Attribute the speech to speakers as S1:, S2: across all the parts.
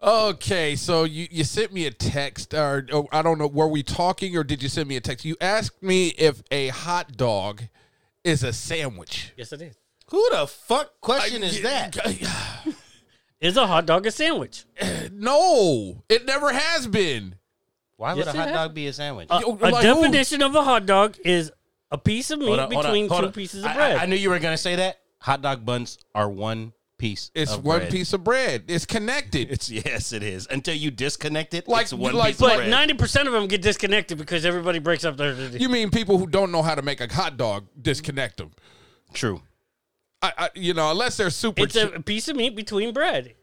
S1: Okay, so you, you sent me a text, or oh, I don't know, were we talking, or did you send me a text? You asked me if a hot dog is a sandwich.
S2: Yes, it is.
S3: Who the fuck question is that?
S2: Is a hot dog a sandwich?
S1: No, it never has been.
S3: Why would
S2: Yes,
S3: a
S2: it
S3: hot
S2: is.
S3: dog be a sandwich?
S2: A,
S1: Yo,
S2: a
S1: like who?
S2: definition of a hot dog is a piece of meat
S3: Hold on, hold on,
S2: between
S3: hold
S2: two
S3: on.
S2: pieces of
S3: I-
S2: bread.
S3: I, I knew you were gonna say that. Hot dog buns are one piece.
S1: It's
S3: of
S1: one
S3: bread.
S1: piece of bread. It's connected.
S3: It's yes, it is. Until you disconnect it,
S1: Like-
S3: it's one
S1: like-
S3: piece of
S2: but
S3: bread.
S2: ninety percent of them get disconnected because everybody breaks up their.
S1: you mean people who don't know how to make a hot dog disconnect them?
S3: True.
S1: I, I you know, unless they're super.
S2: it's a piece of meat between bread.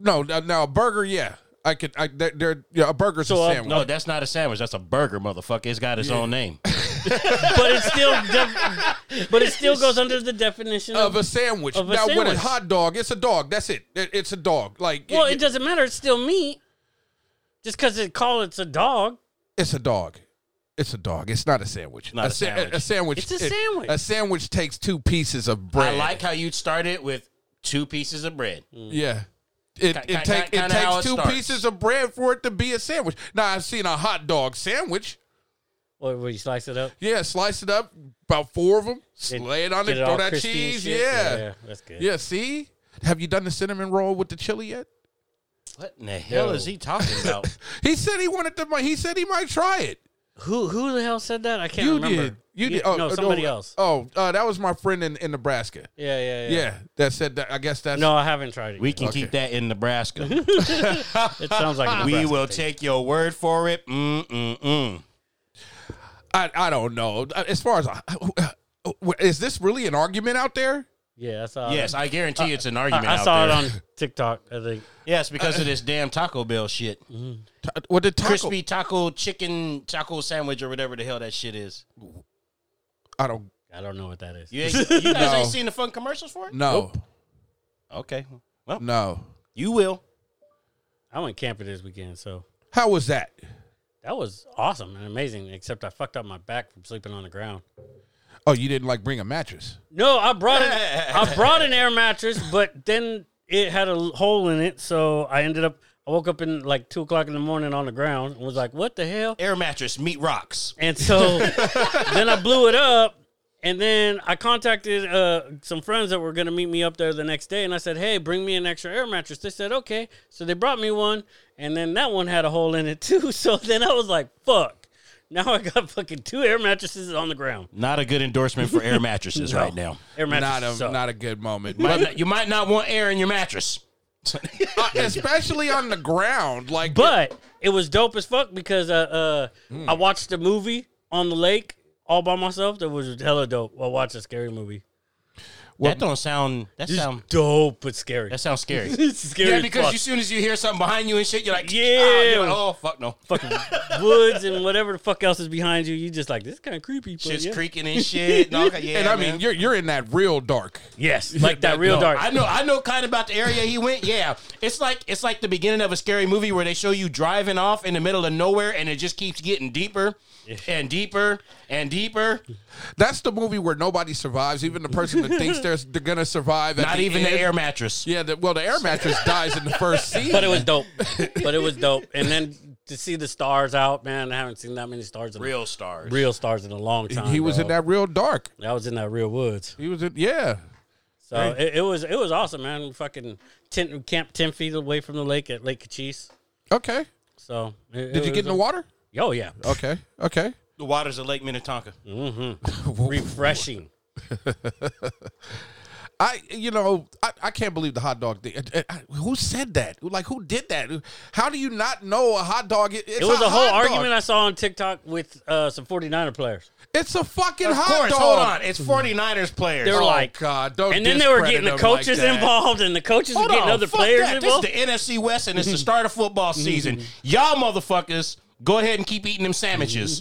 S1: no, no, now a burger. Yeah, I could. I they're, they're yeah, a burger's
S2: So,
S1: a
S2: uh,
S1: sandwich.
S3: No, that's not a sandwich. That's a burger, motherfucker. It's got its own name.
S2: but it still def- but it still goes under the definition
S1: of
S2: of,
S1: a sandwich.
S2: Of a
S1: now with
S2: sandwich.
S1: a hot dog, it's a dog. That's it. It- it's a dog. Like
S2: well
S1: it-
S2: it doesn't matter it's still meat just because they call it's a dog
S1: It's a dog. It's a dog. It's not a sandwich.
S3: Not a
S1: sa-
S3: sandwich.
S1: A sandwich.
S2: It's a
S1: it-
S2: sandwich.
S1: a sandwich takes two pieces of bread.
S3: I like how you started with two pieces of bread.
S2: Mm.
S1: Yeah. It,
S3: Ki-
S1: it,
S3: ki-
S1: take,
S3: ki-
S1: it
S3: kinda how
S1: takes
S3: it
S1: two
S3: starts.
S1: pieces of bread for it to be a sandwich. Now I've seen a hot dog sandwich.
S2: or where you slice it up
S1: Yeah, slice it up, about four of them,
S2: Then
S1: slay it on
S2: get
S1: it,
S2: it all
S1: throw that
S2: crispy and
S1: cheese.
S2: shit.
S1: Yeah. yeah,
S2: yeah that's good
S1: See, have you done the cinnamon roll with the chili yet?
S3: What in the hell
S2: No.
S3: is he talking about?
S1: He said he wanted to. mi- He said he might try it.
S2: who who the hell said that I can't
S1: you
S2: remember
S1: did. You
S2: Yeah,
S1: did. Oh,
S2: no somebody
S1: no,
S2: else
S1: Oh, uh, that was my friend in, in Nebraska.
S2: yeah yeah
S1: Yeah.
S2: yeah,
S1: that said that. I guess that's
S2: no I haven't tried it
S3: We
S2: yet.
S3: can keep that in Nebraska.
S2: it sounds like a
S3: we
S2: Nebraska
S3: will
S2: thing.
S3: take your word for it. Mm mm mm.
S1: I, I don't know. Uh, As far as I, uh, is this really an argument out there?
S2: yeah I saw
S3: Yes,
S2: it.
S3: I guarantee it's an argument.
S2: Uh, I, I
S3: out
S2: saw
S3: there.
S2: it on TikTok I think
S3: Yes, because of this damn Taco Bell shit.
S1: T- uh, What did taco?
S3: Crispy taco chicken taco sandwich or whatever the hell that shit is.
S1: I don't
S2: I don't know what that is
S3: You, ain't, you guys
S1: No.
S3: ain't seen the fun commercials for it?
S1: know.
S3: Okay. Well,
S1: No.
S3: you will.
S2: I went camping this weekend so
S1: How was that?
S2: that was awesome and amazing except I fucked up my back from sleeping on the ground
S1: Oh, you didn't like bring a mattress.
S2: No, I brought an, I brought an air mattress, but then it had a l- hole in it, so I ended up. I woke up in like two o'clock in the morning on the ground and was like, "What the hell?"
S3: Air mattress, meat rocks.
S2: And so then I blew it up, and then I contacted uh, some friends that were going to meet me up there the next day, and I said, "Hey, bring me an extra air mattress." They said, "Okay," so they brought me one, and then that one had a hole in it too. So then I was like, "Fuck." Now I got fucking two air mattresses on the ground.
S3: Not a good endorsement for air mattresses right now.
S2: Air
S1: Not a
S2: mattresses suck.
S1: not a good moment.
S3: Might
S1: But
S3: not- you might not want air in your mattress.
S1: uh, especially on the ground, like
S2: But it was dope as fuck because uh, uh, I watched a movie on the lake all by myself that was hella dope. I watched a scary movie.
S3: that don't sound. That
S2: Just
S3: sound.
S2: dope but scary.
S3: That sounds scary.
S2: it's scary.
S3: yeah,
S2: as
S3: because
S2: fuck.
S3: as soon as you hear something behind you and shit, you're like,
S2: Yeah.
S3: "Ah," you're like, oh fuck no,
S2: fucking woods and whatever the fuck else is behind you, you just like this is kind of creepy. But
S3: shit's
S2: yeah.
S3: creaking and shit. And, all, kind- yeah,
S1: and I mean
S3: man.
S1: you're you're in that real dark.
S2: Yes, like that real
S3: No,
S2: dark.
S3: I know, I know, kind of about the area he went. Yeah, it's like it's like the beginning of a scary movie where they show you driving off in the middle of nowhere, and it just keeps getting deeper and deeper and deeper.
S1: That's the movie where nobody survives, even the person that thinks they're, they're gonna survive. At
S3: Not
S1: the
S3: even the
S1: end.
S3: air mattress.
S1: Yeah, the, well, the air mattress dies in the first scene.
S2: but it was dope. but it was dope. And then to see the stars out, man, I haven't seen that many stars in
S3: Real stars.
S2: real stars in a long time.
S1: he was
S2: bro.
S1: in that real dark.
S2: That was in that real woods.
S1: He was in yeah.
S2: So it, it was it was awesome, man. We fucking tent we camped ten feet away from the lake at Lake Cochise.
S1: Okay.
S2: So it-
S1: Did
S2: it
S1: you get in the
S2: was
S1: water?
S2: a- Oh yeah,
S1: Okay. Okay.
S3: The waters of Lake Minnetonka.
S2: refreshing.
S1: I, you know, I, I can't believe the hot dog thing. I- I- who said that? Like, who did that? How do you not know a hot dog? It, it's
S2: It was a whole
S1: hot dog.
S2: argument I saw on TikTok with uh, some 49er players.
S1: It's a fucking
S3: Of
S1: hot
S3: course,
S1: dog.
S3: hold on. It's 49ers players.
S2: They were
S1: Oh
S2: like-
S1: God, don't.
S2: and then they were
S1: discredit
S2: getting the
S1: them like
S2: coaches
S1: that.
S2: involved, and the coaches were
S3: Hold
S2: getting
S3: on,
S2: other
S3: fuck
S2: players
S3: that.
S2: involved.
S3: This is the NFC West, and it's the start of football season. Y'all motherfuckers, go ahead and keep eating them sandwiches.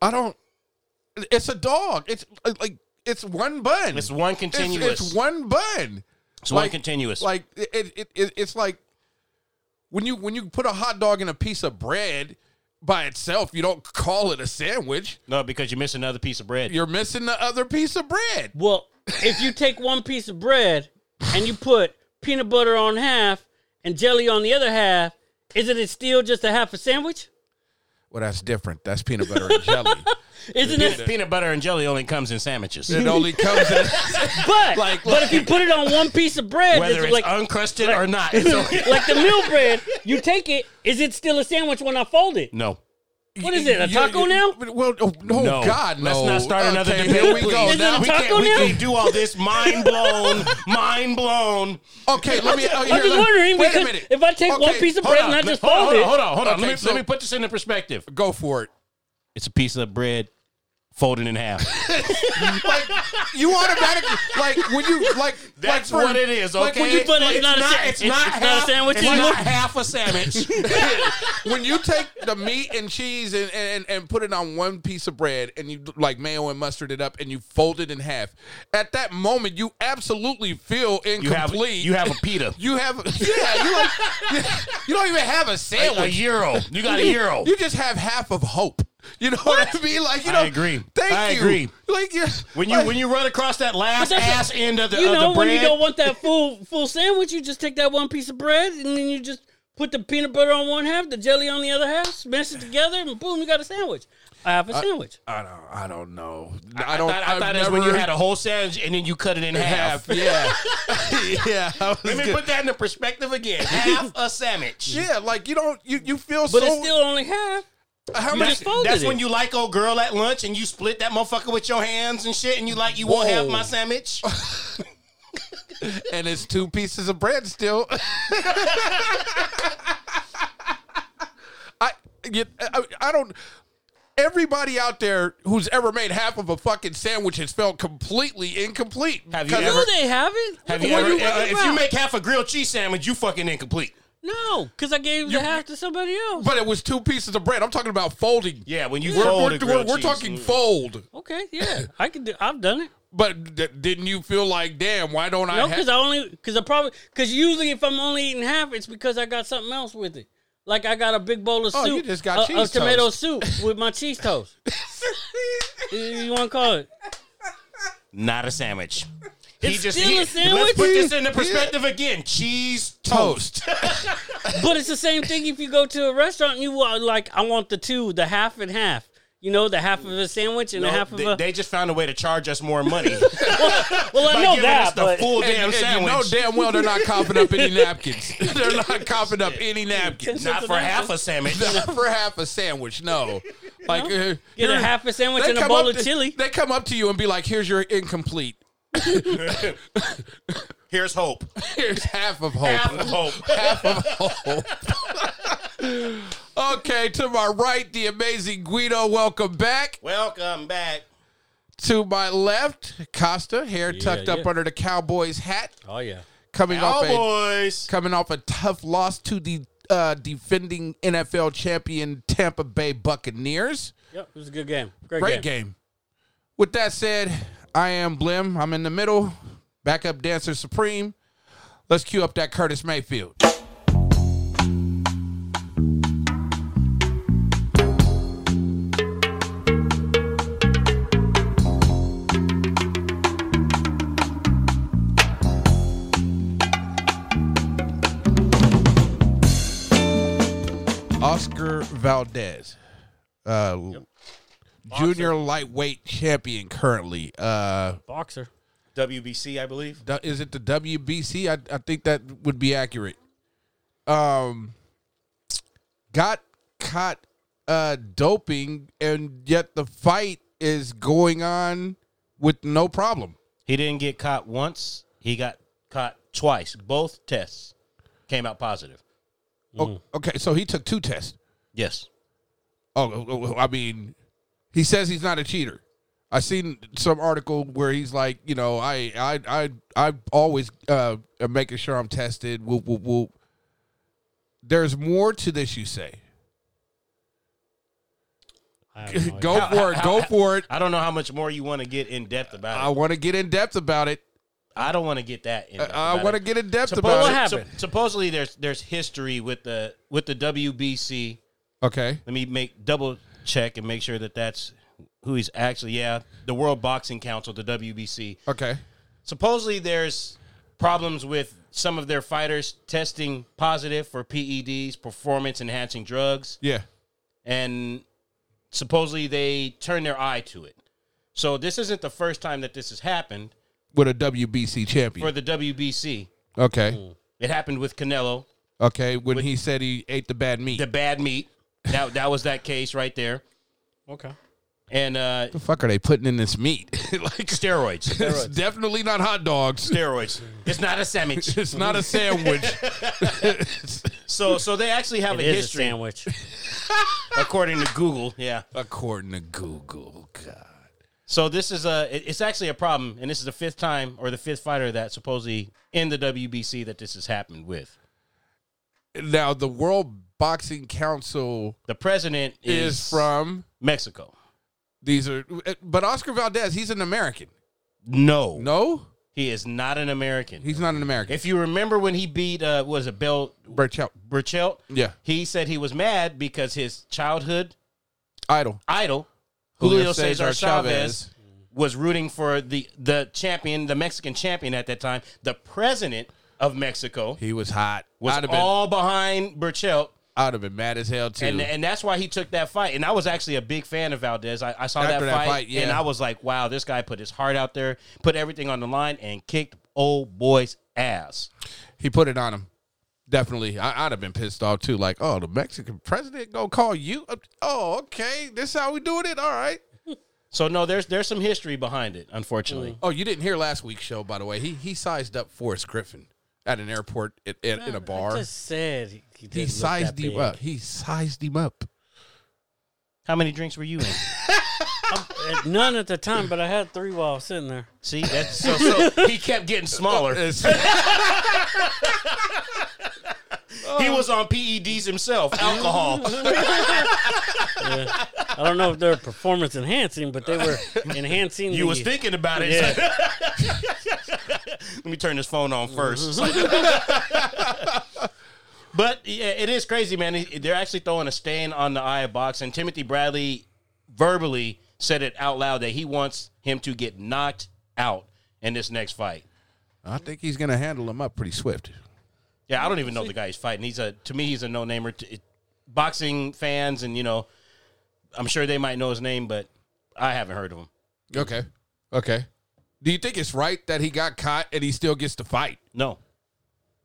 S1: I don't. It's a dog. It's uh, like it's one bun.
S3: It's one
S1: It's-
S3: continuous.
S1: It's, one bun.
S3: It's one
S1: like-
S3: continuous.
S1: Like it, it, it, it's like when you when you put a hot dog in a piece of bread by itself, you don't call it a sandwich.
S3: no, because you miss another piece of bread.
S1: You're missing the other piece of bread.
S2: well, if you take one piece of bread and you put peanut butter on half and jelly on the other half, isn't it still just a half a sandwich?
S1: Well, that's different. That's peanut butter and jelly.
S2: Isn't it?
S3: Peanut butter and jelly only comes in sandwiches.
S1: It only comes in
S2: But
S1: Like-
S2: but if you put it on one piece of bread,
S3: Whether it's
S2: like
S3: uncrusted or not. it's only-
S2: like the meal bread, you take it. Is it still a sandwich when I fold it?
S3: no.
S2: What is it, a taco now?
S1: Well, oh, no,
S3: No.
S1: God, no.
S3: Let's not start another
S1: okay,
S3: debate.
S1: Here we
S3: please.
S1: go.
S2: Is it
S1: Now,
S2: a
S3: we
S1: we,
S2: taco
S3: can't, we
S2: now?
S3: can't do all this mind blown, mind blown.
S1: okay, let me. Oh, here,
S2: I'm
S1: let
S2: just
S1: me-
S2: wondering
S1: Wait a
S2: because
S1: minute.
S2: if I take one
S1: Okay,
S2: piece of
S1: hold
S2: bread
S1: on.
S2: and I
S1: Let-
S2: just
S3: Hold
S2: fold
S3: on,
S2: it,
S3: hold on, hold on.
S1: Okay,
S3: let, me,
S1: so-
S3: let me put this into perspective.
S1: go for it.
S3: It's a piece of bread folded in half.
S1: like you automatically like when you like like
S3: That's
S1: for-
S3: what it is,
S1: like, when
S3: okay?
S1: you-
S2: but it's,
S3: It's
S2: not, a
S3: not-
S2: sa-
S3: it's not
S2: it's
S3: half-
S2: a sandwich
S3: it's
S2: anymore.
S3: not half a sandwich.
S1: when you take the meat and cheese and, and and put it on one piece of bread and you like mayo and mustard it up and you fold it in half. At that moment, you absolutely feel incomplete.
S3: You have, you have a pita.
S1: You have- yeah. You like, you don't even have a sandwich.
S3: A euro. You got a euro.
S1: You just have half of hope. You know what, I mean? Like you
S3: I
S1: know.
S3: agree.
S1: Thank
S3: I
S1: you.
S3: agree.
S1: Like you
S3: When you
S1: like,
S3: when you run across that last
S2: But that's-
S3: ass end of the,
S2: you
S3: of
S2: know
S3: the
S2: when you
S3: bread,
S2: don't want that full full sandwich, you just take that one piece of bread and then you just put the peanut butter on one half, the jelly on the other half, smash it together, and boom, you got a sandwich. I have a sandwich.
S1: I don't. I don't know.
S3: I,
S1: I don't.
S3: thought, I
S1: I've
S3: thought it was when you
S1: never-
S3: had a whole sandwich and then you cut it in half.
S1: half. Yeah, yeah. I was
S3: Let me
S1: good.
S3: put that into perspective again. Half a sandwich.
S1: yeah, like you don't. You you feel
S2: But
S1: so.
S2: it's still only half.
S1: how
S2: You
S1: much?
S2: just folded
S3: That's
S2: it.
S3: when you like old girl at lunch and you split that motherfucker with your hands and shit and you like you won't
S2: Whoa.
S3: have my sandwich.
S1: And it's two pieces of bread still. I you, I, I don't. Everybody out there who's ever made half of a fucking sandwich has felt completely incomplete.
S3: Have you
S1: Because-
S3: ever-
S2: no, they haven't.
S3: Have you
S2: What
S3: ever?
S2: are
S3: uh,
S2: talking
S3: if you
S2: about?
S3: make half a grilled cheese sandwich, you fucking incomplete.
S2: no, because I gave the half to somebody else.
S1: But it was two pieces of bread. I'm talking about folding.
S3: Yeah, when you
S1: We're, we're,
S3: fold a
S1: we're,
S3: grilled
S1: we're
S3: cheese. Mm.
S1: talking fold.
S2: Okay, yeah, I could do. I've done it.
S1: But d- didn't you feel like, damn, why don't
S2: No,
S1: I?
S2: because
S1: have
S2: I only because I probably because usually if I'm only eating half, it's because I got something else with it. Like I got a big bowl of
S1: Oh,
S2: soup,
S1: you just got
S2: a-
S1: cheese
S2: a tomato
S1: toast.
S2: soup with my cheese toast. You- you want to call it?
S3: Not a sandwich. He
S2: It's still a
S3: Let's
S2: sandwich?
S3: put this into perspective again. Cheese toast.
S1: toast?
S2: But it's the same thing if you go to a restaurant and you want like I want the two, the half and half. You know, the half of a sandwich and the half of
S3: they,
S2: a.
S3: they just found a way to charge us more money.
S2: well, I
S3: by
S2: know
S3: giving us
S2: that,
S3: the
S2: but
S3: full
S1: And-
S3: Oh, damn
S1: and
S3: sandwich.
S1: You know damn well they're not coughing up any napkins. they're not coughing up any napkins.
S3: Not for half a sandwich.
S1: Not for half a sandwich, no. Like uh,
S2: get a
S1: here-
S2: half a sandwich
S1: they
S2: and a
S1: come
S2: bowl
S1: up
S2: of
S1: to-
S2: chili.
S1: They come up to you and be like, "Here's your incomplete.
S3: Here's hope.
S1: Here's half of hope.
S3: Half of hope.
S1: Half of hope." okay, to my right, the amazing Guido. Welcome back.
S3: Welcome back.
S1: To my left, Costa, hair tucked up
S2: yeah.
S1: under the Cowboys hat,
S2: Oh yeah.
S1: coming off a
S3: Cowboys.
S1: coming off a tough loss to the uh, defending NFL champion Tampa Bay Buccaneers.
S2: Yep, it was a good game. Great,
S1: Great
S2: game.
S1: game. With that said, I am Blim. I'm in the middle. Backup dancer supreme. Let's cue up that Curtis Mayfield. Oscar Valdez. Uh, junior lightweight champion currently. Uh,
S2: Boxer.
S3: WBC, I believe.
S1: du- is it the WBC? I, I think that would be accurate. Um, got caught uh, doping, and yet the fight is going on with no problem.
S3: He didn't get caught once. He got caught twice. Both tests came out positive.
S1: O- okay, so he took two tests.
S3: Yes.
S1: Oh, oh, oh, I mean, he says he's not a cheater. I seen some article where he's like, you know, I I I I always uh am making sure I'm tested. Whoop whoop whoop. There's more to this, you say.
S2: I have no idea.
S1: go for it. Go for it.
S3: I don't know how much more you want to get in depth
S1: I
S3: about it.
S1: want to get in depth about it.
S3: I don't want to get that in depth.
S1: I
S3: about
S1: want
S3: it.
S1: to get in depth
S3: Supposedly-
S1: about
S2: what
S1: it.
S2: happened?
S3: sup- supposedly there's there's history with the with the WBC.
S1: Okay.
S3: Let me make double check and make sure that that's who he's actually. Yeah, the World Boxing Council, the WBC.
S1: Okay.
S3: Supposedly there's problems with some of their fighters testing positive for PEDs, performance enhancing drugs,
S1: Yeah.
S3: and supposedly they turned their eye to it. So this isn't the first time that this has happened
S1: With a WBC champion.
S3: for the WBC.
S1: okay.
S3: It happened with Canelo,
S1: Okay. When he said he ate the bad meat.
S3: the bad meat. That that was that case right there.
S2: Okay.
S3: And uh
S1: the fuck are they putting in this meat? like
S3: steroids.
S1: it's definitely not hot dogs.
S3: steroids. It's not a sandwich.
S1: It's not a sandwich.
S3: So so they actually have
S2: It
S3: a
S2: is a
S3: history
S2: sandwich.
S3: according to Google. Yeah.
S1: According to Google. God.
S3: So this is a it- it's actually a problem, and this is the fifth time or the fifth fighter that supposedly in the WBC that this has happened with.
S1: Now the World Boxing Council
S3: The president is,
S1: is, from
S3: Mexico.
S1: these are but Oscar Valdez, he's an American.
S3: No,
S1: No?
S3: he is not an American.
S1: He's not an American.
S3: if you remember when he beat uh what was it Bell
S1: Burchell.
S3: Burchelt,
S1: Yeah.
S3: he said he was mad because his childhood
S1: Idol.
S3: idol Julio Cesar Chavez was rooting for the the champion, the Mexican champion at that time, the president of Mexico.
S1: He was hot.
S3: was
S1: I'd have been
S3: all behind Burchelt,
S1: I'd have been mad as hell too.
S3: and and that's why he took that fight. And I was actually a big fan of Valdez. I, I saw that,
S1: After that
S3: fight,
S1: fight, yeah.
S3: and I was like, wow, this guy put his heart out there, put everything on the line, and kicked old boy's ass.
S1: he put it on him. Definitely. I, I'd have been pissed off too. Like, oh, the Mexican president gonna call you? Oh, okay. This how we doing it? All right.
S3: So no, there's there's some history behind it, unfortunately.
S1: Oh, you didn't hear last week's show, by the way. He he sized up Forrest Griffin at an airport in, in, in a bar.
S2: I just said he, he,
S1: he
S2: didn't look
S1: sized
S2: that
S1: him
S2: big.
S1: up. He sized him up.
S3: How many drinks were you in?
S2: Uh, None at the time, but I had three while I was sitting there.
S3: See, that's, so so he kept getting
S1: Oh,
S3: smaller. He was on PEDs himself,
S1: Oh.
S3: alcohol.
S2: I don't know if they're performance enhancing, but they were enhancing.
S3: You
S2: the,
S3: was thinking about it.
S2: Yeah.
S3: Let me turn this phone on first. but yeah, it is crazy, man. He- They're actually throwing a stain on the eye of boxing. Timothy Bradley verbally said it out loud that he wants him to get knocked out in this next fight.
S1: I think he's gonna handle him up pretty swift.
S3: Yeah, I don't even know the guy he's fighting. He's a to me, he's a no namer. Boxing fans and you know, I'm sure they might know his name, but I haven't heard of him.
S1: Okay. Okay. Do you think it's right that he got caught and he still gets to fight?
S3: No,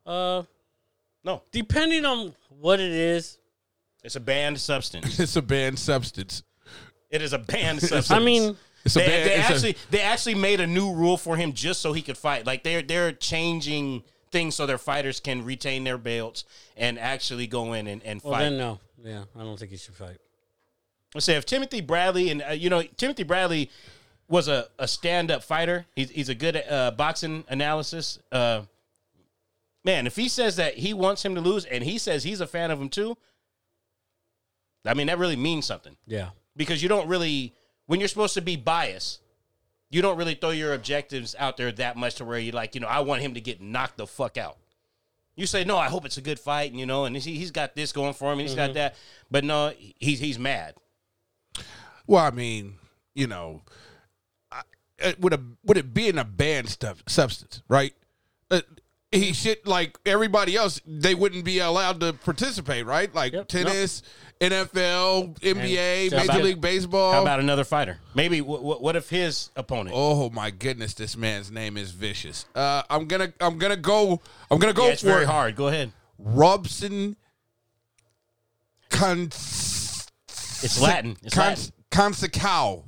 S2: Uh,
S3: no,
S2: depending on what it is,
S3: it's a banned substance.
S1: It's a banned substance.
S3: It is a banned substance.
S2: I mean,
S1: It's a
S3: they,
S1: banned.
S3: they
S1: it's a-
S3: actually they actually made a new rule for him just so he could fight. Like they're they're changing things so their fighters can retain their belts and actually go in and, and
S2: well,
S3: fight.
S2: oh, then no, yeah, I don't think he should fight.
S3: I say if Timothy Bradley and uh, you know Timothy Bradley was a, a stand up fighter. He's he's a good uh, boxing analysis. Uh, man, if he says that he wants him to lose and he says he's a fan of him too, I mean that really means something.
S2: Yeah,
S3: because you don't really when you're supposed to be biased you don't really throw your objectives out there that much to where you're like you know i want him to get knocked the fuck out you say no i hope it's a good fight and you know and he, he's got this going for him and he's got that but no he's he's mad
S1: Well, I mean, you know, I, uh, with a with it being a banned stuff substance, right? Uh, he should like everybody else. They wouldn't be allowed to participate, right? Like
S2: Yep.
S1: tennis, NFL, NBA,
S2: so
S1: Major
S3: about-
S1: League Baseball.
S3: how about another fighter maybe what, what, what if his opponent
S1: Oh my goodness, this man's name is vicious. Uh, I'm gonna, I'm gonna go, I'm gonna go
S3: yeah, it's
S1: for
S3: very
S1: it.
S3: hard go ahead
S1: Robson. Cons-
S3: it's latin it's
S1: Cons-
S3: latin
S1: Consacao.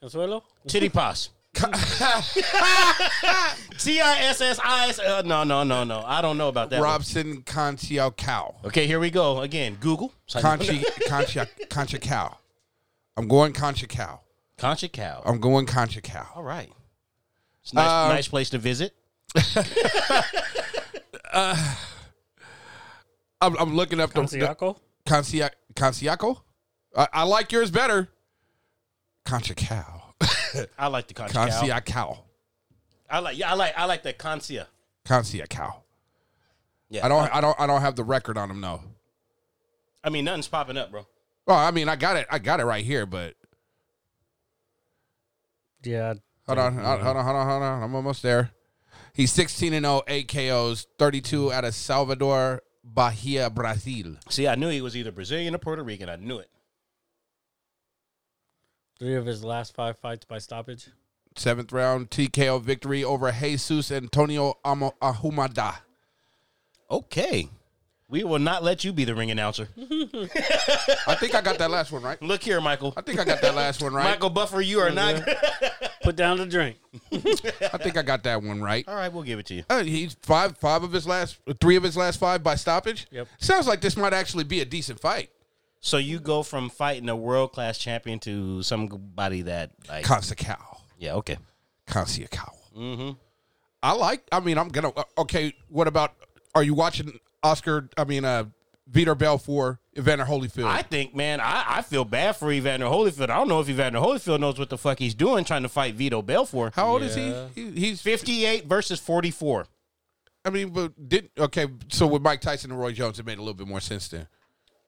S2: Consuelo.
S3: titty pass t-i-s-s-i-s uh, no no no no i don't know about that one.
S1: Robson Cow.
S3: okay here we go again google
S1: Conchi, Concha, Concha Cow. I'm going Concha Cow.
S3: concha cow
S1: I'm going Concha Cow.
S3: All right. It's a nice,
S1: Uh,
S3: nice place to visit.
S1: I'm, I'm looking up the,
S2: Consiaco.
S1: the Concia, Conciaco. I, I like yours better. Concha Cow.
S3: I like the Concha. Cow.
S1: Concia Cow.
S3: I like yeah, I like I like the Concia.
S1: Concia Cow.
S3: Yeah.
S1: I don't, I don't, I don't have the record on him though.
S3: I mean nothing's popping up, bro.
S1: Well, I mean, I got it, I got it right here, but
S2: Yeah,
S1: hold on, hold on, hold on, hold on. I'm almost there. He's 16 and 0, 8 KOs, 32 out of Salvador Bahia, Brazil.
S3: See, I knew he was either Brazilian or Puerto Rican. I knew it.
S2: Three of his last five fights by stoppage.
S1: Seventh round TKO victory over Jesus Antonio Amo- Ahumada.
S3: Okay. We will not let you be the ring announcer.
S1: I think I got that last one right.
S3: Look here, Michael.
S1: I think I got that last one right.
S3: Michael Buffer, you are not.
S2: Put down the drink.
S1: I think I got that one right.
S3: All right, we'll give it to you.
S1: Uh, he's five, five of his last, three of his last five by stoppage.
S2: Yep.
S1: Sounds like this might actually be a decent fight.
S3: So you go from fighting a world class champion to somebody that like
S1: Consacow.
S3: yeah okay.
S1: Consacow. Mm-hmm. I like. I mean, I'm gonna. uh, Okay. What about? Are you watching Oscar? I mean, uh, Vitor Belfort, Evander Holyfield.
S3: I think man, I, I feel bad for Evander Holyfield. I don't know if Evander Holyfield knows what the fuck he's doing trying to fight Vito Belfort.
S1: How old is
S2: Yeah.
S1: he? he? He's.
S3: Fifty eight versus forty four.
S1: I mean, but did okay. So with Mike Tyson and Roy Jones, it made a little bit more sense then.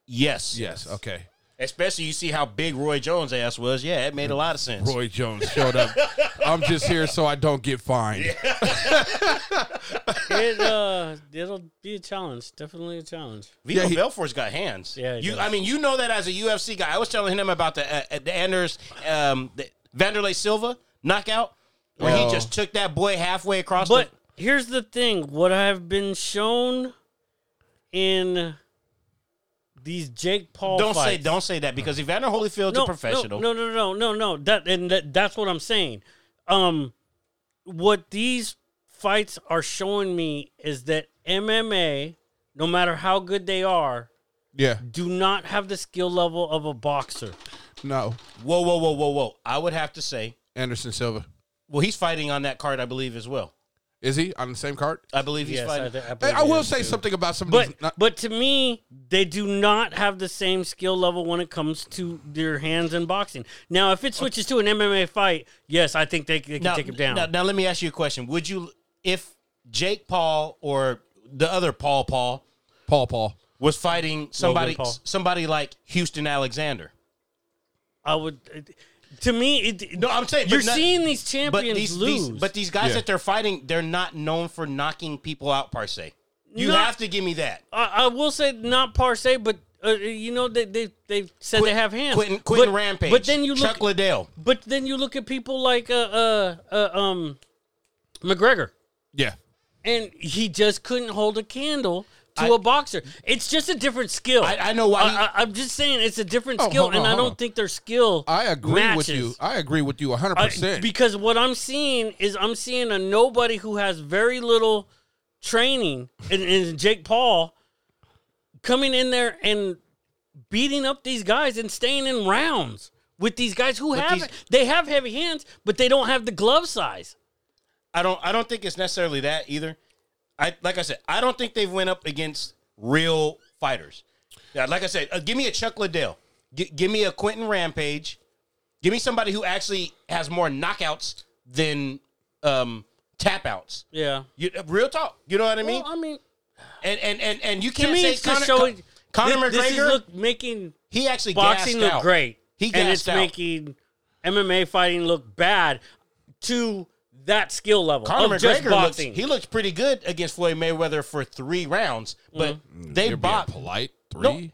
S3: Yes.
S1: Yes. Okay.
S3: Especially you see how big Roy Jones' ass was. Yeah, it made a lot of sense.
S1: Roy Jones showed up. I'm just here so I don't get fined.
S2: It uh, it'll be a challenge. Definitely a challenge.
S3: Vito
S1: Yeah, he-
S3: Belfort's got hands.
S2: Yeah, he
S3: you.
S2: does.
S3: I mean, you know that as a UFC guy. I was telling him about the uh, uh, the Anders um, the Vanderlei Silva knockout where
S1: Oh.
S3: he just took that boy halfway across.
S2: But
S3: the,
S2: here's the thing: what I've been shown in these Jake Paul
S3: don't
S2: fights,
S3: say don't say that because Evander Holyfield's a professional.
S2: No, no, no, no, no. That and that, that's what I'm saying. Um, what these fights are showing me is that MMA, no matter how good they are,
S1: Yeah.
S2: do not have the skill level of a boxer.
S1: No.
S3: Whoa, whoa, whoa, whoa, whoa! I would have to say,
S1: Anderson Silva.
S3: well, he's fighting on that card, I believe, as well.
S1: Is he on the same card?
S3: I believe he's
S2: Yes, I,
S3: fighting.
S2: thi- I
S1: Hey,
S2: believe
S1: I
S2: he
S1: will
S2: is,
S1: say
S2: too.
S1: something about some. of
S2: But
S1: these not-
S2: but to me, they do not have the same skill level when it comes to their hands in boxing. Now, if it switches to an MMA fight, yes, I think they, they can
S3: now,
S2: take him down.
S3: Now, now let me ask you a question: Would you, if Jake Paul or the other Paul Paul
S1: Paul Paul.
S3: was fighting somebody,
S2: Paul.
S3: somebody like Houston Alexander?
S2: I would. To me, it,
S3: No, I'm saying but
S2: you're
S3: not-
S2: seeing these
S3: but
S2: champions
S3: these,
S2: lose.
S3: these but these guys
S1: Yeah.
S3: that they're fighting, they're not known for knocking people out per se. You
S2: Not-
S3: have to give me that.
S2: I, I will say not par se, but uh, you know they they they said they have hands.
S3: Quentin, Quentin
S2: but,
S3: Rampage.
S2: But then you look.
S3: Chuck Liddell.
S2: but then you look at people like uh, uh uh um McGregor,
S1: Yeah.
S2: and he just couldn't hold a candle to a boxer. It's just a different skill.
S3: I- I know why he-
S2: I, I, am just saying it's a different
S1: Oh,
S2: skill,
S1: hold on,
S2: and I
S1: hold
S2: don't
S1: on.
S2: think their skill.
S1: I agree with
S2: matches.
S1: you. I agree with you 100.
S2: I-
S1: percent
S2: Uh, because what I'm seeing is I'm seeing a nobody who has very little training and, and Jake Paul coming in there and beating up these guys and staying in rounds with these guys who have
S3: these-
S2: they have heavy hands, but they don't have the glove size.
S3: I don't. I don't think it's necessarily that either. I like I said. I don't think they've went up against real fighters. Yeah, like I said, uh, give me a Chuck Liddell. G- give me a Quentin Rampage. Give me somebody who actually has more knockouts than um, tap outs.
S2: Yeah.
S3: You, real talk. You know what I mean?
S2: Well, I mean,
S3: And and and, and you
S2: to
S3: can't
S2: me,
S3: say
S2: it's just
S3: Conor-
S2: showing
S3: Con- Conor
S2: thi- this is
S3: McGregor.
S2: look, making
S3: he actually
S2: boxing
S3: gassed
S2: look
S3: out.
S2: great.
S3: He
S2: and
S3: gassed
S2: it's
S3: out.
S2: making MMA fighting look bad to that skill level
S3: Conor
S2: of just
S3: McGregor looks,
S2: boxing.
S3: he looked pretty good against Floyd Mayweather for three rounds, but
S2: Mm-hmm. Mm,
S3: they
S1: You're
S3: bought.
S1: being polite. Three.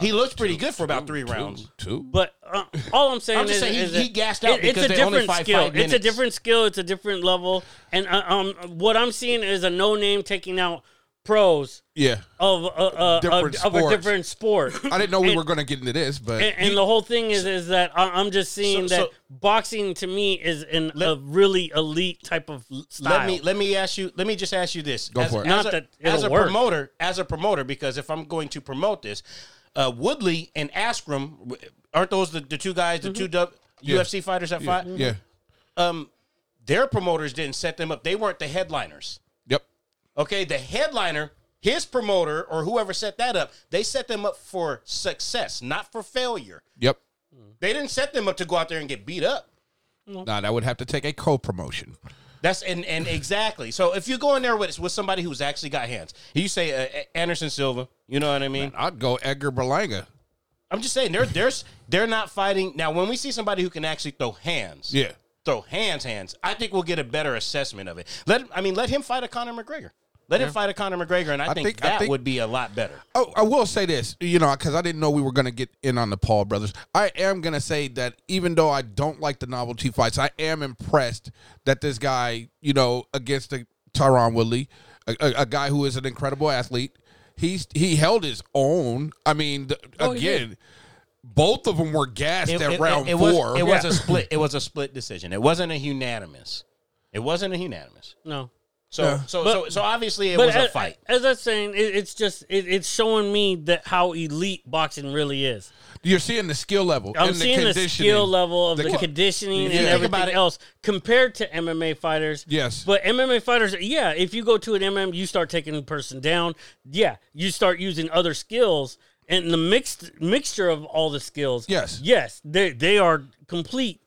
S3: He looked pretty good for about three rounds.
S1: Two. But
S2: But uh, all I'm saying
S3: I'm just
S2: is,
S3: saying he-
S2: is that
S3: he gassed out because they only fight
S2: skill. it's
S3: five
S2: a
S3: minutes.
S2: different skill. It's a different level. And uh, um, what I'm seeing is a no name taking out pros
S1: yeah.
S2: of uh, uh,
S1: Different
S2: of, of a
S1: sports.
S2: different sport.
S1: I didn't know we
S2: And-
S1: were going to get into this, but
S2: And, and the whole thing is, is that I- I'm just seeing
S3: So-
S2: that
S3: so-
S2: boxing to me is in a really elite type of style.
S3: Let me let me ask you. Let me just ask you this. Go
S1: for it.
S2: Not
S3: a,
S2: that
S3: as
S2: it'll
S3: a
S2: work.
S3: promoter, as a promoter, because if I'm going to promote this, uh, Woodley and Askrum aren't those the, the two guys,
S2: Mm-hmm.
S3: the two dub, UFC fighters that
S1: yeah.
S3: fought?
S1: yeah.
S3: Um, their promoters didn't set them up. They weren't the headliners.
S1: Yep.
S3: Okay, the headliner, his promoter or whoever set that up, they set them up for success, not for failure.
S1: Yep.
S3: They didn't set them up to go out there and get beat up.
S1: Nah, that would have to take a co-promotion.
S3: That's and and exactly. So if you go in there with with somebody who's actually got hands, you say uh, Anderson Silva. You know what I mean?
S1: I'd go Edgar Berlanga.
S3: I'm just saying they're there's they're not fighting now. When we see somebody who can actually throw hands,
S1: Yeah.
S3: throw hands, hands. I think we'll get a better assessment of it. Let I mean, let him fight a Conor McGregor. Let him fight a Conor McGregor, and I, think,
S1: think- I
S3: that
S1: think-
S3: would be a lot better.
S1: Oh, I will say this, you know, because I didn't know we were going to get in on the Paul brothers. I am going to say that even though I don't like the novelty fights, I am impressed that this guy, you know, against the Tyron Woodley, a, a, a guy who is an incredible athlete, he's he held his own. I mean, the,
S2: Oh, he
S1: again, both of them were gassed at round
S3: it
S1: four.
S3: Was, it was a split. It was a split decision. It wasn't a unanimous. It wasn't a unanimous.
S2: No.
S3: So so,
S2: But-
S3: so so obviously it
S2: But
S3: was
S2: a-
S3: a
S2: a-
S3: fight.
S2: As, I was saying, it, it's just it, it's showing me that how elite boxing really is.
S1: You're seeing the skill level.
S2: I'm
S1: and
S2: seeing the,
S1: conditioning.
S2: skill level of
S1: The
S2: the,
S1: con-
S2: conditioning
S1: Yeah.
S2: and
S1: Think
S3: about
S2: everything
S3: it.
S2: else compared to MMA fighters.
S1: Yes.
S2: But MMA fighters, yeah, if you go to an MM, you start taking the person down. Yeah, you start using other skills and the mixed mixture of all the skills.
S1: Yes.
S2: Yes, they they are complete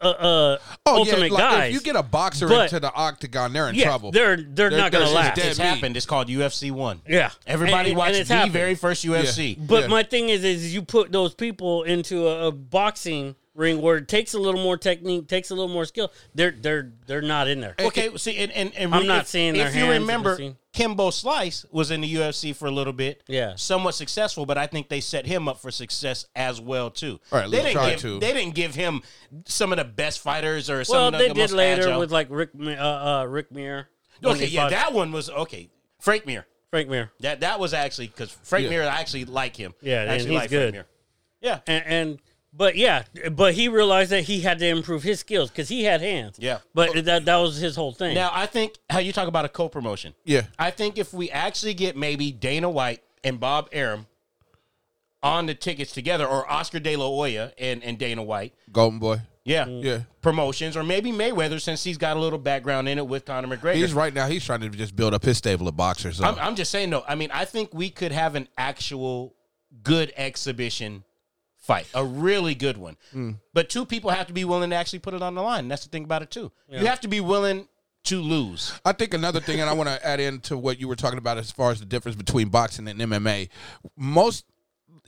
S2: uh, uh
S1: Oh,
S2: ultimate
S1: yeah, like,
S2: guys.
S1: If you get a boxer
S2: But-
S1: into the octagon, they're in
S2: yeah,
S1: trouble.
S2: They're they're,
S1: They're-
S2: not
S1: they're just
S2: going to last.
S1: dead
S3: It's
S1: meat.
S3: happened. It's called UFC one.
S2: Yeah.
S3: Everybody
S2: And- and
S3: watched
S2: it's
S3: the
S2: happened.
S3: very first UFC.
S2: But
S1: Yeah.
S2: my thing is, is you put those people into a, a boxing ring where it takes a little more technique, takes a little more skill. They're they're they're not in there.
S3: Okay, see, and and, and
S2: I'm
S3: if-
S2: not seeing their
S3: If
S2: hands
S3: you
S2: in the
S3: remember,
S2: scene.
S3: Kimbo Slice was in the UFC for a little bit.
S2: Yeah.
S3: somewhat successful, but I think they set him up for success as well too.
S1: All right,
S3: they
S1: let's
S3: didn't
S1: try
S3: give,
S1: to.
S3: They didn't give him some of the best fighters or some
S2: well,
S3: of the,
S2: they
S3: the
S2: did
S3: most
S2: later
S3: agile.
S2: with like Rick Mi- uh, uh, Rick Mir. when
S3: okay,
S2: he
S3: yeah,
S2: fought
S3: that one was okay. Frank Mir,
S2: Frank Mir,
S3: that that was actually because Frank
S1: Yeah.
S3: Mir, I actually like him.
S2: Yeah,
S3: I
S2: and
S3: actually
S2: he's
S3: like Frank
S2: good.
S3: Mir. Yeah,
S2: and, and but yeah, but he realized that he had to improve his skills because he had hands.
S3: Yeah.
S2: but that that was his whole thing.
S3: Now, I think how you talk about a co-promotion.
S1: Yeah.
S3: I think if we actually get maybe Dana White and Bob Arum on the tickets together, or Oscar De La Hoya and, and Dana White,
S1: Golden boy.
S3: yeah,
S2: Mm.
S1: Yeah.
S3: promotions, or maybe Mayweather since he's got a little background in it with Conor McGregor.
S1: He's right now. He's trying to just build up his stable of boxers.
S3: I'm, I'm just saying, though. I mean, I think we could have an actual good exhibition fight, a really good one.
S1: Hmm.
S3: But two people have to be willing to actually put it on the line. That's the thing about it too. You have to be willing to lose.
S1: I think another thing, and I want to add into what you were talking about as far as the difference between boxing and MMA. Most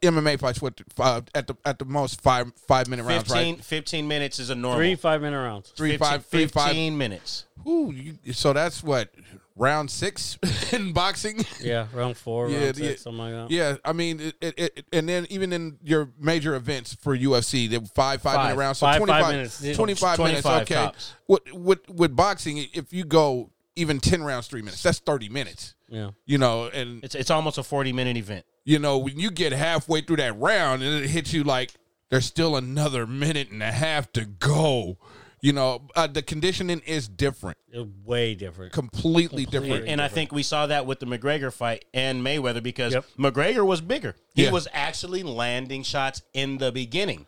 S1: MMA fights went uh, at the at the most five five minute rounds,
S3: 15,
S1: right?
S3: 15 minutes is a normal.
S2: three five minute rounds.
S1: Three
S3: 15,
S1: five three five.
S3: 15 minutes.
S1: Ooh, you, so that's what round six in boxing.
S2: Yeah, round four,
S1: Yeah,
S2: round six,
S1: yeah.
S2: something like that.
S1: Yeah, I mean, it, it, it, and then even in your major events for UFC, they five, five minute
S3: Five.
S1: rounds, so
S2: Five, five
S1: 25,
S2: minutes.
S1: 25 minutes.
S3: 25
S1: Okay,
S3: tops.
S1: with with with boxing, if you go even ten rounds, three minutes, that's thirty minutes.
S2: Yeah.
S1: You know, and
S3: It's it's almost a 40 minute event.
S1: you know, when you get halfway through that round and it hits you like there's still another minute and a half to go. You know, uh, the conditioning is different,
S2: It- way different.
S1: completely different.
S3: And I think we saw that with the McGregor fight and Mayweather because
S2: Yep.
S3: McGregor was bigger. He
S1: Yeah.
S3: was actually landing shots in the beginning.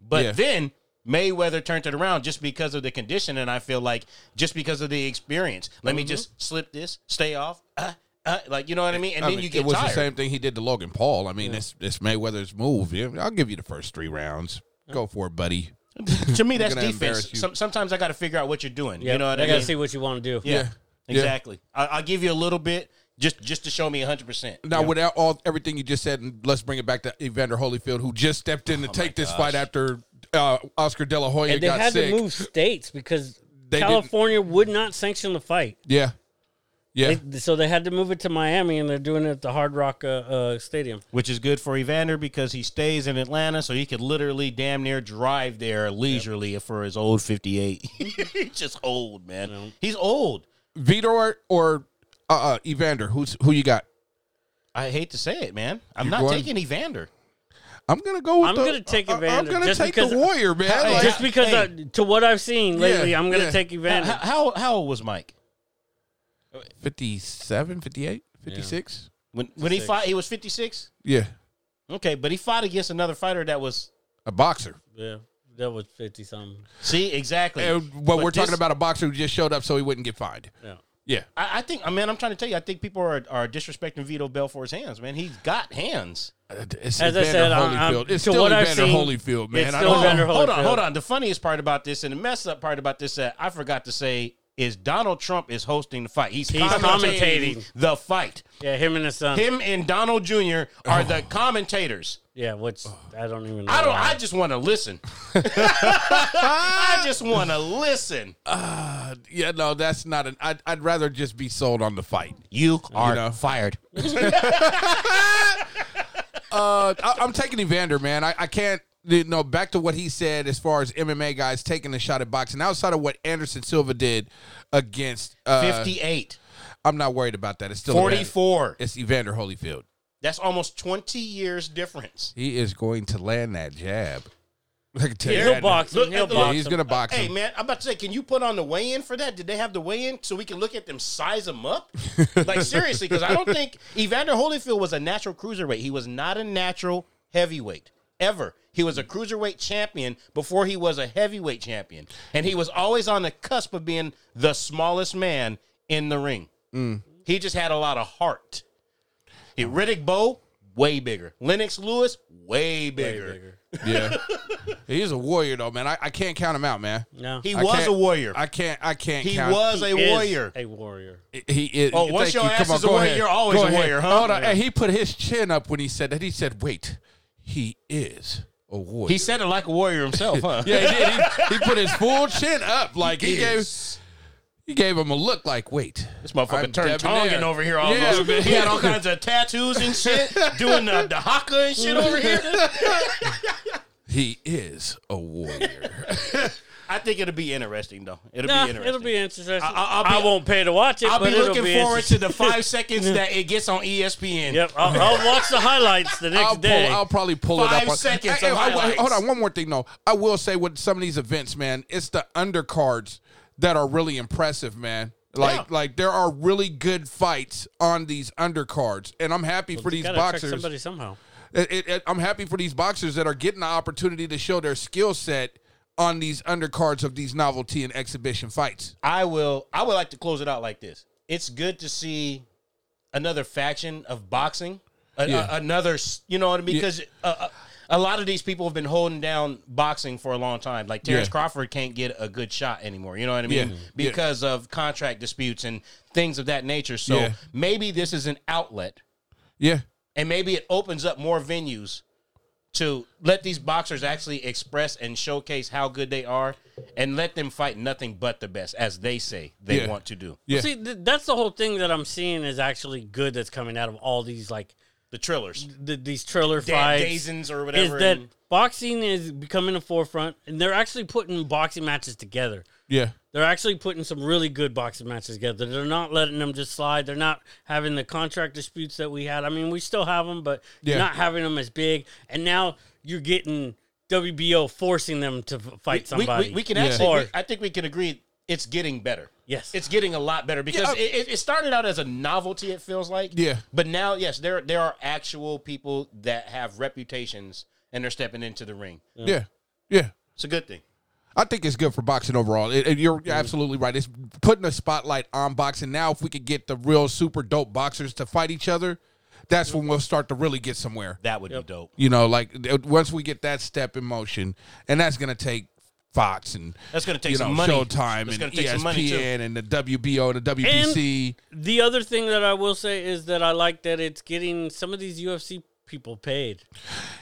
S3: But
S1: Yeah.
S3: then Mayweather turned it around just because of the condition and I feel like just because of the experience. Let
S1: Mm-hmm.
S3: me just slip this, stay off. Uh, uh, like you know what I mean? And
S1: I
S3: then
S1: mean,
S3: you
S1: it
S3: get
S1: was
S3: tired.
S1: the same thing he did to Logan Paul. I mean, it's it's Mayweather's move. Yeah, I'll give you the first three rounds. Go for it, buddy.
S3: to me that's
S1: gonna embarrass
S3: defense.
S1: you.
S3: Some, sometimes I got to figure out what you're doing.
S2: Yeah,
S3: You know what
S2: they
S3: I mean?
S2: gotta see what you want to do.
S3: Yeah,
S1: Yeah.
S3: exactly. I, I'll give you a little bit just just to show me 100. percent
S1: Now, without all everything you just said, and let's bring it back to Evander Holyfield, who just stepped in to take this fight after uh, Oscar De La Hoya
S2: and they
S1: got
S2: had
S1: sick.
S2: to move states because
S1: They didn't-
S2: California would not sanction the fight.
S1: Yeah, yeah.
S2: They- so they had to move it to Miami, and they're doing it at the Hard Rock uh, uh, Stadium.
S3: Which is good for Evander because he stays in Atlanta, so he could literally damn near drive there leisurely for his old 58. He's just old, man. He's old.
S1: Vitor or uh, uh, Evander, who's who you got?
S3: I hate to say it, man. I'm not
S1: going-
S3: taking Evander.
S1: I'm gonna go. With
S2: I'm
S1: the,
S2: gonna take
S1: I- I-
S2: Evander
S1: I'm gonna
S2: just
S1: take
S2: because-
S1: the Warrior, man.
S3: Hey,
S1: Like,
S2: Just
S3: I-
S2: because,
S3: Oh, hey.
S2: uh, to what I've seen lately,
S1: Yeah,
S2: I'm going to
S1: yeah.
S2: take
S3: How,
S2: advantage.
S3: how how old was Mike
S1: 57, 58, 56.
S3: when when he fought? He was 56.
S1: Yeah.
S3: Okay, but he fought against another fighter that was.
S1: a boxer.
S2: yeah, that was fifty something.
S3: See exactly.
S1: And, but, we're
S3: this-
S1: talking about a boxer who just showed up so he wouldn't get fined.
S2: Yeah,
S1: Yeah.
S3: I, I think, I mean, I'm trying to tell you, I think people are, are disrespecting Vito Belfort's hands, man. He's got hands.
S1: It's
S2: As I
S1: Evander
S2: said, I'm- I'm-
S1: Holyfield. it's
S2: to
S1: still
S2: what I've
S1: Evander
S2: seen,
S1: Holyfield, man.
S2: it's
S1: I
S2: still
S1: don't,
S3: Hold on,
S2: Evander
S3: hold on,
S2: Holyfield.
S3: hold on. The funniest part about this and the mess up part about this that I forgot to say is Donald Trump is hosting the fight. He's,
S2: He's commentating.
S3: the fight.
S2: Yeah, him and his son.
S3: Him and Donald Jr. are the
S2: Oh.
S3: commentators.
S2: Yeah, which I don't even know.
S3: Oh. I don't.
S2: why.
S3: I just want to listen. I just want to listen.
S2: Uh,
S1: Yeah, no, that's not an. I'd, I'd rather just be sold on the fight.
S3: You are
S1: know.
S3: fired.
S1: Uh, I, I'm taking Evander, man. I, I can't. You know, back to what he said as far as MMA guys taking a shot at boxing. Outside of what Anderson Silva did against, uh,
S3: 58,
S1: I'm not worried about that. It's still Evander.
S3: 44.
S1: It's Evander Holyfield.
S3: That's almost 20 years difference.
S1: He is going to land that jab. I can tell you
S2: He'll
S1: that.
S2: box him.
S3: Look,
S2: He'll
S3: look,
S1: Yeah,
S2: box
S1: he's
S2: him.
S1: gonna box
S3: Uh, Hey
S1: him.
S3: man, I'm about to say, can you put on the weigh-in for that? Did they have the weigh-in so we can look at them, size them up? like seriously, because I don't think Evander Holyfield was a natural cruiserweight. He was not a natural heavyweight ever. He was a cruiserweight champion before he was a heavyweight champion, and he was always on the cusp of being the smallest man in the ring. He just had a lot of heart. He, Riddick Bowe, way bigger. Lennox Lewis, way bigger.
S1: Yeah, he's a warrior though, man. I, I can't count him out, man.
S2: No.
S3: He
S1: I
S3: was
S1: can't-
S3: a warrior.
S1: I can't. I can't.
S3: he
S1: count.
S3: was a
S2: He is
S3: warrior.
S2: A warrior.
S1: He is.
S3: Oh, once
S1: thank
S3: your
S1: you.
S3: ass
S1: Come on,
S3: is a
S1: go
S3: warrior,
S1: ahead.
S3: you're always
S1: Go
S3: a
S1: ahead.
S3: warrior, huh?
S1: Hold on. Hey, he put his chin up when he said that. He said, "Wait, he is a warrior."
S3: He said it like a warrior himself, huh?
S1: yeah, he did. He, he put his full chin up, like he, gave
S3: Yes.
S1: he gave him a look, like, "Wait,
S3: This motherfucker
S1: I'm debonair.
S3: turned Tongan over here all
S1: Yeah,
S3: over.
S1: man.
S3: He had all kinds of tattoos and shit, doing the, the haka and shit over here.
S1: He is a warrior."
S3: I think it'll be interesting, though. It'll
S2: Nah,
S3: be interesting.
S2: it'll be interesting. I,
S3: I- I'll be-
S2: won't pay to watch it,
S3: I'll
S2: but
S3: be
S2: it'll
S3: looking
S2: be
S3: forward
S2: interesting.
S3: to the five seconds that it gets on E ESPN.
S2: Yep, I'll, I'll watch the highlights the next
S1: I'll pull,
S2: day.
S1: I'll probably pull it
S3: Five
S1: up. on-
S3: seconds
S1: Hey,
S3: of
S1: hey, I- I-
S3: highlights.
S1: hold on, one more thing though. I will say with some of these events, man, it's the undercards that are really impressive, man. Like
S3: Yeah.
S1: like there are really good fights on these undercards, and I'm happy for these
S2: Gotta attract
S1: boxers.
S2: somebody somehow.
S1: It- it- it- I'm happy for these boxers that are getting the opportunity to show their skill set on these undercards of these novelty and exhibition fights.
S3: I will. I would like to close it out like this. It's good to see another faction of boxing. A, a-
S1: Yeah.
S3: another, s- you know what I mean? Because uh, a, a lot of these people have been holding down boxing for a long time. Like Terrence
S1: Yeah.
S3: Crawford can't get a good shot anymore. You know what I mean?
S1: Yeah. Yeah.
S3: Because of contract disputes and things of that nature. So
S1: Yeah.
S3: maybe this is an outlet,
S1: Yeah,
S3: and maybe it opens up more venues to let these boxers actually express and showcase how good they are, and let them fight nothing but the best, as they say they
S1: Yeah.
S3: want to do.
S1: yeah,
S2: See, th- that's the whole thing that I'm seeing is actually good that's coming out of all these like
S3: the Trillers,
S2: th- these trailer
S3: Dan
S2: fights.
S3: Dazens or
S2: Is
S3: whatever.
S2: that
S3: and-
S2: boxing is becoming the forefront, and they're actually putting boxing matches together.
S1: yeah.
S2: They're actually putting some really good boxing matches together. They're not letting them just slide. They're not having the contract disputes that we had. I mean, we still have them, but you're
S1: Yeah.
S2: not having them as big. And now you're getting WBO forcing them to f- fight
S3: we,
S2: somebody.
S3: we, we can
S1: Yeah.
S3: actually.
S2: Or-
S3: we- I think we can agree it's getting better.
S2: Yes.
S3: it's getting a lot better because
S1: Yeah.
S3: it, it- it started out as a novelty. It feels like.
S1: Yeah.
S3: But now, yes, there there are actual people that have reputations and they're stepping into the ring.
S1: yeah, yeah.
S3: It's a good thing.
S1: I think it's good for boxing overall. It- it- you're absolutely right. It's putting a spotlight on boxing. Now, if we could get the real super dope boxers to fight each other, that's when we'll start to really get somewhere.
S3: That would be dope.
S1: You know, like th- once we get that step in motion, and that's going to take Fox and
S3: That's gonna take
S1: you
S3: some
S1: know,
S3: money.
S1: Showtime
S3: That's
S1: and E
S3: gonna take
S1: ESPN
S3: some money, too.
S1: and the WBO and the WBC.
S2: the other thing that I will say is that I like that it's getting some of these UFC people paid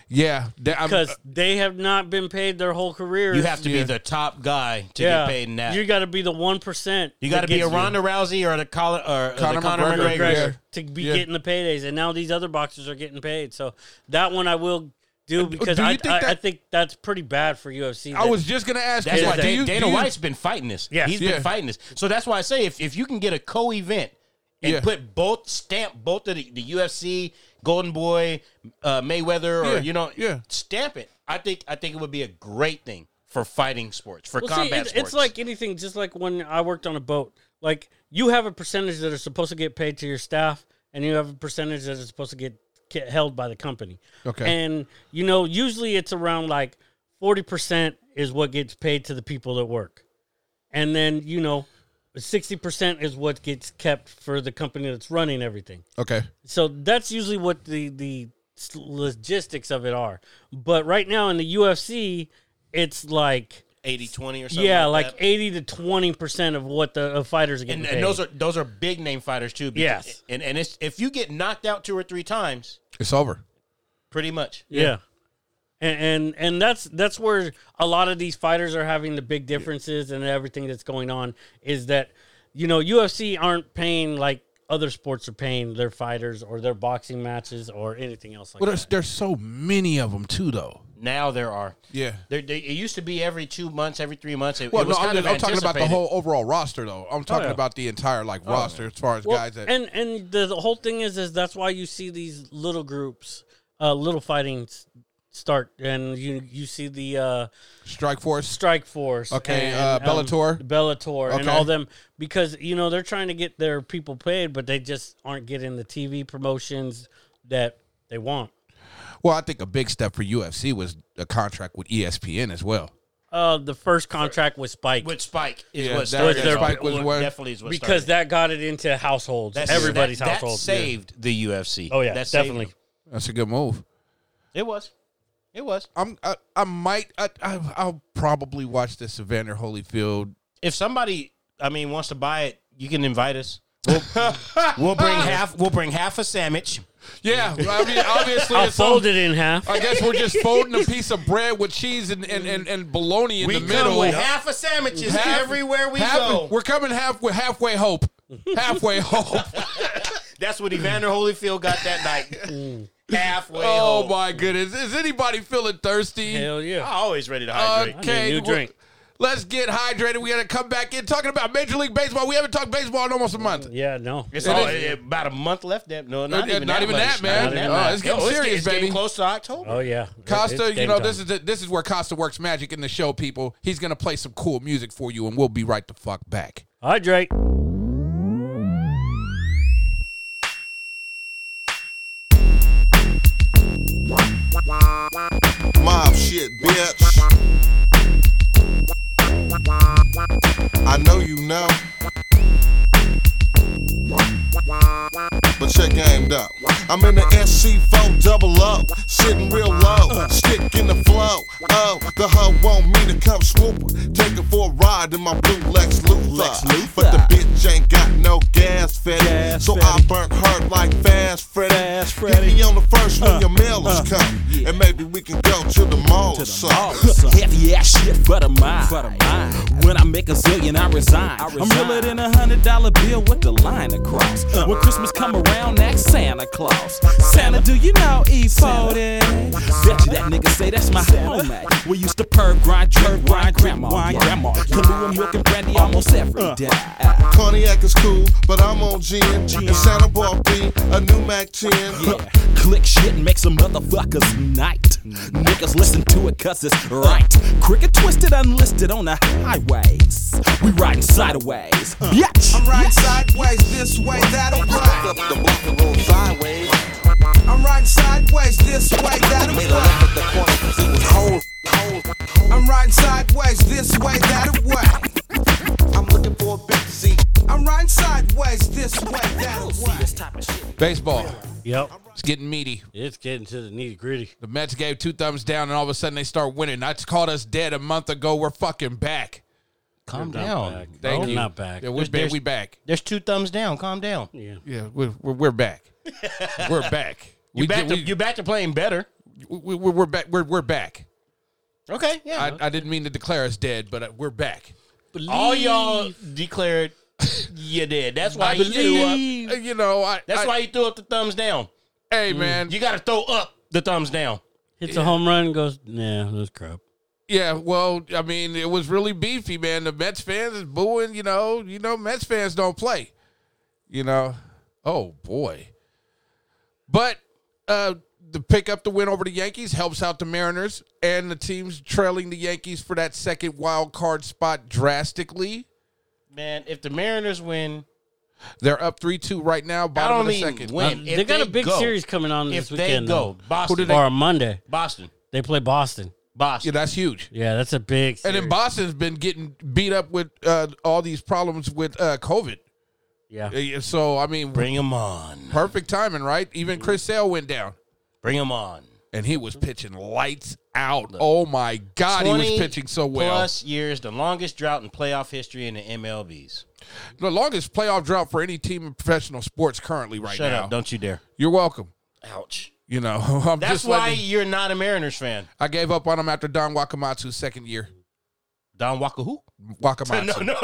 S1: yeah, that- I'm-
S2: because they have not been paid their whole career.
S3: You have to
S1: Yeah.
S3: be the top guy to get paid in that.
S2: You got to be the one percent.
S3: You got to be a Ronda Rousey or the Colin, or
S1: Conor
S3: Conor, the Conor McGregor.
S1: McGregor. Yeah.
S2: to be
S1: Yeah.
S2: getting the paydays, and now these other boxers are getting paid. So that one I will do because
S1: uh, do you
S2: I,
S1: think
S2: I, I
S1: that-
S2: think that's pretty bad for UFC.
S1: I
S2: that-
S1: was just going to ask
S3: That's
S1: you,
S3: why
S1: like, do
S3: Dan-
S1: you,
S3: Dana
S1: do you-
S3: White's been fighting this.
S2: Yeah.
S3: he's
S1: Yeah.
S3: been fighting this. So that's why I say if, if you can get a co-event and
S1: Yeah.
S3: put both stamp both of the, the UFC Golden Boy uh, Mayweather or
S1: Yeah.
S3: you know
S1: Yeah.
S3: stamp it. I think I think it would be a great thing for fighting sports for
S2: Well, see,
S3: combat
S2: it's-
S3: sports.
S2: It's like anything, just like when I worked on a boat. Like you have a percentage that are supposed to get paid to your staff, and you have a percentage that is supposed to get, get held by the company.
S1: Okay.
S2: And you know, usually it's around like forty percent is what gets paid to the people that work, and then you know, sixty percent is what gets kept for the company that's running everything.
S1: okay,
S2: So that's usually what the the s- logistics of it are. But right now in the UFC, it's like
S3: 80 20 or something.
S2: Yeah, like,
S3: that.
S2: eighty to twenty percent of what the of fighters are getting
S3: and,
S2: paid.
S3: and those are those are big name fighters too. because-
S2: Yes.
S3: and and it's if you get knocked out two or three times,
S1: It's over.
S3: pretty much.
S2: yeah. And, and and that's that's where a lot of these fighters are having the big differences and everything that's going on is that you know UFC aren't paying like other sports are paying their fighters or their boxing matches or anything else like
S1: Well,
S2: that.
S1: there's there's so many of them too, though.
S3: Now there are.
S1: Yeah.
S3: There, there, it used to be every two months, every three months. It,
S1: Well,
S3: it was
S1: no, I'm,
S3: kind
S1: just-
S3: of
S1: I'm talking about the whole
S3: anticipated.
S1: overall roster, though. I'm talking
S2: yeah.
S1: about the entire like roster as far as
S2: Well,
S1: guys that.
S2: and and the, the whole thing is is that's why you see these little groups, uh, little fightings start, and you you see the uh,
S1: Strike Force.
S2: Strike Force,
S1: Okay,
S2: and,
S1: uh,
S2: um,
S1: Bellator?
S2: Bellator, and
S1: Okay.
S2: all them because you know they're trying to get their people paid, but they just aren't getting the TV promotions that they want.
S1: Well, I think a big step for UFC was a contract with E ESPN as well.
S2: Uh, the first contract was Spike
S3: with Spike is
S1: Yeah,
S3: what
S1: that-
S3: started.
S2: that
S3: it all.
S1: Spike was
S3: What
S1: where-
S3: definitely is what
S2: because
S3: started.
S2: that got it into households,
S3: That's-
S2: everybody's
S3: that,
S2: household.
S3: that saved the UFC.
S2: Oh yeah,
S3: That saved
S2: definitely.
S3: them.
S1: That's a good move.
S3: It was, it was.
S1: I'm I, I might I, I I'll probably watch the Evander Holyfield.
S3: If somebody, I mean, wants to buy it, you can invite us. We'll, we'll bring half. We'll bring half a sandwich.
S1: Yeah, I mean obviously
S3: um,
S2: I'll
S1: it's all-
S2: fold it in half.
S1: I guess we're just folding a piece of bread with cheese and and and, and bologna in
S3: We
S1: the
S3: come
S1: middle.
S3: with half a sandwiches
S1: Half-
S3: everywhere we
S1: half-
S3: go.
S1: We're coming half with halfway hope. Halfway hope.
S3: That's what Evander Holyfield got that night. Halfway.
S1: oh
S3: home.
S1: my goodness. Is anybody feeling thirsty?
S2: Hell yeah.
S3: I'm always ready to
S1: Uh,
S3: hydrate.
S2: I need a new
S1: well,
S2: drink.
S1: Let's get hydrated. We got to come back in talking about Major League Baseball. We haven't talked baseball in almost a month.
S2: Yeah, no.
S3: It's
S1: It
S3: all,
S1: is-
S3: eh, about a month left. That no, not
S1: Eh,
S3: even,
S1: not
S3: that,
S1: even
S3: much.
S1: that, man.
S3: Not even that
S1: Oh,
S3: much.
S1: it's getting
S3: Yo,
S1: serious,
S3: it's getting
S1: baby.
S3: close to October.
S2: Oh yeah, It-
S1: Costa,
S2: it's
S1: you know
S2: game
S1: this
S2: time.
S1: is the, this is where Costa works magic in the show. People, he's gonna play some cool music for you, and we'll be right the fuck back.
S2: hydrate.
S4: Mob shit, bitch. I know you know. But check aimed up. I'm in the SC4 double up, sitting real low, stick in the flow. Oh, the hoe want me to come swoop her. Take her for a ride in my blue Lex Luthor. But the bitch ain't got no gas fed.
S5: Gas
S4: so I
S5: fed.
S4: burnt her like fast Freddy.
S5: Fast
S4: Get
S5: Freddy.
S4: me on the first when
S5: Uh,
S4: your mail is
S5: uh,
S4: coming.
S5: yeah.
S4: And maybe we can go to the mall or something.
S5: Heavy ass shit for the mind. When I make a zillion, I resign. Uh-huh. I am realer than a hundred dollar bill with the line across. When Christmas come around, act Santa Claus. Santa, do you know E forty? Bet you that nigga say that's my homie. We used to perv, grind, jerk, grind, grandma, yeah. grandma. Uh-huh. Kahlua, milk and brandy almost every day.
S4: Cognac is cool, but I'm on gin. And Santa bought me a new Mac 10.
S5: Yeah. Click shit and make some motherfuckers night. Niggas listen to it cause it's right. Cricket twisted, unlisted on the highways. We riding sideways. Bitch!
S6: I'm riding sideways, this way, that'll
S4: Fucked
S6: right.
S4: up the block and rolled sideways.
S6: I'm riding sideways, this way, that'll
S4: Made a left
S6: right.
S4: at the corner 'cause it was cold.
S6: I'm riding sideways, this way, that'll right.
S4: I'm looking for a big seat.
S6: I'm riding sideways, this way, that'll right.
S1: Baseball,
S2: Yep,
S1: it's getting meaty.
S2: it's getting to the nitty gritty.
S1: The Mets gave two thumbs down, and all of a sudden they start winning. I called us dead a month ago. We're fucking back.
S3: Calm
S2: back.
S3: down.
S1: Thank
S2: We're
S1: you.
S2: not back.
S1: Yeah, we're
S3: There's-
S1: back.
S3: there's-
S1: We back.
S3: There's two thumbs down. Calm down.
S2: Yeah,
S1: Yeah, we're we're, we're back. we're back. We
S3: You're back,
S1: did-
S3: to,
S1: we-
S3: you're back to playing better.
S1: we, we, we're back. We're, we're back.
S3: Okay, yeah.
S2: Uh-huh.
S1: I, I didn't mean to declare us dead, but uh, we're back.
S3: All y'all declared you did. That's why
S1: I
S3: you threw up.
S1: believe- Uh, you know. I,
S3: That's
S1: I-
S3: why Mm. you threw up the thumbs down.
S1: Hey man.
S3: You got to throw up the thumbs down.
S2: hits a home run, and goes nah, that's crap.
S1: yeah. Well, I mean, it was really beefy, man. The Mets fans is booing. You know. You know, Mets fans don't play. You know. Oh boy. But uh, to pick up the win over the Yankees helps out the Mariners and the teams trailing the Yankees for that second wild card spot drastically.
S3: Man, if the Mariners win,
S1: They're up three two right now.
S3: I
S1: Bottom
S3: don't
S1: of the
S3: mean
S1: second.
S3: win.
S2: Um, they
S3: If
S2: got a big
S3: go-
S2: series coming on
S3: If
S2: this
S3: they
S2: weekend
S3: go,
S2: though,
S3: Boston,
S1: they-
S2: or on Monday.
S3: Boston,
S2: They play Boston.
S1: Yeah,
S3: Boston.
S1: that's huge.
S2: Yeah, that's a big.
S1: And
S2: Series.
S1: then Boston's been getting beat up with uh, all these problems with uh, COVID.
S2: yeah,
S1: Uh, So I mean,
S3: Bring them on.
S1: perfect timing, right? Even Chris Sale went down,
S3: Bring them on.
S1: and he was pitching lights out. oh my God, he was
S3: 20
S1: pitching so well.
S3: Plus years, the longest drought in playoff history in the MLBs.
S1: the longest playoff drought for any team in professional sports currently right
S3: Shut
S1: now.
S3: up! Don't you dare.
S1: You're welcome.
S3: Ouch.
S1: You know, I'm
S3: That's
S1: just
S3: why
S1: letting-
S3: you're not a Mariners fan.
S1: I gave up on him after Don Wakamatsu's second year.
S3: Don Walker who?
S1: Wakamatsu.
S3: No, no.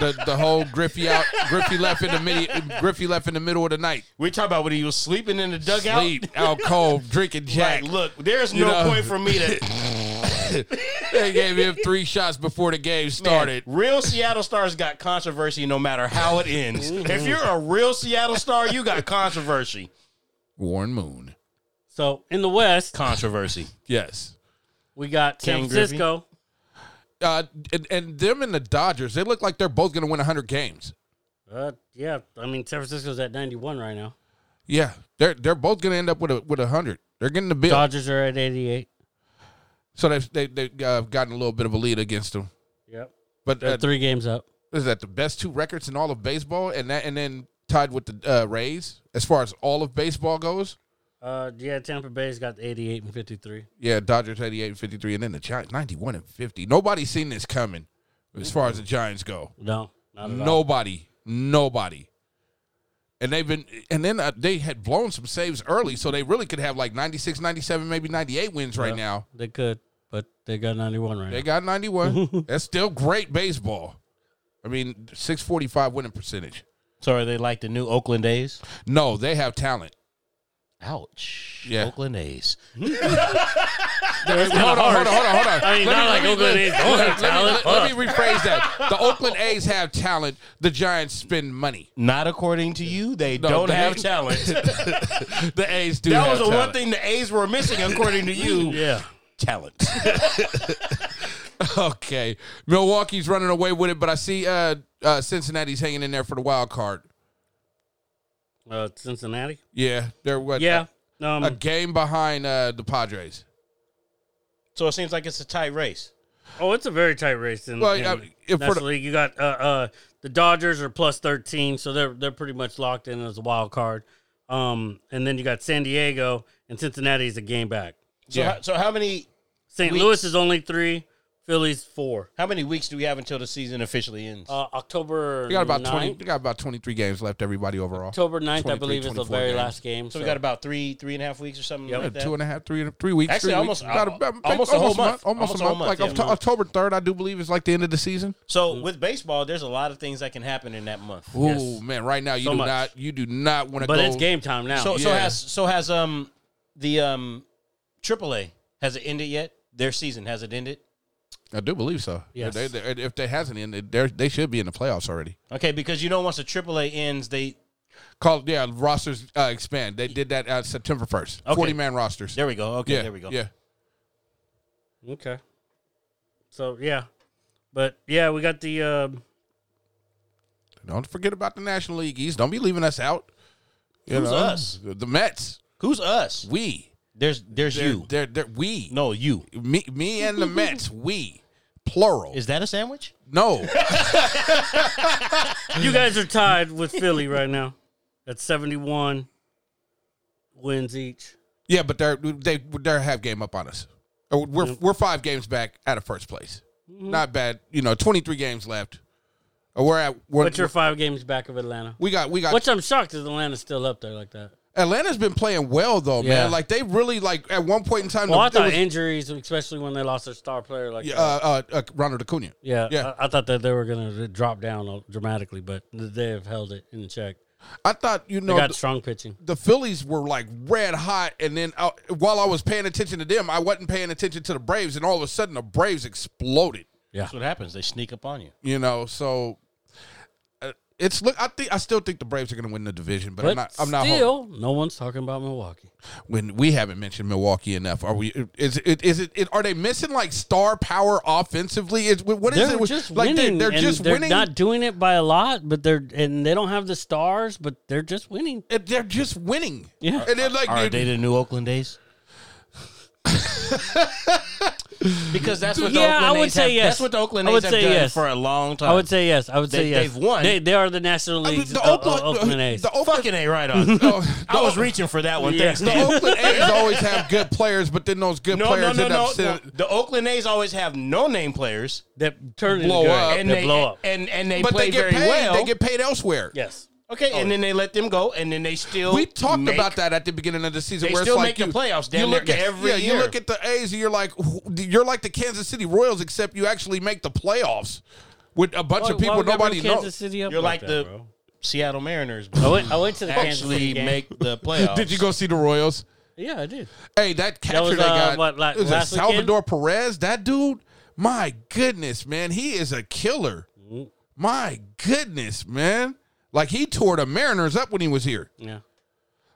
S1: The the whole Griffey out Griffey left in the mid Griffey left in the middle of the night.
S3: we talk about when he was sleeping in the dugout.
S1: Sleep, out cold, drinking
S3: Like,
S1: Jack.
S3: look, there's
S1: You
S3: no
S1: know.
S3: point for me to.
S1: They gave him three shots before the game started.
S3: Real Seattle stars got controversy no matter how it ends. if you're a real Seattle star, you got controversy.
S1: Warren Moon.
S2: So in the West,
S3: Controversy.
S1: Yes.
S2: we got San
S3: Ken Griffey.
S2: Francisco.
S1: Uh, and, and them and the Dodgers, they look like they're both going to win 100 games.
S2: Uh, yeah, I mean San Francisco's at 91 right now.
S1: Yeah, they're they're both going to end up with a with a 100. They're getting the bill.
S2: Dodgers are at 88.
S1: So they've they, they've uh, gotten a little bit of a lead against them.
S2: Yep.
S1: But
S2: They're
S1: uh,
S2: three games up.
S1: is that the best two records in all of baseball, and that and then tied with the uh, Rays as far as all of baseball goes.
S2: Uh, yeah, Tampa Bay's got 88 and 53.
S1: Yeah, Dodgers 88 and 53, and then the Giants 91 and 50. Nobody's seen this coming as far as the Giants go.
S2: No, not at all.
S1: Nobody, nobody. And they've been, and then uh, they had blown some saves early, so they really could have like 96, 97, maybe 98 wins right now.
S2: They could, but they got 91 right
S1: They
S2: now.
S1: got 91. That's still great baseball. I mean, 645 winning percentage.
S3: So are they like the new Oakland A's?
S1: No, they have talent.
S3: Ouch.
S1: Yeah.
S3: Oakland A's.
S1: Hold on, hold on, hold on, hold on.
S2: I mean,
S1: Let
S2: not
S1: me- let
S2: like
S1: me-
S2: Oakland A's don't
S1: let-
S2: have
S1: let me- Let,
S2: talent.
S1: let me rephrase that. The Oakland A's have talent. The Giants spend money.
S3: Not according to you, they
S1: No,
S3: don't
S1: they-
S3: have talent.
S1: The A's do.
S3: that
S1: have
S3: was the one
S1: talent.
S3: thing the A's were missing, according to you.
S2: Yeah.
S3: Talent.
S1: Okay, Milwaukee's running away with it, but I see uh, uh, Cincinnati's hanging in there for the wild card.
S2: Uh, Cincinnati.
S1: Yeah, they're what?
S2: Yeah.
S1: a,
S2: Um,
S1: a game behind uh, the Padres.
S3: So it seems like it's a tight race.
S2: oh, it's a very tight race in,
S1: Well,
S2: in
S1: I mean, if
S2: National
S1: for the-
S2: League. You got uh, uh, the Dodgers are plus 13, so they're they're pretty much locked in as a wild card. Um, and then you got San Diego and Cincinnati's a game back.
S3: So,
S1: Yeah.
S3: how, so how many
S2: St.
S3: Weeks.
S2: Louis is only three. Philly's four.
S3: how many weeks do we have until the season officially ends?
S2: Uh, October.
S1: They got about
S2: 9th,
S1: twenty. They got about twenty three games left. Everybody overall.
S2: October 9th, I
S1: 23,
S2: believe, is the
S1: 24
S2: very
S1: games.
S2: last game.
S3: so we got about three, three and a half weeks or something
S1: Yeah,
S3: like that.
S1: two and a half, three, three weeks.
S3: Actually,
S1: three
S3: almost-
S1: weeks. About a-
S3: almost
S1: maybe
S3: a whole month.
S1: Almost, a month. like
S3: yeah.
S1: Oct- October third, I do believe is like the end of the season.
S3: so with baseball, there's a lot of things that can happen in that month.
S1: Ooh man, right now you
S2: So
S1: do
S2: much.
S1: not you do not want to
S2: but
S1: go.
S2: it's game time now.
S3: So so
S1: Yeah.
S3: has so has um the um AAA has it ended yet? Their season has it ended?
S1: I do believe so.
S2: Yes.
S1: They- they- if they hasn't ended, they're- they should be in the playoffs already.
S3: Okay, because you know once the AAA ends, they
S1: Called yeah, rosters uh, expand. They did that uh, September first.
S3: Okay.
S1: Forty man rosters.
S3: there we go. Okay,
S1: yeah,
S3: there we go.
S1: Yeah,
S2: Okay. So yeah, but yeah, we got the uh,
S1: don't forget about the National League East. Don't be leaving us out. You
S3: Who's us?
S1: The Mets.
S3: Who's us?
S1: We.
S3: There's there's
S1: They're,
S3: you.
S1: They're, they're, we.
S3: no, you.
S1: Me, me and the Mets. We. Plural.
S3: Is that a sandwich?
S1: no.
S2: you guys are tied with Philly right now at seventy one wins each.
S1: yeah, but they're they they're a half game up on us. Or We're we're five games back out of first place.
S3: Mm-hmm.
S1: Not bad. You know, twenty three games left. Or We're at. We're,
S2: But you're five games back of Atlanta,
S1: we got we got
S2: which I'm shocked is Atlanta's still up there like that.
S1: Atlanta's been playing well though,
S2: Yeah.
S1: man. Like they really like at one point in time.
S3: Oh,
S2: Well, Oh, I
S1: the- it
S2: thought
S1: was-
S2: injuries, especially when they lost their star player, like
S1: Yeah,
S2: that.
S1: uh, uh, uh, Ronald Acuna.
S2: yeah, uh,
S1: yeah.
S2: I, I thought that they were gonna drop down dramatically, but they have held it in check.
S1: I thought you
S2: They
S1: know
S2: got
S1: the,
S2: strong pitching.
S1: the Phillies were like red hot, and then uh, while I was paying attention to them, I wasn't paying attention to the Braves, and all of a sudden the Braves exploded.
S3: That's what happens. They sneak up on you.
S1: You know, so uh, it's look. I think I still think the Braves are going to win the division, but,
S2: But
S1: I'm not. I'm not. hoping-
S2: still, no one's talking about Milwaukee.
S1: when we haven't mentioned Milwaukee enough. Are we? Is it? Is it? it are they missing like star power offensively? Is what is
S2: they're
S1: it? with-
S2: just
S1: like
S2: winning.
S1: They, are
S2: and
S1: just
S2: they're
S1: winning.
S2: Not doing it by a lot, but they're and they don't have the stars, but they're just winning.
S1: and they're just winning.
S2: Yeah.
S1: and they're like
S3: Are
S1: they-
S3: they the new Oakland A's? because that's what the
S2: Yeah, I
S3: Oakland
S2: would
S3: A's
S2: say
S3: have,
S2: yes.
S3: That's what the Oakland
S2: I
S3: A's
S2: would
S3: have done
S2: say yes.
S3: for a long time.
S2: I would say yes. I would
S3: They-
S2: say yes.
S3: they've won.
S2: They, they are the National
S1: I mean,
S2: League's
S1: the
S2: O- O-
S1: Oakland,
S2: Oakland uh, A's.
S1: The Oakland,
S3: fucking a right on.
S1: the-
S3: I was reaching for that one.
S2: Yeah.
S3: Thanks.
S1: the
S3: Dan.
S1: Oakland A's always have good players, but then those good
S3: No, no,
S1: players
S3: no,
S1: end
S3: no.
S1: up sitting,
S3: The Oakland A's always have no name players,
S2: that turn
S1: Blow
S2: into good.
S1: up.
S2: and
S3: and
S2: they,
S3: they
S2: blow up.
S3: and and they
S1: but
S3: play
S1: they get
S3: very
S1: paid.
S3: well.
S1: They get paid elsewhere.
S2: yes.
S3: okay, and then they let them go, and then they still.
S1: We talked
S3: make-
S1: about that at the beginning of the season.
S3: They
S1: where
S3: still
S1: it's like
S3: make the
S1: you-
S3: playoffs
S1: you
S3: damn
S1: look
S3: near
S1: at,
S3: every
S1: yeah,
S3: year.
S1: you look at the A's and you're like, wh- you're like the Kansas City Royals, except you actually make the playoffs with a bunch of
S2: Why- why
S1: people
S2: would they bring
S1: nobody
S2: Kansas
S1: knows.
S2: City up
S3: You're like
S2: that,
S3: the
S2: bro?
S3: Seattle Mariners.
S2: I went. I went to the Kansas City
S3: actually
S2: game.
S3: make the playoffs.
S1: Did you go see the Royals?
S2: Yeah, I did.
S1: Hey, that catcher
S2: was,
S1: they
S2: uh,
S1: got
S2: what, like,
S1: it was
S2: last
S1: a Salvador Perez. That dude, my goodness, man, he is a killer. My goodness, man, like he tore the Mariners up when he was here.
S2: Yeah.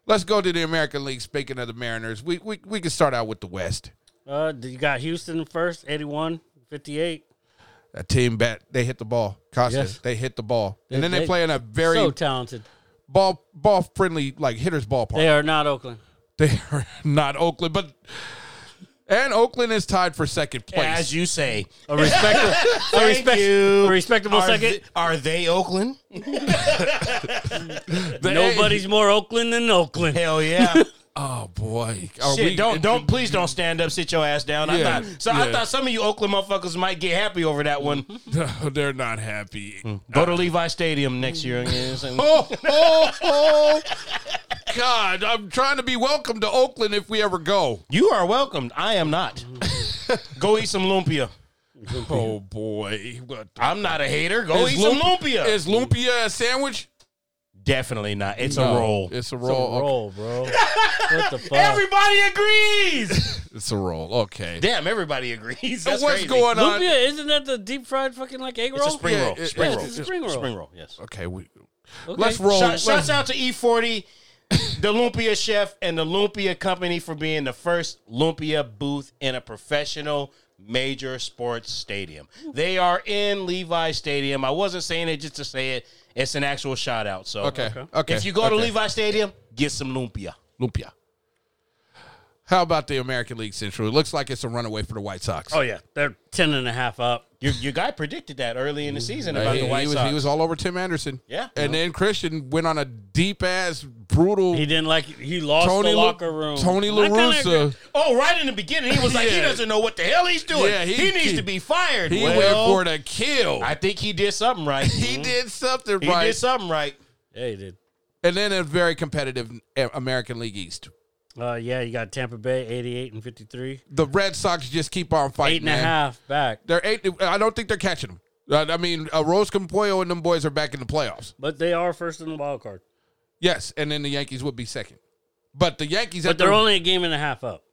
S1: Let's go to the American League. Speaking of the Mariners, we we, we can start out with the West.
S2: Uh, you got Houston first, 81, 58.
S1: That team bat, they hit the ball constantly.
S2: Yes.
S1: They hit the ball,
S2: They-
S1: and then they,
S2: they-
S1: play in a very
S2: so talented.
S1: ball ball friendly like hitters ballpark.
S2: They are not Oakland.
S1: They are not Oakland, but and Oakland is tied for second place.
S3: As you say,
S2: A respectable, a,
S3: Thank
S2: respect,
S3: you.
S2: a respectable
S3: Are
S2: second.
S3: th- are they Oakland?
S1: The-
S2: Nobody's more Oakland than Oakland.
S3: Hell yeah!
S1: Oh boy! Are
S3: Shit,
S1: we-
S3: don't don't please don't stand up, sit your ass down. I
S1: Yeah.
S3: thought so. I
S1: Yeah.
S3: thought some of you Oakland motherfuckers might get happy over that one.
S1: No, they're not happy.
S3: Go to Levi Stadium next year. you know what I'm saying?
S1: Oh, oh, oh! God, I'm trying to be welcome to Oakland if we ever go.
S3: You are welcomed. I am not. Go eat some lumpia.
S1: Oh boy! What the-
S3: I'm not a hater. Go
S1: Is
S3: eat
S1: lump-
S3: some lumpia.
S1: Is lumpia a sandwich?
S3: Definitely not. It's
S1: No,
S3: a roll.
S1: It's a
S2: It's a
S1: roll. okay.
S2: roll, bro. what the fuck?
S3: Everybody agrees.
S1: It's a roll. Okay.
S3: Damn, everybody agrees.
S1: So
S3: That's
S1: what's
S3: crazy.
S1: going on?
S2: Lumpia, isn't that the deep fried fucking like egg
S3: It's
S2: roll?
S3: a spring
S1: Yeah,
S3: roll.
S1: it-
S3: spring
S2: yeah,
S3: roll.
S2: it's a spring roll.
S3: Spring roll. Yes.
S1: Okay, we
S2: Okay.
S1: let's roll.
S3: Shout,
S1: let's-
S3: shouts out to E40, the Lumpia chef, and the Lumpia company for being the first Lumpia booth in a professional major sports stadium. They are in Levi Stadium. I wasn't saying it just to say it. It's an actual shout out. So
S1: Okay, okay,
S3: if you go to
S1: okay.
S3: Levi Stadium, get some Lumpia.
S1: lumpia. How about the American League Central? It looks like it's a runaway for the White Sox.
S2: Oh, yeah. They're 10 and a half up.
S3: Your, your guy predicted that early in the season
S1: Uh,
S3: about
S1: he,
S3: the White
S1: he was,
S3: Sox.
S1: he was all over Tim Anderson.
S3: Yeah.
S1: And then Christian went on a deep ass, brutal.
S2: He didn't like He lost
S1: Tony
S2: the
S1: La-
S2: locker room.
S1: Tony
S2: I kinda agree.
S1: LaRussa.
S3: oh, right in the beginning, he was like, he
S1: Yeah.
S3: doesn't know what the hell he's doing.
S1: Yeah,
S3: he,
S1: he-
S3: needs
S1: he-
S3: to be fired.
S1: He
S3: Well,
S1: went for the kill.
S3: I think he did something right.
S2: Mm-hmm.
S3: Mm-hmm.
S1: he did something
S3: He
S1: right.
S3: did something right.
S2: Yeah, he did.
S1: and then a very competitive uh, American League East.
S2: Uh, yeah, you got Tampa Bay, 88 and 53.
S1: The Red Sox just keep on fighting.
S2: Eight and a
S1: man.
S2: half back.
S1: They're eight. I don't think they're catching them. Uh, I mean, uh, Rose Campoyo and them boys are back in the playoffs.
S2: But they are first in the wild card.
S1: Yes, and then the Yankees would be second. But the Yankees,
S2: But
S1: at their-
S2: they're only a game and a half up.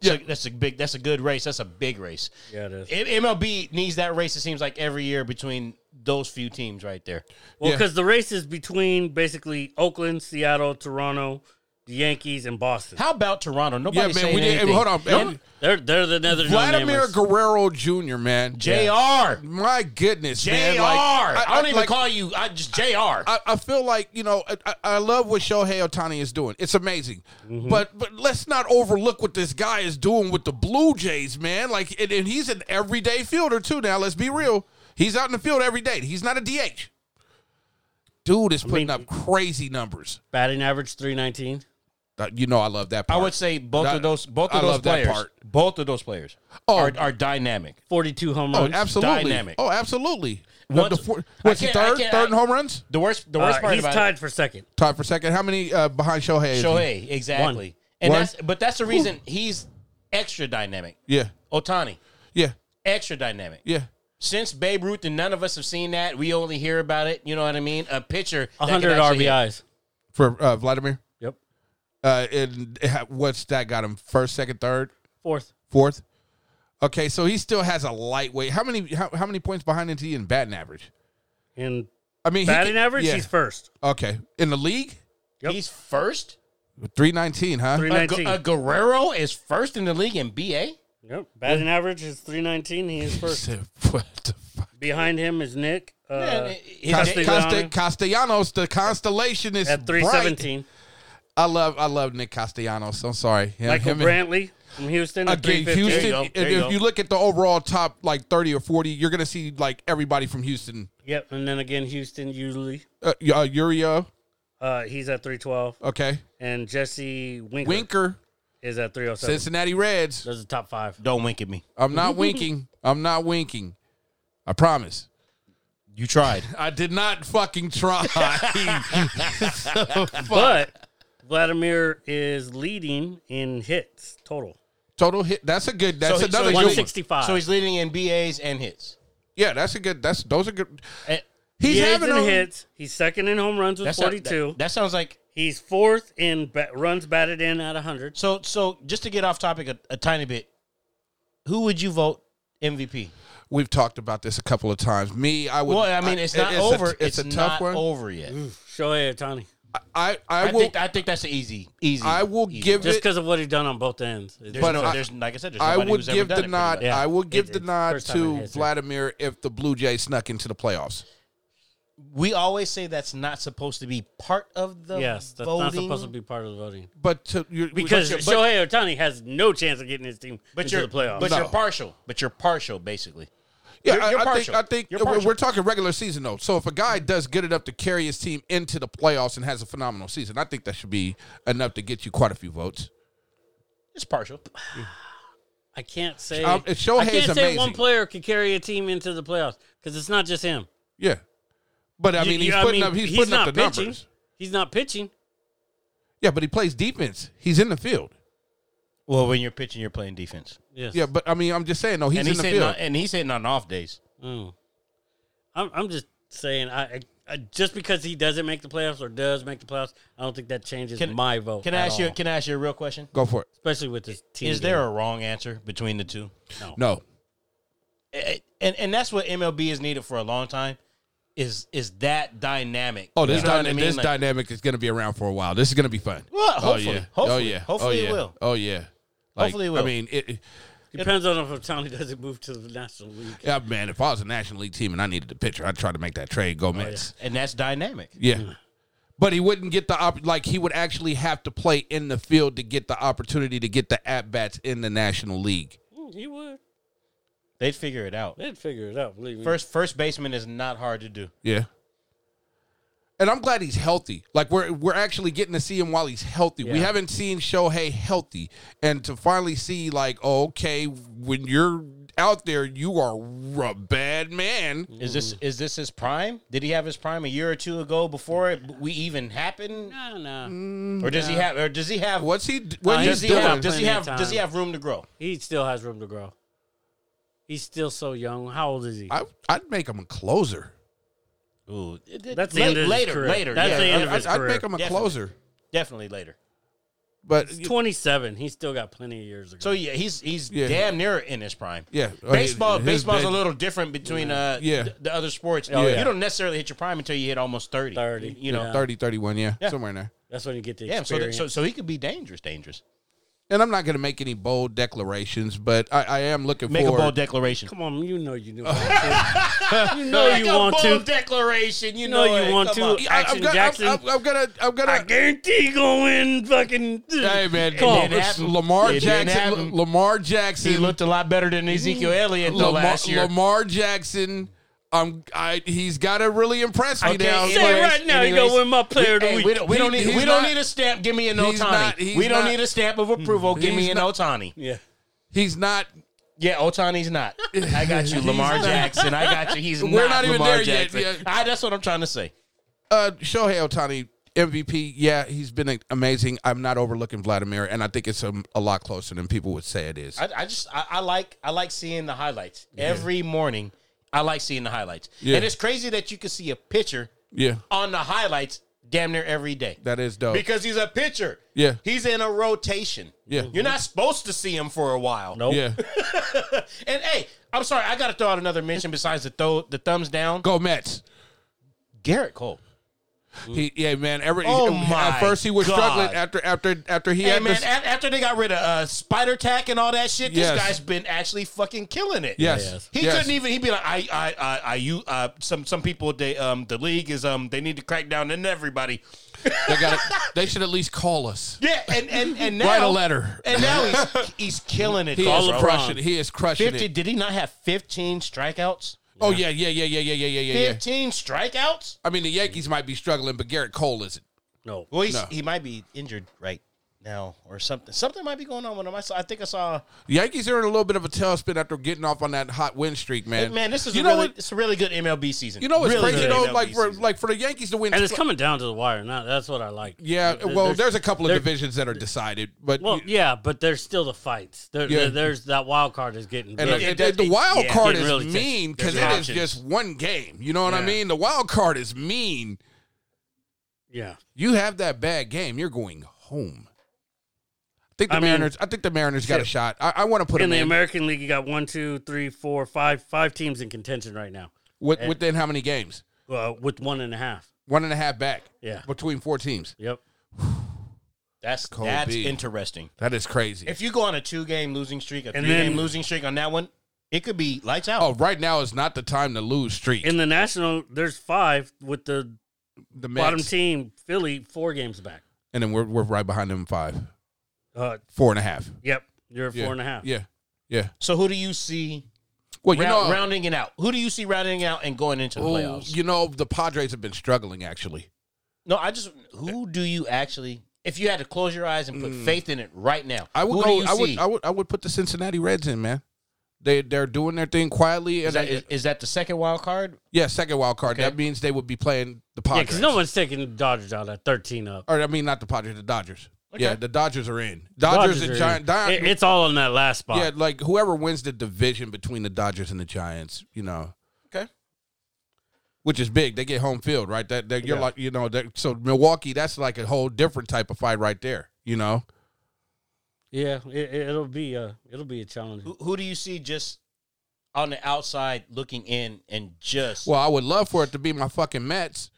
S1: Yeah.
S3: So that's a big. That's a good race. That's a big race.
S2: Yeah, it is.
S3: M- MLB needs that race. It seems like every year between those few teams right there.
S2: Well,
S1: Yeah.
S2: because the race is between basically Oakland, Seattle, Toronto, the Yankees, and Boston.
S3: How about Toronto? Nobody
S1: yeah, man.
S3: saying
S1: We did.
S3: anything.
S1: Hold on,
S2: Nope.
S1: And
S2: They're they're the nether
S1: Vladimir Guerrero Jr. Man,
S3: Jr.
S1: my goodness,
S3: Jr.
S1: man. Like,
S3: I, don't even
S1: like,
S3: call you. I just Jr.
S1: I, I feel like you know I- I, I love what Shohei Otani is doing. It's amazing,
S3: Mm-hmm.
S1: but but let's not overlook what this guy is doing with the Blue Jays, man. Like, and, and he's an everyday fielder too. Now let's be real, he's out in the field every day. He's not a DH. Dude is putting
S2: mean-
S1: up crazy numbers.
S2: batting average three nineteen.
S1: Uh, You know I love that
S3: I
S1: part.
S3: would say both
S1: That-
S3: of those. Both of
S1: I
S3: those
S1: love that
S3: players.
S1: part.
S3: Both of those players
S1: Oh.
S3: are, are dynamic.
S2: 42 home
S1: oh
S2: runs.
S1: absolutely
S3: dynamic.
S1: Oh absolutely. What
S3: Once-
S1: the four,
S3: I
S1: what's he
S3: can't- I
S1: third?
S3: can't-
S1: Third in
S3: I-
S1: home runs.
S3: The worst. The
S2: Uh,
S3: worst part
S2: he's
S3: about
S2: tied for second.
S1: Tied for second. How many uh, behind Shohei?
S3: it,
S1: is he?
S3: Shohei exactly. And
S1: One.
S3: that's but that's the reason he's extra dynamic.
S1: Yeah,
S3: Otani
S1: yeah,
S3: extra dynamic.
S1: yeah.
S3: since Babe Ruth, and none of us have seen that. We only hear about it. You know what I mean? A pitcher, that can
S2: 100
S3: actually hit.
S2: RBIs.
S1: For uh, Vladimir.
S2: Yep.
S1: Uh, and ha- what's that got him? First, second, third,
S2: Fourth.
S1: fourth. Okay, so he still has a lightweight. How many? How, how many points behind is he in batting average?
S2: In
S1: I mean, he
S2: batting
S1: can-
S2: average,
S1: yeah.
S2: he's first.
S1: okay in the league.
S2: Yep.
S3: He's first.
S1: Three nineteen, huh?
S3: A, Gu-
S2: 319.
S3: a Guerrero is first in the league in BA.
S2: Yep. Batting average is 319. He is first.
S1: Said, What the fuck?
S2: Behind him is Nick. Uh,
S3: Man, his-
S2: Costa-
S3: his-
S1: Costa- Castellanos, the constellation is
S2: at
S1: bright.
S2: 317.
S1: I love, I love Nick Castellanos. I'm sorry, Yeah,
S2: Michael
S1: him and-
S2: Brantley. from Houston at
S1: again,
S2: 350.
S1: Houston.
S3: There you go. There
S1: if
S3: you
S1: you,
S3: go.
S1: look at the overall top like thirty or forty, you're gonna see like everybody from Houston.
S2: Yep, and then again Houston usually.
S1: Uh, y- uh, Uria,
S2: Uh, he's at 312,
S1: okay,
S2: and Jesse Winker,
S1: Winker,
S2: is at 307.
S1: Cincinnati Reds.
S2: Those are the top five.
S3: Don't wink at me.
S1: I'm not winking. I'm not winking. I promise.
S3: You tried.
S1: I did not fucking try.
S2: But Vladimir is leading in hits total.
S1: Total hit. That's a good. That's
S3: So he- so
S1: another
S3: he's
S1: good one.
S2: 165.
S3: so he's leading in BAs and hits.
S1: Yeah, that's a good. That's those are good.
S3: Eh,
S1: He's
S2: He is
S1: having
S2: in
S1: a
S2: hits. He's second in home runs with
S3: that's not-
S2: 42.
S3: that, that sounds like
S2: He's fourth in ba- runs batted in at 100.
S3: so. So just to get off topic a, a tiny bit, who would you vote MVP?
S1: We've talked about this a couple of times. Me, I would.
S3: Well, I mean, it's not
S1: a-
S3: over.
S1: it's, a tough
S3: not
S1: one.
S3: over yet.
S2: Shohei Otani.
S1: I, I
S3: I,
S1: will.
S3: think I think that's an easy, easy.
S1: I will
S3: easy.
S1: give
S2: Just
S1: it.
S2: because of what he's done on both ends. It's-
S3: There's
S1: but
S3: no,
S1: I-
S3: there's like I said, there's
S1: I
S3: nobody
S1: would
S3: who's ever
S1: give
S3: done
S1: the
S3: it,
S1: nod.
S3: pretty much.
S2: Yeah.
S1: I will give
S2: It-
S1: the
S2: it's
S1: nod
S2: first time in
S1: to
S2: history.
S1: Vladimir if the Blue Jays snuck into the playoffs.
S3: We always say that's not supposed to be part of the
S2: yes, that's
S3: voting.
S2: not supposed to be part of the voting.
S1: But to, you're,
S2: Because
S1: but, but,
S2: Shohei Otani has no chance of getting his team
S3: But
S2: into
S3: you're
S2: the playoffs.
S3: but
S1: No.
S3: you're partial. But you're partial, basically.
S1: yeah,
S3: you're-
S1: I-
S3: you're
S1: I think
S3: partial.
S1: I think
S3: You're
S1: we're-
S3: partial.
S1: we're talking regular season though. So if a guy does good enough to carry his team into the playoffs and has a phenomenal season, I think that should be enough to get you quite a few votes.
S3: It's partial.
S2: I can't say.
S1: Um,
S2: I
S1: Shohei
S2: can't
S1: is
S2: say
S1: amazing.
S2: one player could carry a team into the playoffs because it's not just him.
S1: Yeah, but I
S2: You-
S1: mean,
S2: you-
S1: he's
S2: I
S1: putting
S2: mean,
S1: up he's, putting up the
S2: pitching.
S1: numbers.
S2: He's not pitching.
S1: Yeah, but he plays defense. He's in the field.
S3: Well, when you're pitching, you're playing defense,
S2: Yes.
S1: Yeah, but I mean, I'm just saying, no, he's
S3: and
S1: in
S3: he's
S1: the
S3: hitting
S1: field.
S3: on, and he's hitting on off days.
S2: Mm. I'm, I'm just saying, I, I, I just because he doesn't make the playoffs or does make the playoffs, I don't think that changes
S3: Can-
S2: my vote.
S3: Can I
S2: at
S3: ask you?
S2: all.
S3: Can I ask you a real question?
S1: Go for it.
S2: Especially with this team.
S3: Is there a wrong answer between the two?
S1: No,
S3: Eh, And and that's what MLB has needed for a long time. Is is that dynamic?
S1: Oh, this
S3: You know what
S1: dyna-
S3: I mean?
S1: this
S3: Like,
S1: dynamic is going to be around for a while. This is going to be fun.
S3: Well, hopefully.
S1: oh yeah. oh
S3: Hopefully.
S1: yeah.
S3: Hopefully
S1: oh,
S3: it
S1: yeah.
S3: will.
S1: Oh yeah. Like,
S3: Hopefully it will.
S1: I mean, it, it-
S2: Depends on if Otani doesn't move to the National League.
S1: yeah, man. If I was a National League team and I needed a pitcher, I'd try to make that trade. Go
S3: Oh,
S1: Mets.
S3: and that's dynamic.
S1: yeah. But he wouldn't get the op- like he would actually have to play in the field to get the opportunity to get the at bats in the National League.
S2: Mm, He would.
S3: They'd figure it out.
S2: They'd figure it out. Believe me.
S3: First first baseman is not hard to do.
S1: Yeah. And I'm glad he's healthy. Like we're we're actually getting to see him while he's healthy. We
S2: Yeah.
S1: haven't seen Shohei healthy, and to finally see like, oh, okay, when you're out there, you are a bad man.
S3: Is this
S1: Mm-hmm.
S3: is this his prime? Did he have his prime a year or two ago before it we even happened?
S2: no, no.
S1: Mm-hmm.
S3: Or does he have or does he have uh,
S1: What's he? What
S2: Nah,
S1: he's
S3: does he
S1: doing?
S3: have
S2: got
S3: does
S2: Mm-hmm.
S3: he
S2: plenty
S3: have
S2: of
S3: does he
S2: time.
S3: have room to grow?
S2: He still has room to grow. He's still so young. How old is he?
S1: I, I'd make him a closer.
S3: Ooh, it- it-
S2: That's the end of his
S3: later,
S2: career.
S3: later.
S2: That's
S3: yeah,
S2: the end of
S1: I'd,
S2: his
S1: I'd
S2: career.
S1: make him a
S3: Definitely.
S1: closer.
S3: definitely later.
S1: But
S2: He's 27. He's still got plenty of years ago.
S3: So yeah, he's he's
S1: Yeah.
S3: damn near in his prime.
S1: yeah, oh,
S3: Baseball
S1: His
S3: baseball's
S1: bad-
S3: a little different between uh
S1: Yeah.
S3: th- the other sports.
S1: Oh, yeah.
S3: You don't necessarily hit your prime until you hit almost 30.
S2: 30,
S3: You know.
S2: yeah.
S1: 30, 31, yeah,
S3: Yeah.
S1: somewhere in there.
S2: That's when you get the
S3: Yeah, so, th-
S2: experience.
S3: so so he could be dangerous, dangerous.
S1: And I'm not going to make any bold declarations, but I, I am looking
S3: Make
S1: for
S3: a bold declaration.
S2: Come on, you know you
S1: Oh.
S2: do. want to. you know
S3: Make
S2: you
S3: a
S2: want
S3: bold
S2: to.
S3: declaration. You
S2: No,
S3: know,
S2: you
S3: it.
S2: want
S3: Come
S2: to.
S3: on.
S1: I,
S2: Action
S1: I'm, gonna, I'm-
S2: Jackson.
S1: I'm, I'm gonna, I'm gonna,
S2: I guarantee you gonna win fucking.
S1: Hey man,
S2: Come on.
S3: didn't happen.
S1: Lamar
S3: It
S1: Jackson.
S3: didn't happen.
S1: Lamar Jackson.
S3: He looked a lot better than Ezekiel Elliott though,
S1: Lamar,
S3: last year.
S1: Lamar Jackson. I'm. I. He's got to really impress me
S3: Okay,
S1: now.
S3: anyways,
S2: Say right now you
S3: anyways,
S2: gonna win my player of the
S3: hey,
S2: week.
S3: We don't, we
S1: He-
S3: don't need.
S1: he's
S3: We don't
S1: not-
S3: need a stamp. Give me an Otani.
S1: he's not- he's
S3: we don't
S1: not-
S3: need a stamp of approval. Give me
S1: He's
S3: an
S1: not-
S3: Otani.
S2: yeah.
S1: He's not.
S3: Yeah, Otani's not. I got you, Lamar Jackson. I got you. He's
S1: We're
S3: not,
S1: not even
S3: Lamar
S1: there yet,
S3: Jackson.
S1: yeah.
S3: I, that's what I'm trying to say.
S1: Uh, Shohei Otani MVP. Yeah, he's been amazing. I'm not overlooking Vladimir, and I think it's a, a lot closer than people would say it is.
S3: I, I just I, I like I like seeing the highlights every morning. I like seeing the highlights,
S1: Yeah.
S3: and it's crazy that you can see a pitcher
S1: yeah,
S3: on the highlights damn near every day.
S1: that is dope.
S3: because he's a pitcher.
S1: Oh. Yeah.
S3: He's in a rotation.
S1: Yeah.
S3: You're not supposed to see him for a while.
S2: Nope.
S1: yeah,
S3: And hey, I'm sorry, I gotta throw out another mention besides the throw the thumbs down.
S1: go Mets.
S3: Garrett Cole.
S1: He, yeah, man. Every
S3: Oh
S1: at
S3: my
S1: first he was
S3: God.
S1: struggling after after after he
S3: Hey
S1: had
S3: man, eh,
S1: this.
S3: a- after they got rid of uh, Spider Tack and all that shit,
S1: Yes.
S3: this guy's been actually fucking killing it.
S1: yes,
S3: He
S1: yes.
S3: couldn't even. He'd be like, I, I, I, I, you. Uh, some, some people. They, um, the league is, um, they need to crack down on everybody.
S7: They got. They should at least call us.
S3: Yeah, and and and now
S7: Write a letter.
S3: And now he's he's killing it.
S1: He
S3: dog,
S1: is
S3: bro.
S1: crushing. He is crushing
S3: Fifty.
S1: it.
S3: Did he not have fifteen strikeouts?
S1: Oh yeah, yeah, yeah, yeah, yeah, yeah, yeah, yeah, yeah.
S3: Fifteen strikeouts.
S1: I mean, the Yankees might be struggling, but Garrett Cole isn't.
S2: No.
S3: Well, he's,
S1: No.
S3: he might be injured right now or something. Something might be going on with him. I, saw, I think I saw.
S1: The Yankees are in a little bit of a tailspin after getting off on that hot win streak, man.
S3: Man, this is
S1: you
S3: a
S1: know
S3: really,
S1: what
S3: it's a really good MLB season.
S1: you know what's
S3: really
S1: crazy
S3: good
S1: though.
S3: MLB
S1: Like for
S3: season.
S1: like for the Yankees to win,
S2: And it's coming down to the wire now. That's what I like.
S1: yeah.
S2: There-
S1: Well, there's a couple of
S2: there-
S1: divisions that are decided, but
S2: Well, yeah, but there's still the fights. There,
S1: Yeah.
S2: there- there's that wild card is getting
S1: And
S2: big.
S1: the-
S3: it
S1: the,
S3: does-
S1: the
S3: it-
S1: wild
S3: yeah,
S1: card
S2: it
S1: is
S2: really does.
S1: mean because it
S3: There's
S1: is
S3: options.
S1: just one game. You know what I
S3: Yeah.
S1: mean? The wild card is mean.
S2: yeah.
S1: You have that bad game, you're going home. I think the
S2: I mean,
S1: Mariners. I think the Mariners got a
S2: shit.
S1: shot. I, I want to put
S2: In
S1: them
S2: the
S1: in.
S2: American League, you got one, two, three, four, five, five teams in contention right now.
S1: With, within how many games?
S2: Uh, with one and a half.
S1: One and a half back.
S2: Yeah.
S1: Between four teams.
S2: Yep.
S3: that's
S1: Cole
S3: that's
S1: B.
S3: interesting.
S1: That is crazy.
S3: If you go on a two game losing streak, a
S2: And
S3: three game
S2: then-
S3: losing streak on that one, it could be lights out.
S1: oh, right now is not the time to lose streak.
S2: In the National, there's five with the
S1: the
S2: bottom
S1: Mets.
S2: team, Philly, four games back.
S1: and then we're, we're right behind them in five,
S2: Uh,
S1: four and a half.
S2: yep. You're at
S1: Yeah.
S2: four and a half.
S1: Yeah, yeah.
S3: So who do you see
S1: Well, you
S3: round-
S1: know, uh,
S3: rounding it out? Who do you see rounding it out and going into the
S1: oh,
S3: playoffs?
S1: you know, the Padres have been struggling actually.
S3: no, I just who do you actually? If you had to close your eyes and put faith in it right now,
S1: Hmm. I would
S3: who
S1: go.
S3: do you
S1: I
S3: see?
S1: would. I would. I would put the Cincinnati Reds in, man. They they're doing their thing quietly, and
S3: is, that,
S1: I-
S3: is, is that the second wild card?
S1: yeah, second wild card.
S3: Okay.
S1: That means they would be playing the
S2: Yeah,
S1: Padres.
S2: because no one's taking the Dodgers out at 13 up.
S1: or I mean, not the Padres, the Dodgers.
S3: Okay.
S1: Yeah, the Dodgers are in. Dodgers, and
S2: are-
S1: Giants.
S2: it- it's all on that last spot.
S1: yeah, like whoever wins the division between the Dodgers and the Giants, you know.
S3: Okay.
S1: Which is big. They get home field, right? That, that you're like, you know, that, so Milwaukee, that's like a whole different type of fight right there. You know,
S2: Yeah, it, it- it'll be a it'll be a challenge.
S3: Who, who do you see just on the outside looking in and just?
S1: well, I would love for it to be my fucking Mets.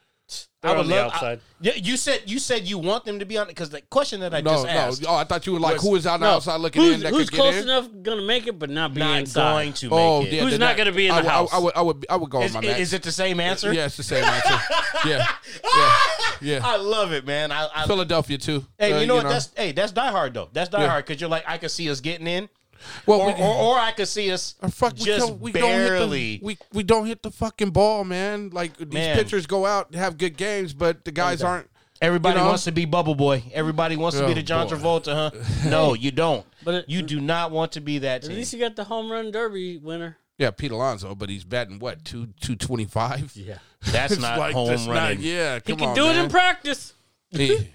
S2: They're
S3: I would
S2: on the
S3: love- I-
S2: outside.
S3: Yeah, you said you said you want them to be on because the question that I
S1: no,
S3: just
S1: no.
S3: asked,
S1: Oh, I thought you were like,
S3: was-
S1: who is out
S2: No,
S1: outside looking
S2: who's,
S1: in that
S2: who's
S1: could
S2: close
S1: get in?
S2: enough gonna make it, but not be
S3: not
S2: inside.
S3: going to make
S1: Oh,
S3: it.
S1: yeah,
S2: Who's
S1: they're
S2: not gonna be in
S1: I,
S2: the
S1: would-
S2: house?
S1: I, would, I would. I would go
S3: Is,
S1: on my Mets.
S3: is it the same answer?
S1: Yeah, it's the same answer. yeah, yeah, yeah.
S3: I love it, man. I, I
S1: Philadelphia too.
S3: Hey,
S1: Uh,
S3: you know what? That's hey, that's diehard though. That's diehard hard because you're like, I could see us getting in,
S1: well,
S3: or
S1: we-
S3: or, or I could see us
S1: Uh, fuck, we
S3: just
S1: don't, we Don't
S3: barely.
S1: hit the, we we don't hit the fucking ball, man. Like these
S3: Man.
S1: pitchers go out have good games, but the guys aren't.
S3: Everybody
S1: you know?
S3: wants to be Bubble Boy. Everybody wants to
S1: Oh,
S3: be the John
S1: boy.
S3: Travolta, huh? No, you don't.
S2: But it-
S3: you do not want to be that
S2: At
S3: team.
S2: least you got the home run derby winner.
S1: Yeah, Pete Alonso, but he's batting what two two twenty five.
S2: Yeah,
S3: That's not home running.
S1: yeah,
S2: he
S1: come
S2: can
S1: on,
S2: do it
S1: man.
S2: in practice.
S1: He-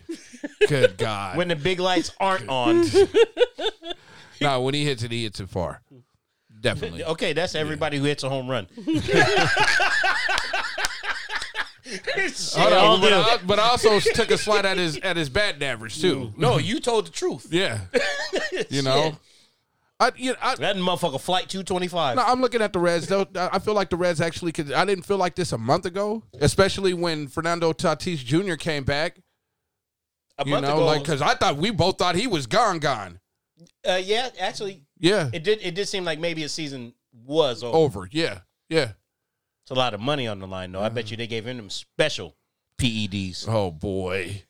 S1: good God!
S3: When the big lights aren't on.
S1: no, when he hits it, he hits it far. Definitely.
S3: Okay, that's everybody who hits a home run.
S1: Hold
S2: Yeah, I'll
S1: on, but,
S2: do.
S1: I, but I also took a slide at his at his batting average too.
S3: No, you told the truth.
S1: Yeah, you know, I you know, I,
S3: That motherfucker flight 225.
S1: No, I'm looking at the Reds. Though I feel like the Reds actually could. I didn't feel like this a month ago, especially when Fernando Tatis Jr. came back.
S3: a
S1: You
S3: month
S1: know,
S3: ago,
S1: like because I thought we both thought he was gone, gone.
S3: uh, yeah, actually,
S1: Yeah,
S3: it did. It did seem like maybe a season was over.
S1: over. Yeah, yeah.
S3: It's a lot of money on the line, though. I bet you they gave him them special E PEDs.
S1: Oh boy.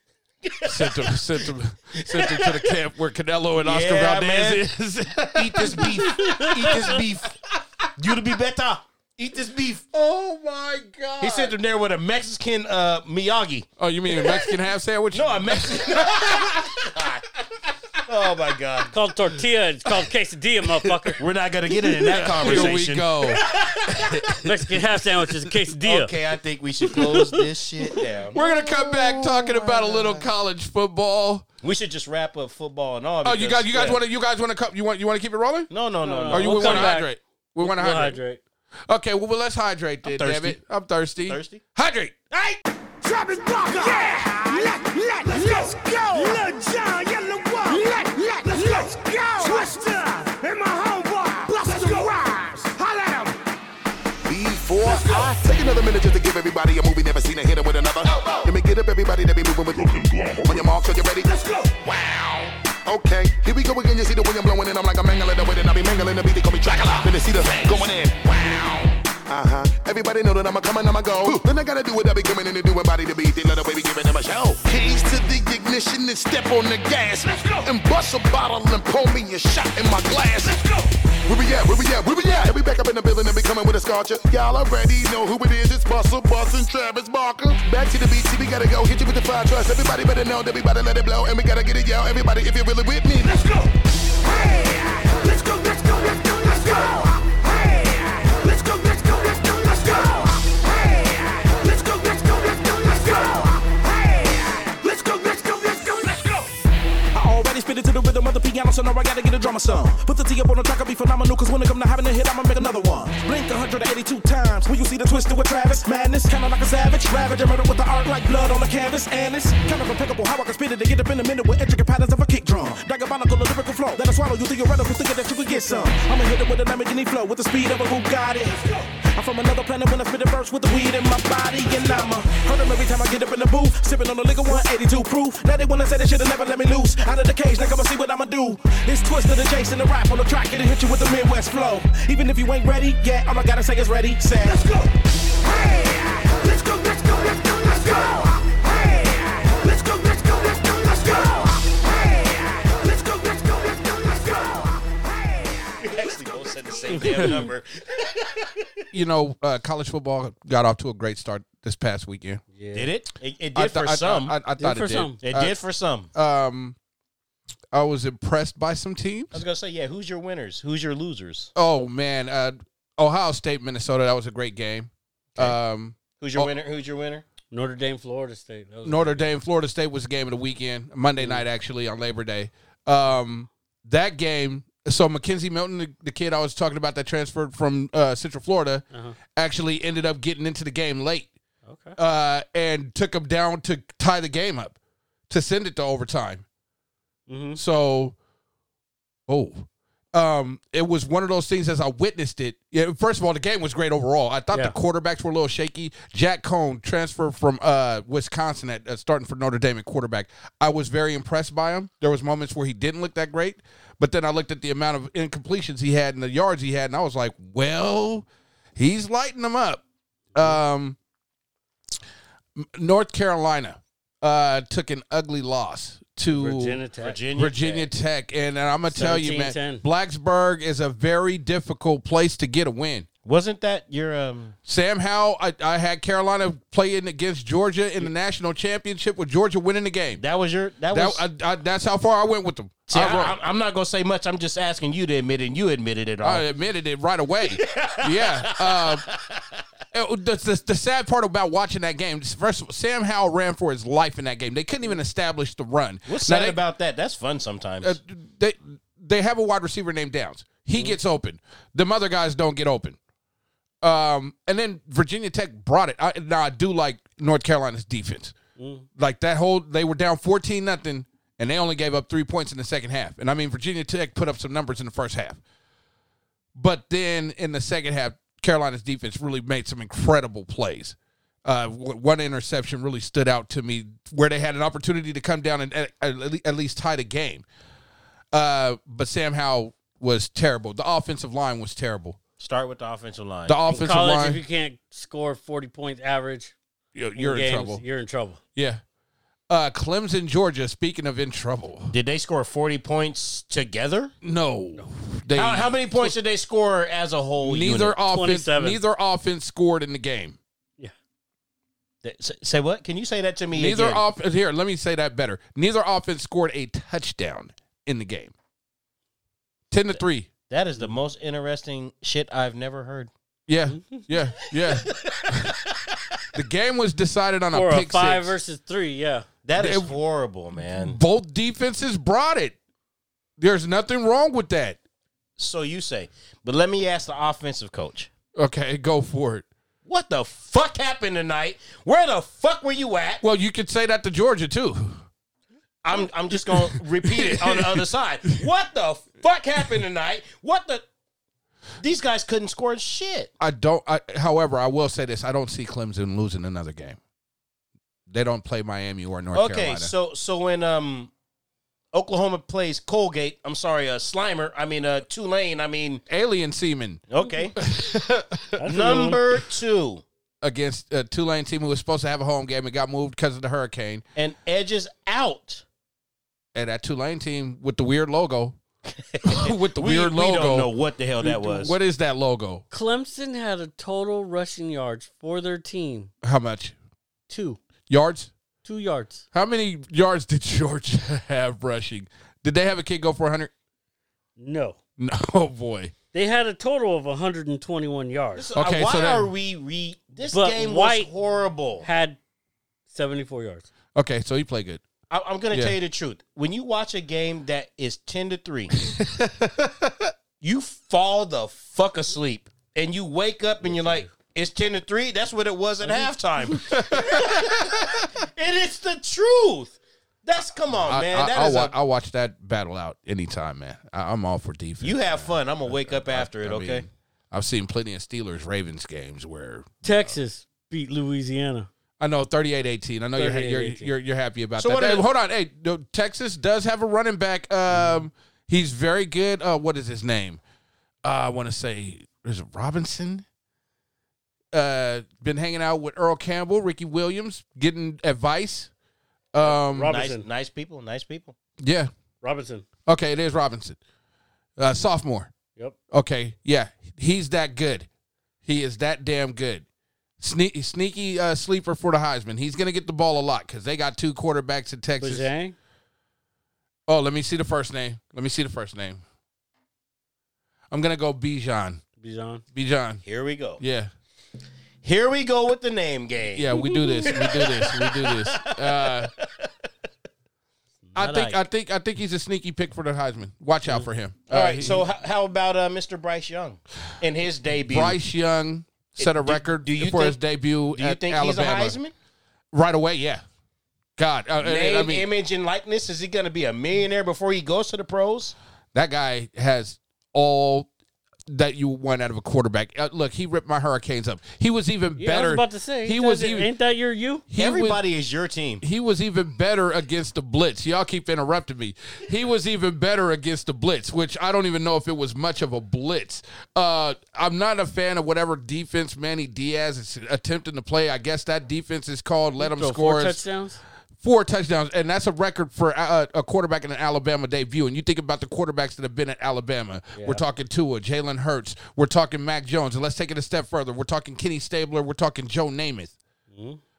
S1: sent him, sent him, sent him to the camp where Canelo and Oscar
S3: Yeah,
S1: Valdez is.
S3: Eat this beef. Eat this beef. You'll be better. Eat this beef.
S1: oh my god!
S3: He sent him there with a Mexican uh, Miyagi.
S1: "Oh, you mean a Mexican half sandwich?"
S3: No, a Mexican. oh my god.
S2: Called tortilla. It's called quesadilla, motherfucker.
S3: We're not gonna get into that
S1: Here we
S3: conversation.
S1: go.
S2: Mexican half sandwich is a quesadilla.
S3: Okay, I think we should close this shit down.
S1: We're gonna come back talking about a little college football.
S3: We should just wrap up football and all.
S1: Oh, you
S3: because-
S1: guys, you guys
S3: yeah.
S1: want to, you guys want to, you want, you want to keep it rolling?
S3: No, no, no, no.
S1: Oh, you
S2: We'll
S1: we want to
S2: come back.
S1: hydrate. We want to
S2: We'll
S1: hydrate.
S2: hydrate.
S1: Okay, well, well, let's hydrate then, damn
S3: thirsty.
S1: it. I'm thirsty.
S3: Thirsty?
S1: Hydrate.
S8: Travis Barker. Yeah. Let, let, let's go. Lil John, Yellow Wolf. Let, let, let's go. Twister and my homeboy. Busta Rhymes. Holla at him.
S9: Before I take another minute just to get give everybody a movie, never seen a hitter with another. Let me get up, everybody that be moving with On your mark, are you ready? Let's go. Wow. Okay, here we go again. You see the wind I'm blowing, and I'm like I'm mangling the way that I be mangling the beat. They call me Dracula. Then they see the going in. Wow. Uh huh. Everybody know that I'm a coming, I'm a go. Then I gotta do what I be coming in and do what body to beat. They love the way we giving them a show. Keys to the ignition and step on the gas. Let's go. And bust a bottle and pour me a shot in my glass. Let's go. Where we at? Where we at? Where we at? And we back up in the building and we coming with a scorcher. Y'all already know who it is. It's Bustle, Bustin', Travis Barker. Back to the beat, see, we gotta go. Hit you with the fire trust. Everybody better know. Everybody let it blow. And we gotta get it, yo. Everybody, if you're really with me, let's go.
S8: Let's go, let's go, let's go, let's go. Hey, let's go, let's go, let's go, let's go. Hey, let's go, let's go, let's go, let's go. Hey, let's go, let's go, let's go, let's go.
S5: I already spit it to the rhythm of the piano, so now I gotta get a drama song. Put the T up on the track, I'll be phenomenal, cause when it come to having a hit, I'ma make another one. Blink 182 times, will you see the twist with Travis? Madness, kinda like a savage, ravage and murder with the art like blood on the canvas, and it's kind of impeccable how I can spit it to get up in a minute with intricate patterns of a kick drum. Diabolical, a lyrical flow, that I swallow, you theoretical, thinking that you could get some. I'ma hit it with a Lamborghini flow, with the speed of a Bugatti. I'm from another planet when I spit a verse with the weed in my body, and I'ma hurt 'em every time I get up in the booth, sipping on the liquor 182 proof. Now they wanna say they should've never let me loose. Out of the cage, now come and see what I'ma do. It's twisted and chasing the rap on the track, it'll hit you with the Midwest flow. Even if you ain't ready yet, all I gotta say is ready, set.
S8: Let's go. Hey, let's go, let's go, let's go, let's go. Hey, let's go, let's go, let's go, let's go. Hey, let's go, let's go, let's go, let's go. Hey, let's
S3: Actually,
S8: go,
S3: both
S8: let's
S3: said the
S8: go.
S3: same damn number.
S1: You know, uh, college football got off to a great start this past weekend.
S3: Did it? It, it did
S1: I
S3: for
S1: thought- I-
S3: some.
S1: I, I, I thought
S2: for
S1: it did.
S2: some.
S3: it
S1: I-
S3: did for some.
S1: Um, I was impressed by some teams.
S3: I was gonna say, yeah. Who's your winners? Who's your losers?
S1: Oh man, uh, Ohio State, Minnesota. That was a great game. Um,
S3: Who's your
S1: Oh.
S3: winner? Who's your winner?
S2: Notre Dame, Florida State. That was-
S1: Notre Dame, Florida State was a game of the weekend, Monday night actually on Labor Day. Um, that game. So Mackenzie Milton, the, the kid I was talking about that transferred from uh, Central Florida, actually ended up getting into the game late
S2: Okay.
S1: uh, and took him down to tie the game up to send it to overtime.
S2: Mhm.
S1: So, oh, um, it was one of those things as I witnessed it. Yeah, first of all, the game was great overall. I thought
S2: Yeah.
S1: the quarterbacks were a little shaky. Jack Cohn transferred from uh, Wisconsin at uh, starting for Notre Dame at quarterback. I was very impressed by him. There was moments where he didn't look that great, but then I looked at the amount of incompletions he had and the yards he had, and I was like, well, he's lighting them up. Um, North Carolina uh, took an ugly loss to
S2: Virginia Tech.
S3: Virginia.
S1: Virginia Tech. And, and I'm going to tell you, man,
S2: 17-10.
S1: Blacksburg is a very difficult place to get a win.
S3: Wasn't that your um?
S1: Sam Howell, I, I had Carolina playing against Georgia in the national championship with Georgia winning the game.
S3: That was your. That
S1: That,
S3: was.
S1: I, I, that's how far I went with them.
S3: See,
S1: I,
S3: I, am not gonna say much. I'm just asking you to admit it. and You admitted it all.
S1: I admitted it right away. yeah. Uh, it- the, the, the sad part about watching that game, first of all, Sam Howell ran for his life in that game. They couldn't even establish the run.
S3: What's
S1: Now,
S3: sad
S1: they-
S3: about that? That's fun sometimes.
S1: uh, they they have a wide receiver named Downs. He gets open. The other guys don't get open. Um, and then Virginia Tech brought it. I, now I do like North Carolina's defense. Like that whole they were down fourteen nothing, and they only gave up three points in the second half. And I mean Virginia Tech put up some numbers in the first half, but then in the second half, Carolina's defense really made some incredible plays. Uh, w- one interception really stood out to me, where they had an opportunity to come down and at, at le- at least tie the game. Uh, but Sam Howell was terrible. The offensive line was terrible.
S3: Start with the offensive line.
S1: The
S2: In
S1: offensive
S2: college,
S1: line,
S2: if you can't score 40 points average,
S1: you're,
S2: in
S1: you're in
S2: games,
S1: trouble.
S2: You're in trouble.
S1: Yeah. Uh, Clemson, Georgia. Speaking of in trouble,
S3: Did they score 40 points together?
S1: no, they
S3: How, how many points did they score as a whole?
S1: neither
S3: unit?
S1: offense
S2: 27.
S1: neither offense scored in the game.
S3: Th- s- Say what? Can you say that to me?
S1: Neither
S3: again?
S1: off here. Let me say that better. Neither offense scored a touchdown in the game. Ten to three.
S3: That is the most interesting shit I've never heard.
S1: Yeah, yeah, yeah. the game was decided on a
S2: Or a
S1: pick
S2: five
S1: six.
S2: versus three, yeah.
S3: That is
S1: It-
S3: horrible, man.
S1: Both defenses brought it. There's nothing wrong with that.
S3: So you say, but let me ask the offensive coach.
S1: Okay, go for it.
S3: What the fuck happened tonight? Where the fuck were you at?
S1: Well, you could say that to Georgia too.
S3: I'm I'm just gonna repeat it on the other side. What the fuck happened tonight? What the These guys couldn't score shit.
S1: I don't. I, however, I will say this: I don't see Clemson losing another game. They don't play Miami or North
S3: Okay,
S1: Carolina.
S3: so so when um Oklahoma plays Colgate, I'm sorry, uh, Slimer, I mean uh Tulane, I mean
S1: Alien Seaman
S3: okay.
S2: That's a good one.
S3: Number 2
S1: against a Tulane team who was supposed to have a home game and got moved because of the hurricane,
S3: and edges out.
S1: and that Tulane team with the weird logo, with the
S3: We,
S1: weird
S3: we
S1: logo.
S3: don't know what the hell that was.
S1: What is that logo?
S2: Clemson had a total rushing yards for their team
S1: How much
S2: two,
S1: yards?
S2: two yards.
S1: How many yards did Georgia have rushing? Did they have a kid go for 100?
S2: No,
S1: No, oh boy.
S2: they had a total of 121 yards.
S3: So, uh,
S1: Okay,
S3: why
S1: so that-
S3: are we re this
S2: But
S3: game
S2: White-
S3: was horrible.
S2: Had 74 yards.
S1: Okay, so he played good.
S3: I, I'm gonna
S1: Yeah.
S3: tell you the truth. When you watch a game that is ten to three, you fall the fuck asleep, and you wake up and you're like, "It's ten to three. That's what it was at halftime." and it's the truth. That's come on,
S1: I,
S3: man.
S1: I,
S3: That
S1: I'll,
S3: is
S1: wa-
S3: a,
S1: I'll watch that battle out anytime, man. I, I'm all for defense.
S3: you have fun. I'm gonna wake up after it.
S1: I mean,
S3: Okay.
S1: I've seen plenty of Steelers Ravens games where
S2: Texas beat Louisiana.
S1: I know 38-18. I know you're you're,
S2: 38-18.
S1: you're you're happy about
S3: So
S1: that.
S3: what are
S1: Hey,
S3: the-
S1: hold on. Hey, no, Texas does have a running back. Um, he's very good. Uh, what is his name? Uh, I want to say is it Robinson. Uh, been hanging out with Earl Campbell, Ricky Williams, getting advice. Um,
S3: Nice,
S2: Robinson.
S3: nice people. Nice people.
S1: yeah.
S2: Robinson.
S1: Okay, it is Robinson. Uh, sophomore.
S2: Yep.
S1: Okay, yeah, he's that good. He is that damn good. Sneaky, sneaky uh, sleeper for the Heisman. He's gonna get the ball a lot because they got two quarterbacks in Texas.
S2: Bazang.
S1: Oh, let me see the first name. Let me see the first name. I'm gonna go Bijan.
S2: Bijan.
S1: Bijan.
S3: Here we go.
S1: Yeah,
S3: Here we go with the name game.
S1: yeah. We do this. We do this. We do this. Uh, I
S2: Not
S1: think.
S2: I-
S1: I think. I think he's a sneaky pick for the Heisman. Watch out for him.
S3: All
S1: Uh,
S3: right.
S1: he-
S3: so h- how about uh, Mr. Bryce Young and his debut?
S1: Bryce Young set a
S3: Do-
S1: record
S3: do you
S1: for his
S3: think-
S1: debut
S3: Do you
S1: at
S3: think
S1: Alabama.
S3: he's a Heisman?
S1: Right away, yeah. God, uh, and- and
S3: Name,
S1: I mean,
S3: image, and likeness. Is he going to be a millionaire before he goes to the pros?
S1: that guy has all that you want out of a quarterback. Uh, look, he ripped my Hurricanes up. He was even
S2: Yeah,
S1: better.
S2: I was about to say.
S1: he
S2: He
S1: was
S2: was.
S1: even-
S2: Ain't that your you?
S1: he
S3: Everybody is your team.
S1: Was, he was even better against the blitz. Y'all keep interrupting me. He was even better against the blitz, which I don't even know if it was much of a blitz. Uh, I'm not a fan of whatever defense Manny Diaz is attempting to play. I guess that defense is called "Let him
S2: Throw
S1: score."
S2: four touchdowns.
S1: four touchdowns, and that's a record for uh, a, a quarterback in an Alabama debut. And you think about the quarterbacks that have been at Alabama. We're talking Tua, Jalen Hurts. We're talking Mac Jones, and let's take it a step further. We're talking Kenny Stabler. We're talking Joe Namath.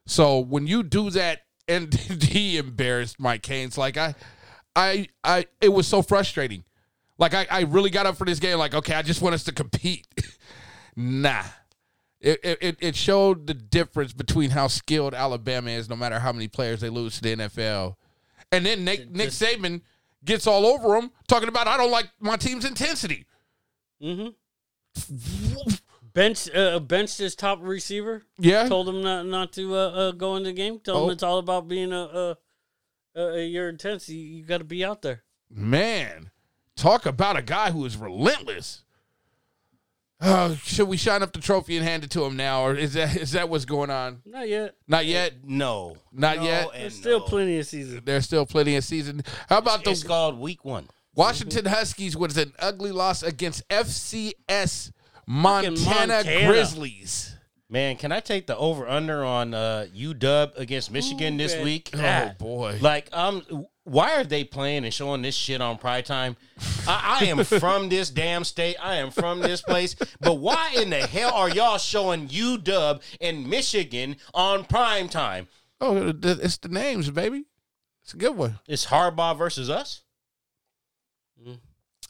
S1: So when you do that, and he embarrassed my Canes, like I, I, I, it was so frustrating. Like I, I really got up for this game. Like okay, I just want us to compete. nah. It, it- it, it showed the difference between how skilled Alabama is, no matter how many players they lose to the NFL. And then Nick, Nick Saban gets all over him, talking about, I don't like my team's intensity.
S2: Bench. Uh, benched his top receiver.
S1: Yeah.
S2: Told him not not to uh, uh, go in the game. Told
S1: Oh.
S2: him it's all about being a, a, a, a your intensity. You got to be out there.
S1: Man, talk about a guy who is relentless. Oh, should we shine up the trophy and hand it to him now, or is that is that what's going on?
S2: Not yet.
S1: Not yet,
S3: No,
S1: not
S3: No
S1: yet.
S3: and
S2: There's still
S3: no.
S2: plenty of season.
S1: There's still plenty of season. How about the
S3: It's called Week One.
S1: Washington Huskies was an ugly loss against FCS Montana,
S2: Montana.
S1: Grizzlies.
S3: Man, can I take the over under on uh, UW against Michigan this
S2: bet
S3: week? Ah.
S1: Oh boy.
S3: Like, um, why are they playing and showing this shit on prime time? I, I am from this damn state. I am from this place. But why in the hell are y'all showing UW and Michigan on prime time?
S1: Oh, th- it's the names, baby. It's a good one.
S3: It's Harbaugh versus us.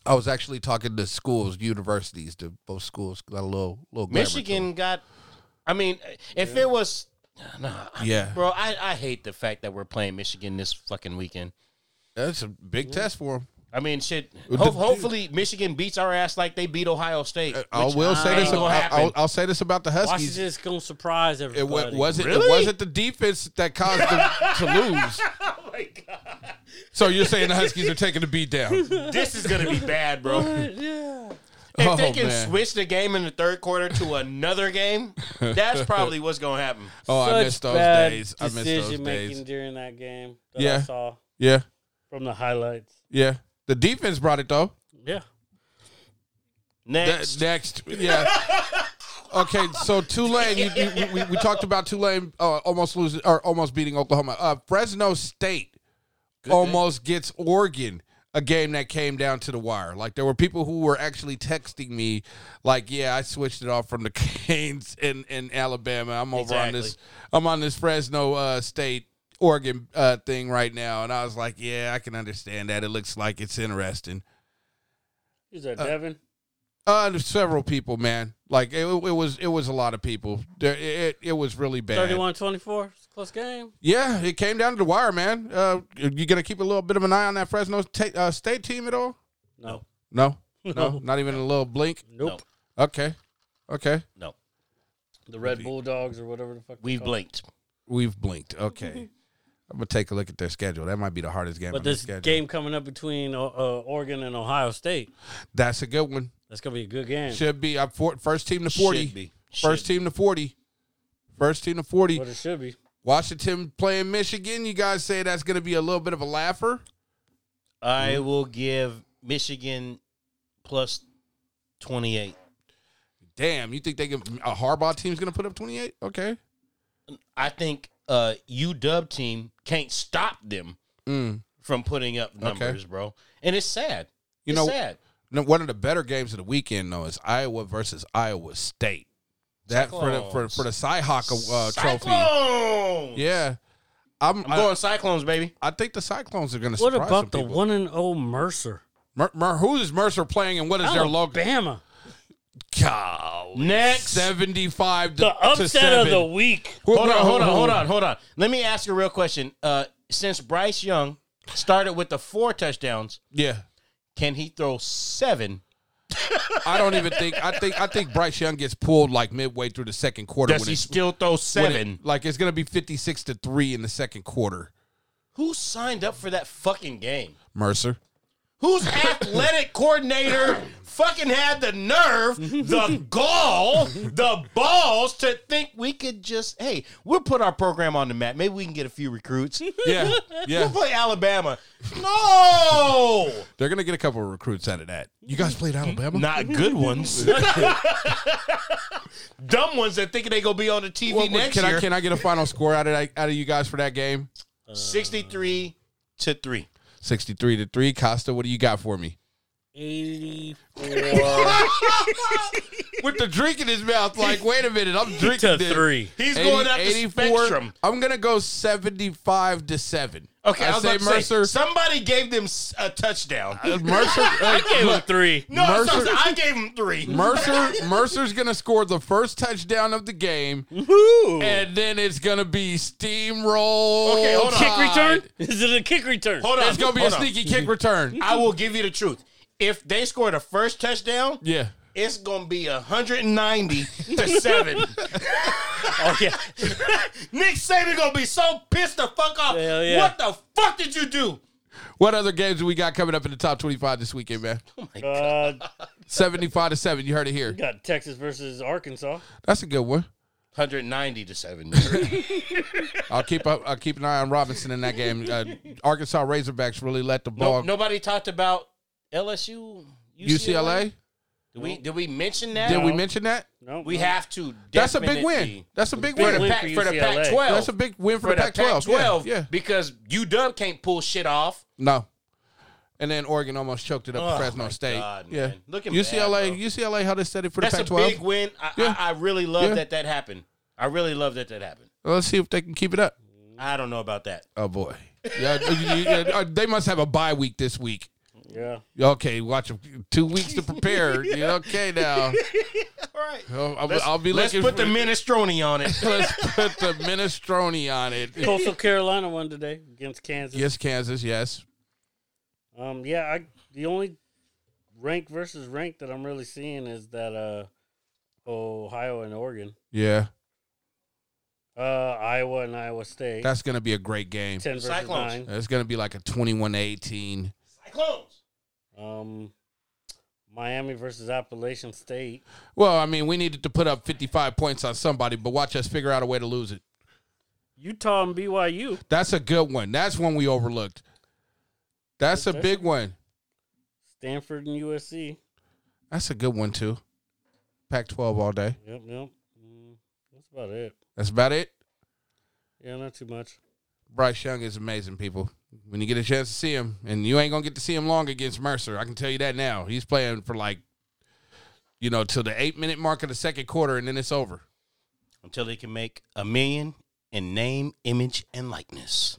S1: I was actually talking to schools, universities, to both schools. Got a little, little grammar to
S3: Michigan got. I mean, if it was, no,
S1: it. Yeah,
S3: bro, I, I hate the fact that we're playing Michigan this fucking weekend.
S1: that's a big test for them.
S3: I mean, shit. Ho- hopefully, Michigan beats our ass like they beat Ohio State.
S1: Uh, I
S3: which
S1: will say
S3: ain't
S1: this.
S3: gonna
S1: I,
S3: happen.
S1: will I'll say this about the Huskies.
S2: Washington's gonna surprise
S1: It
S2: everybody.
S1: wa- wasn't. It
S3: Really?
S1: wasn't the defense that caused them to lose.
S3: oh my god,
S1: So you're saying the Huskies are taking a beat down?
S3: this is gonna be bad, bro.
S2: Yeah.
S3: And if they
S1: Oh,
S3: can
S1: man.
S3: switch the game in the third quarter to another game, that's probably what's gonna happen.
S1: Oh, I
S2: Such
S1: missed those
S2: bad
S1: days. I missed those
S2: decision-making
S1: days.
S2: during that game that I
S1: Yeah.
S2: saw
S1: Yeah,
S2: from the highlights.
S1: yeah. The defense brought it though.
S2: Yeah.
S3: Next,
S1: Next, next. yeah. Okay, so Tulane, you, you, we, we talked about Tulane uh, almost losing or almost beating Oklahoma. Uh, Fresno State almost gets Oregon, a game that came down to the wire. Like there were people who were actually texting me, like, "Yeah, I switched it off from the Canes in, in Alabama. I'm over on this. I'm on this Fresno uh, State." Oregon uh, thing right now, and I was like, "Yeah, I can understand that. It looks like it's interesting."
S2: Who's that, Devin?
S1: Uh, there's several people, man. Like it, it was, it was a lot of people. There, it, it, it was really bad.
S2: 31 24. It's a close game.
S1: Yeah, it came down to the wire, man. Uh, you gonna keep a little bit of an eye on that Fresno ta- uh, State team at all?
S2: No.
S1: No, no, not even a little blink.
S2: Nope.
S1: Okay, okay,
S3: no,
S2: The Red Bulldogs or whatever the fuck. they're
S3: we've
S2: called.
S3: blinked.
S1: we've blinked. Okay, I'm gonna take a look at their schedule. That might be the hardest game.
S2: But
S1: on their
S2: this
S1: schedule.
S2: game coming up between uh, uh, Oregon and Ohio State,
S1: that's a good one.
S2: that's going to be a good game.
S1: Should be up for first team to forty.
S3: Should be.
S1: First team to forty. First team to forty.
S2: What it should be.
S1: Washington playing Michigan. You guys say that's gonna be a little bit of a laugher.
S3: I will give Michigan plus twenty eight.
S1: Damn, you think they can? A Harbaugh team's gonna put up twenty eight? Okay.
S3: I think uh UW team can't stop them
S1: Mm.
S3: from putting up numbers, bro. And it's sad.
S1: You
S3: it's
S1: know-
S3: sad.
S1: No, one of the better games of the weekend though is Iowa versus Iowa State. That for the for, for the Cyhawk uh, trophy.
S3: Cyclones.
S1: Yeah, I'm,
S3: I'm going Cyclones, baby.
S1: I, I think the Cyclones are gonna.
S2: What
S1: surprise
S2: about the
S1: some people.
S2: one and oh Mercer?
S1: Mer, Mer- who is Mercer playing and what is their logo?
S2: Alabama.
S1: Golly.
S3: Next.
S1: seventy five.
S2: The upset of the week.
S3: Hold on, hold on, hold on, hold on. Let me ask you a real question. Uh, since Bryce Young started with the four touchdowns,
S1: Yeah,
S3: can he throw seven?
S1: I don't even think. I think. I think Bryce Young gets pulled like midway through the second quarter.
S3: Does
S1: when
S3: he
S1: it's-
S3: still throw
S1: when it-
S3: seven?
S1: like it's gonna be fifty six to three in the second quarter.
S3: Who signed up for that fucking game?
S1: Mercer.
S3: Whose athletic coordinator fucking had the nerve, the gall, the balls to think we could just, hey, we'll put our program on the map. Maybe we can get a few recruits.
S1: Yeah,
S3: We'll
S1: yeah.
S3: play Alabama. No!
S1: They're gonna get a couple of recruits out of that. You guys played Alabama?
S3: Not good ones. Dumb ones that thinking they gonna be on the TV
S1: What- what-
S3: next
S1: can
S3: year.
S1: I can I get a final score out of that, out of you guys for that game?
S3: 63 to 3.
S1: Sixty three to three. Costa, what do you got for me?
S2: 84
S1: With the drink in his mouth, like, wait a minute, I'm drinking
S2: to
S1: this.
S2: three.
S3: He's
S1: 80
S3: going up the
S1: 84.
S3: spectrum.
S1: I'm gonna go seventy five to seven.
S3: Okay, I,
S1: I,
S3: was
S1: say
S3: about to say,
S1: Mercer.
S3: somebody gave them s- a touchdown.
S1: Mercer. I
S2: Gave him three.
S3: No, I'm sorry,
S1: Mercer-
S3: I gave him three.
S1: Mercer Mercer's gonna score the first touchdown of the game, and then it's gonna be steamroll.
S3: Okay, hold on.
S2: Kick return? Is it a kick return?
S3: Hold on,
S1: It's gonna be a
S3: hold on.
S1: sneaky kick return.
S3: I will give you the truth. If they score the first touchdown,
S1: Yeah.
S3: it's gonna be 190 to seven.
S2: Oh, yeah.
S3: Nick Saban gonna be so pissed the fuck off.
S2: Hell yeah.
S3: What the fuck did you do?
S1: What other games do we got coming up in the top 25 this weekend, man?
S2: Uh,
S1: 75 to 7. You heard it here.
S2: got Texas versus Arkansas.
S1: That's a good one.
S3: 190 to seven.
S1: I'll keep up, I'll keep an eye on Robinson in that game. Uh, Arkansas Razorbacks really let the
S3: No,
S1: ball
S3: nobody talked about LSU,
S1: UCLA.
S3: Did we did we mention that?
S1: Did we mention that?
S2: No,
S3: We have to.
S1: That's a big win.
S3: definitely-
S1: That's a big
S3: For
S1: win.
S3: the
S2: win
S3: Pac-
S2: for
S3: for the
S2: UCLA.
S3: Pac 12.
S1: That's a big win for, the Pac-12. Yeah, yeah.
S3: because UW can't pull shit off.
S1: No. And then Oregon almost choked it up
S3: Oh,
S1: to Fresno
S3: my
S1: State.
S3: God,
S1: yeah.
S3: man. Looking bad,
S1: UCLA
S3: bro.
S1: UCLA held it steady for the
S3: That's a
S1: Pac-12.
S3: big win. I,
S1: Yeah.
S3: I, I really love
S1: Yeah.
S3: that that happened. I really love that that happened.
S1: Let's see if they can keep it up.
S3: I don't know about that.
S1: Oh boy. Yeah, you- you- uh, they must have a bye week this week.
S2: Yeah.
S1: Okay, watch two weeks to prepare. Yeah, Okay, now
S3: All right.
S1: I'll, I'll-
S3: Let's,
S1: I'll be
S3: let's
S1: looking.
S3: put the
S1: for-
S3: minestrone on it.
S1: let's put the minestrone on it.
S2: Coastal Carolina won today against Kansas.
S1: Yes, Kansas. Yes,
S2: Um, yeah, I the only rank versus rank that I'm really seeing is that uh, Ohio and Oregon,
S1: yeah.
S2: uh, Iowa and Iowa State,
S1: That's gonna be a great game.
S2: ten versus
S3: Cyclones.
S2: nine.
S1: It's gonna be like a 21-18.
S3: Cyclones.
S2: Um, Miami versus Appalachian State.
S1: Well, I mean, we needed to put up 55 points on somebody, but watch us figure out a way to lose it.
S2: Utah and BYU.
S1: That's a good one. That's one we overlooked. That's a big one.
S2: Stanford and USC.
S1: That's a good one too. Pac 12 all day.
S2: Yep, yep. Mm, that's about it.
S1: That's about it.
S2: Yeah, not too much.
S1: Bryce Young is amazing, people. When you get a chance to see him, and you ain't gonna get to see him long against Mercer, I can tell you that now. He's playing for like, you know, till the eight minute mark of the second quarter, and then it's over.
S3: until they can make a million in name, image, and likeness.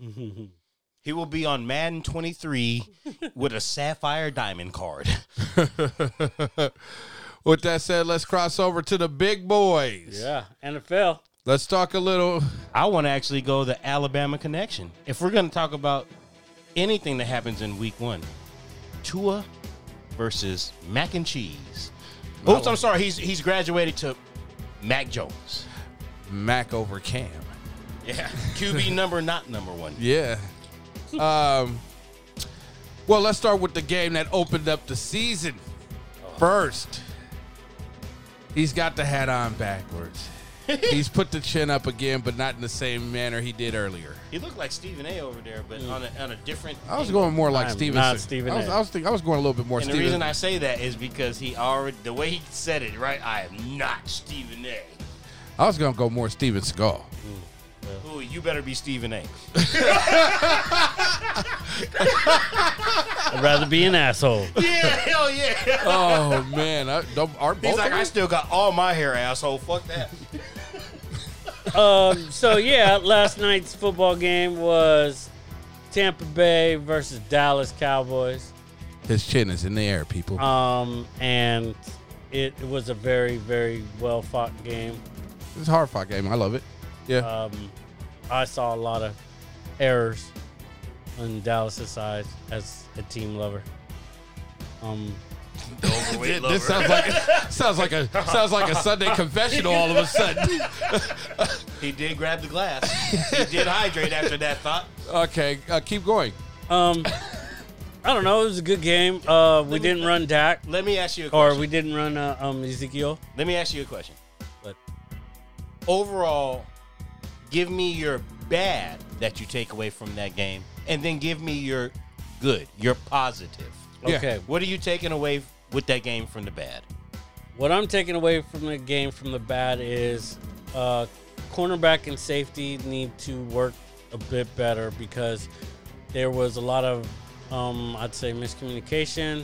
S3: he will be on Madden 23 with a sapphire diamond card.
S1: With that said, let's cross over to the big boys.
S2: Yeah, NFL.
S1: Let's talk a little.
S3: I want to actually go the Alabama connection. If we're going to talk about anything that happens in week one, Tua versus mac and cheese. Oops, I'm sorry. He's he's graduated to Mac Jones.
S1: Mac over Cam.
S3: Yeah, QB number not number one.
S1: Yeah. Um. Well, let's start with the game that opened up the season. First, he's got the hat on backwards. he's put the chin up again, but not in the same manner he did earlier.
S3: He looked like Stephen A. over there, but on a, on a different.
S1: I was going more like
S2: I'm
S1: Stevenson.
S2: not Stephen
S1: I was,
S2: A.
S1: I was think I was going a little bit more
S3: And
S1: Steven.
S3: the reason I say that is because he already the way he said it, right? I am not Stephen A.
S1: I was gonna go more Steven Seagal.
S3: Ooh, you better be Stephen A.
S2: I'd rather be an asshole.
S3: yeah, hell yeah.
S1: Oh man, I, don't, aren't
S3: He's
S1: both
S3: like,
S1: of
S3: I
S1: us?
S3: still got all my hair, asshole. Fuck that.
S2: Um, so yeah, last night's football game was Tampa Bay versus Dallas Cowboys.
S1: his chin is in the air, people.
S2: Um, and it was a very, very well fought game.
S1: it's a hard fought game. I love it. Yeah,
S2: Um, I saw a lot of errors on Dallas' side as a team lover. Um,
S1: Th- this sounds like sounds like a sounds like a Sunday confessional all of a sudden.
S3: He did grab the glass. he did hydrate after that thought.
S1: Okay, uh, keep going.
S2: um, I don't know. It was a good game. Uh, we didn't run Dak,
S3: Let me ask you a
S2: or
S3: question.
S2: we didn't run uh, um, Ezekiel.
S3: Let me ask you a question.
S2: What?
S3: Overall, give me your bad that you take away from that game, and then give me your good, your positive.
S1: Yeah.
S2: Okay.
S3: What are you taking away with that game from the bad?
S2: What I'm taking away from the game from the bad is uh, cornerback and safety need to work a bit better because there was a lot of, um, I'd say, miscommunication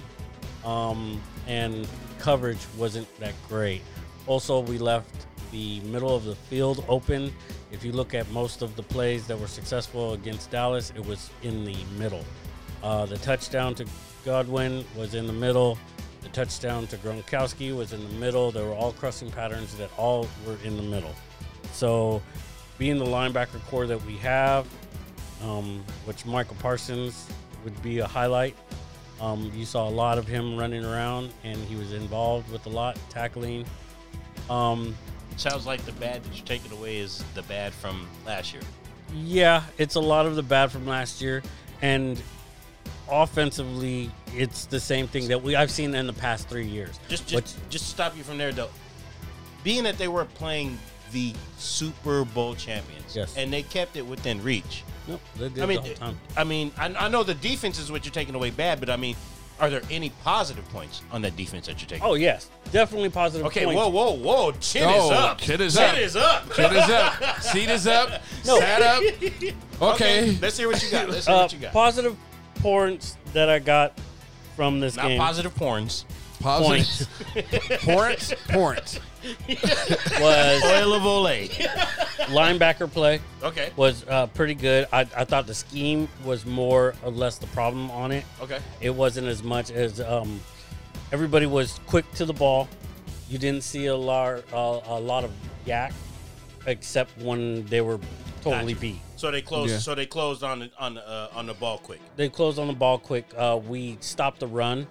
S2: um, and coverage wasn't that great. Also, we left the middle of the field open. If you look at most of the plays that were successful against Dallas, it was in the middle. Uh, the touchdown to Godwin was in the middle. The touchdown to Gronkowski was in the middle. There were all crossing patterns that all were in the middle. So, being the linebacker core that we have, um, which Michael Parsons would be a highlight. Um, you saw a lot of him running around, and he was involved with a lot tackling. Um,
S3: Sounds like the bad that you're taking away is the bad from last year.
S2: yeah, it's a lot of the bad from last year, and offensively, it's the same thing that we I've seen in the past three years.
S3: Just,
S2: Which-
S3: just, just stop you from there though. Being that they were playing the Super Bowl champions,
S2: Yes.
S3: and they kept it within reach.
S2: Nope, they did
S3: I mean,
S2: the whole time.
S3: I mean, I, I know the defense is what you're taking away bad, but I mean, are there any positive points on that defense that you're taking?
S2: Oh yes, definitely positive.
S3: okay.
S2: points.
S3: Whoa, whoa, whoa! Chin
S1: Oh,
S3: is up.
S1: chin is up.
S3: Chin is up.
S1: Chin is up, seat is up, sat up. Okay.
S3: Let's hear what you got. Let's hear
S2: Uh,
S3: what you got.
S2: positive points that I got from this
S3: Not
S2: game.
S3: positive porns.
S1: Positive. Points. Points.
S2: was
S3: Oil of Olay.
S2: linebacker play
S3: Okay.
S2: was uh, pretty good. I, I thought the scheme was more or less the problem on it.
S3: Okay.
S2: It wasn't as much as um, everybody was quick to the ball. You didn't see a lot uh, a lot of yak, except when they were totally
S3: Gotcha.
S2: beat.
S3: So they closed.
S1: Yeah.
S3: So they closed on the on the, uh, on the ball quick.
S2: They closed on the ball quick. Uh, we stopped the run,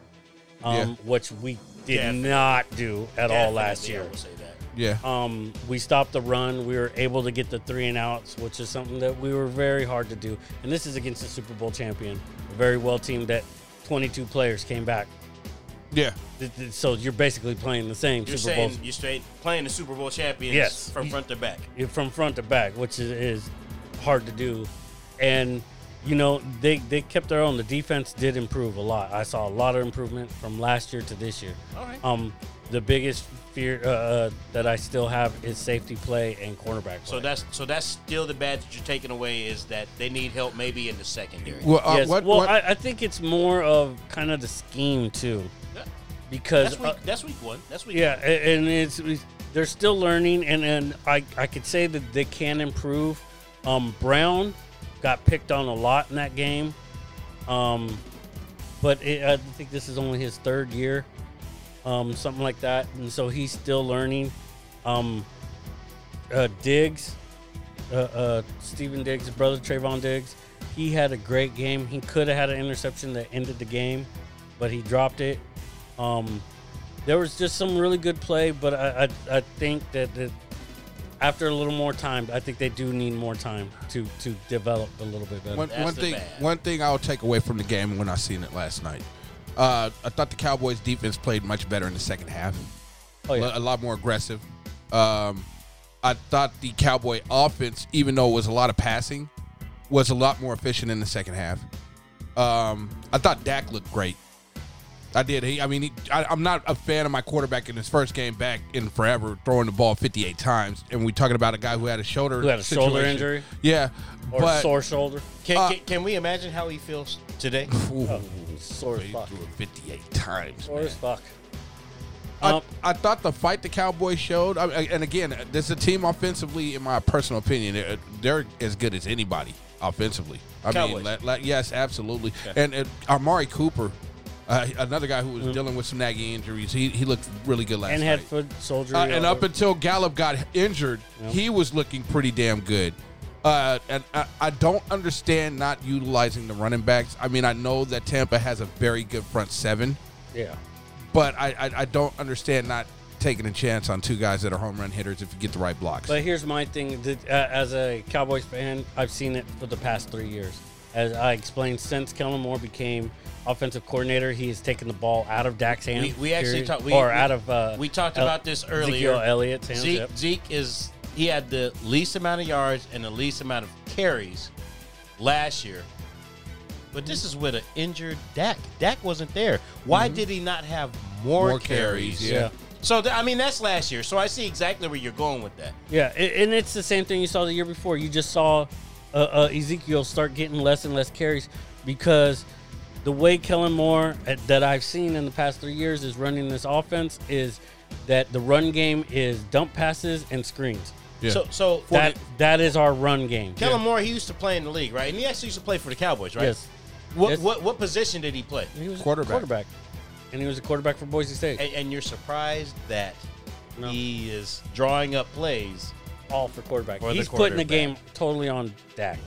S2: um,
S1: Yeah.
S2: which we did
S3: Definitely.
S2: not do at all last
S3: Definitely, I
S2: year.
S3: will say that.
S1: Yeah.
S2: Um, we stopped the run. We were able to get the three and outs, which is something that we were very hard to do. And this is against the Super Bowl champion, a very well team that 22 players came back
S1: Yeah.
S2: Th- th- So you're basically playing the same
S3: You're
S2: Super
S3: saying
S2: Bowl
S3: you're straight playing the Super Bowl champions
S2: Yes.
S3: from front to back.
S2: you're from front to back, which is, is hard to do. And you know they they kept their own. The defense did improve a lot. I saw a lot of improvement from last year to this year.
S3: All right.
S2: Um, the biggest fear uh, uh, that I still have is safety play and cornerback.
S3: So
S2: play.
S3: that's so that's still the bad that you're taking away is that they need help maybe in the secondary.
S1: Well, uh,
S2: Yes.
S1: what,
S2: well,
S1: what,
S2: I, I think it's more of kind of the scheme too, because
S3: That's week.
S2: uh,
S3: that's week one. That's week.
S2: Yeah, a- and it's, it's- they're still learning, and and I I could say that they can improve. Um, Brown got picked on a lot in that game, um, but it, I think this is only his third year, um, something like that, and so he's still learning. Um, uh, Diggs, uh, uh, Stephen Diggs' brother Trayvon Diggs, he had a great game. He could have had an interception that ended the game, but he dropped it. Um, there was just some really good play, but I I, I think that, that after a little more time, I think they do need more time to to develop a little bit better.
S1: one,
S3: That's
S1: one
S3: the
S1: thing,
S3: bad.
S1: one thing I'll take away from the game when I seen it last night. Uh, I thought the Cowboys defense played much better in the second half.
S2: oh
S1: a
S2: yeah,
S1: lot more aggressive. Um, I thought the Cowboy offense, even though it was a lot of passing, was a lot more efficient in the second half. Um, I thought Dak looked great. I did. He, I mean, he, I, I'm not a fan of my quarterback in his first game back in forever, throwing the ball 58 times, and we talking about a guy who had a shoulder
S2: Who had a shoulder
S1: situation.
S2: injury.
S1: Yeah,
S2: or
S1: but
S2: sore shoulder,
S3: Can,
S1: Uh,
S3: can, can we imagine how he feels today?
S1: Ooh,
S2: sore as
S1: he
S2: fuck,
S1: threw it 58 times.
S2: sore as fuck.
S1: I,
S2: Um,
S1: I thought the fight the Cowboys showed, I, I- and again, this is a team offensively, in my personal opinion, they're, they're as good as anybody offensively. I mean,
S3: Cowboys.
S1: la- la- yes, absolutely. And, and Amari Cooper, uh, another guy who was dealing with some nagging injuries, he, he looked really good last
S2: Mm. and
S1: night.
S2: had foot soldier,
S1: Uh, and up until Gallup got injured, he was looking pretty damn good. Uh, and I, I don't understand not utilizing the running backs. I mean, I know that Tampa has a very good front seven
S2: yeah,
S1: but I, I I don't understand not taking a chance on two guys that are home run hitters if you get the right blocks.
S2: But here's my thing: that, uh, as a Cowboys fan, I've seen it for the past three years. As I explained, since Kellen Moore became offensive coordinator, he has taken the ball out of Dak's hand.
S3: We- we actually
S2: period,
S3: talked- we-
S2: or
S3: we-
S2: out of uh,
S3: We talked
S2: El-
S3: about this earlier.
S2: Ezekiel Elliott's hands.
S3: Zeke,
S2: yep.
S3: Zeke is he had the least amount of yards and the least amount of carries last year. But this is with an injured Dak. Dak wasn't there. Why did he not have more,
S1: Mm-hmm. More
S3: carries?
S1: carries, yeah.
S2: Yeah.
S3: So th- I mean that's last year. So I see exactly where you're going with that.
S2: Yeah, a- and it's the same thing you saw the year before. You just saw uh, uh, Ezekiel start getting less and less carries because the way Kellen Moore uh, that I've seen in the past three years is running this offense is that the run game is dump passes and screens.
S1: yeah.
S3: So so
S2: That that is our run game.
S3: Kellen Moore, he used to play in the league, right? And he actually used to play for the Cowboys, right?
S2: Yes.
S3: What
S2: Yes.
S3: what what position did he play?
S2: He was a
S1: Quarterback.
S2: quarterback, and he was a quarterback for Boise State.
S3: And, and you're surprised that
S2: No.
S3: he is drawing up plays
S2: all for quarterback.
S3: For the
S2: He's putting the
S3: quarterback.
S2: game totally on Dak.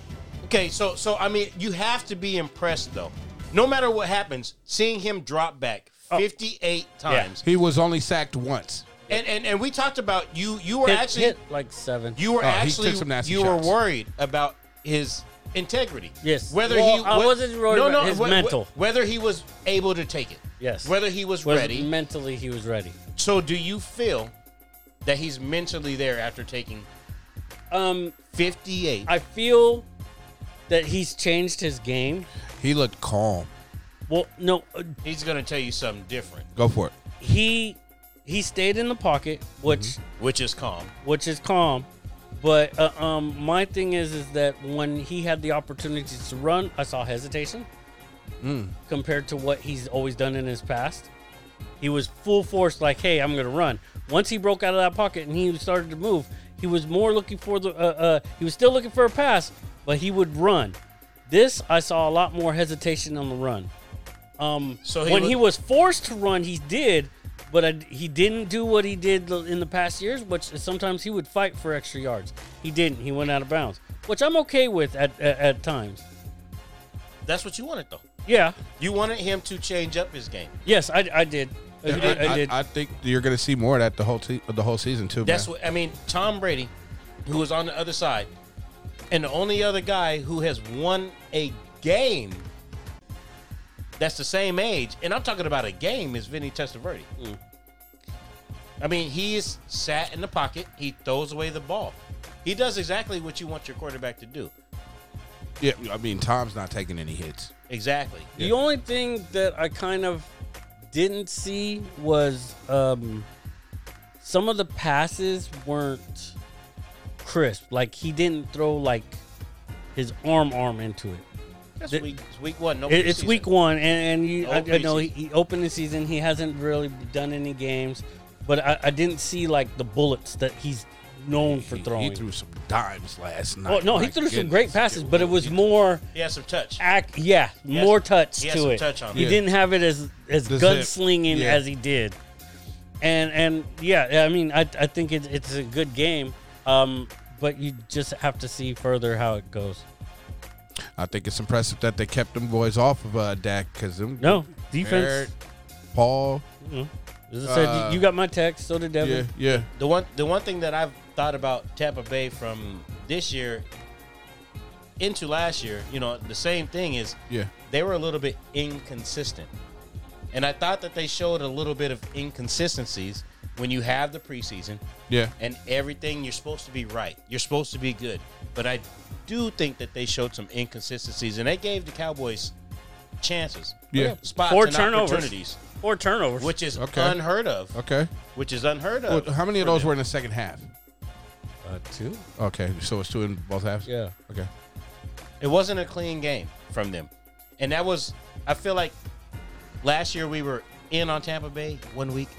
S3: Okay, so so I mean, you have to be impressed though. No matter what happens, seeing him drop back
S2: Oh.
S3: 58 times.
S1: he was only sacked once.
S3: And, and and we talked about you you were
S2: Hit,
S3: actually
S2: hit like seven.
S3: you were
S1: Oh, he
S3: actually
S1: took some nasty
S3: you
S1: shots.
S3: were worried about his integrity.
S2: Yes.
S3: Whether
S2: Well,
S3: he
S2: I
S3: whe-
S2: wasn't worried about his
S3: whe- whe-
S2: mental.
S3: Whether he was able to take it.
S2: yes.
S3: Whether he was,
S2: Was-
S3: ready.
S2: mentally, he was ready.
S3: so do you feel that he's mentally there after taking
S2: Um,
S3: 58?
S2: I feel that he's changed his game.
S1: He looked calm.
S2: Well, no, uh,
S3: he's going to tell you something different,
S1: Go for it.
S2: he he stayed in the pocket, which
S3: which is calm.
S2: which is calm. But uh, um, my thing is, is that when he had the opportunities to run, I saw hesitation compared to what he's always done in his past. He was full force, like, "Hey, I'm gonna run." Once he broke out of that pocket and he started to move, he was more looking for the. Uh, uh, he was still looking for a pass, but he would run. This I saw a lot more hesitation on the run. Um,
S3: So
S2: so
S3: he
S2: when
S3: look-
S2: he was forced to run, he did, but I, he didn't do what he did the- in the past years, which is sometimes he would fight for extra yards. He didn't. He went out of bounds, which I'm okay with at at, at times.
S3: That's what you wanted though.
S2: Yeah.
S3: You wanted him to change up his game.
S2: Yes, I, I did. I did. I, did.
S1: I, think you're going to see more of that the whole te- the whole season too.
S3: That's
S1: man.
S3: what I mean. Tom Brady, who was on the other side, and the only other guy who has won a game that's the same age, and I'm talking about a game, is Vinny Testaverde.
S2: Mm.
S3: I mean, he is sat in the pocket. He throws away the ball. He does exactly what you want your quarterback to do.
S1: Yeah, I mean, Tom's not taking any hits.
S3: Exactly.
S2: The only thing that I kind of didn't see was um, some of the passes weren't crisp. Like he didn't throw like his arm arm into it.
S3: That's
S2: The-
S3: week, it's week one. No
S2: It- it's
S3: preseason.
S2: week one, and, and you,
S3: No
S2: I, I know he,
S3: preseason.
S2: he opened the season. He hasn't really done any games, but I, I didn't see like the bullets that he's known for
S1: He-
S2: throwing.
S1: He, threw some dimes last night.
S2: oh no, he
S1: My
S2: threw some
S1: goodness,
S2: great passes,
S1: dude.
S2: but it was more
S3: He has some touch.
S2: act. Yeah,
S3: has-
S2: more touch
S3: he has
S2: to
S3: some
S2: it.
S3: touch on
S2: he
S3: it.
S2: didn't have it as as
S1: The zip.
S2: gunslinging
S1: Yeah.
S2: as he did, and and yeah, I mean, I I think it's it's a good game, um, but you just have to see further how it goes.
S1: I think it's impressive that they kept them boys off of uh, Dak because them
S2: No defense.
S1: Barrett, Paul.
S2: As I said,
S1: Uh,
S2: you got my text. So did Devin.
S1: Yeah, yeah.
S3: The one, the one thing that I've thought about Tampa Bay from this year into last year, you know, the same thing is,
S1: Yeah.
S3: they were a little bit inconsistent, and I thought that they showed a little bit of inconsistencies when you have the preseason
S1: Yeah.
S3: and everything. You're supposed to be right. You're supposed to be good, but I do think that they showed some inconsistencies, and they gave the Cowboys chances,
S1: Yeah.
S3: spots
S2: Four
S3: and
S2: turnovers.
S3: opportunities,
S2: Four turnovers.
S3: which is
S1: Okay.
S3: unheard of.
S1: Okay.
S3: Which is unheard
S1: Well,
S3: of.
S1: how many of
S3: for
S1: those
S3: them.
S1: were in the second half?
S2: uh, two.
S1: Okay, so it's two in both halves.
S2: Yeah.
S1: Okay.
S3: It wasn't a clean game from them. And that was, I feel like last year we were in on Tampa Bay one week,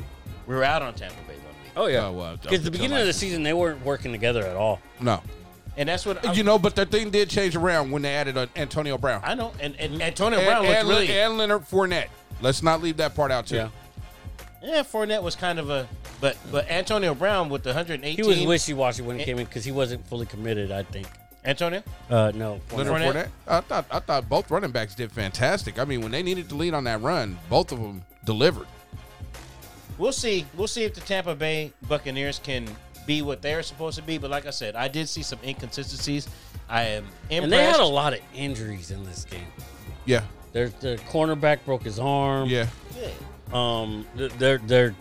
S3: we were out on Tampa Bay one week.
S2: Oh yeah.
S1: Oh, well,
S2: Because the beginning of the season they weren't working together at all.
S1: No.
S3: And that's what I,
S1: You know, but their thing did change around when they added uh, Antonio Brown.
S3: I know. And,
S2: Mm-hmm.
S3: and Antonio
S1: and,
S3: Brown looked
S1: and,
S3: really.
S1: and Leonard Fournette. Let's not leave that part out too.
S2: Yeah.
S3: yeah, Fournette was kind of a. But but Antonio Brown with the 118.
S2: He was eh, wishy washy when he came in because he wasn't fully committed. I think.
S3: Antonio?
S2: Uh, no.
S1: Leonard
S3: Fournette?
S1: Fournette. I thought I thought both running backs did fantastic. I mean, when they needed to lead on that run, both of them delivered.
S3: We'll see. We'll see if the Tampa Bay Buccaneers can be what they're supposed to be. But like I said, I did see some inconsistencies. I am impressed.
S2: And they had a lot of injuries in this game.
S1: Yeah.
S2: Their their cornerback broke his arm.
S1: Yeah.
S3: Yeah.
S2: Um. th- There there,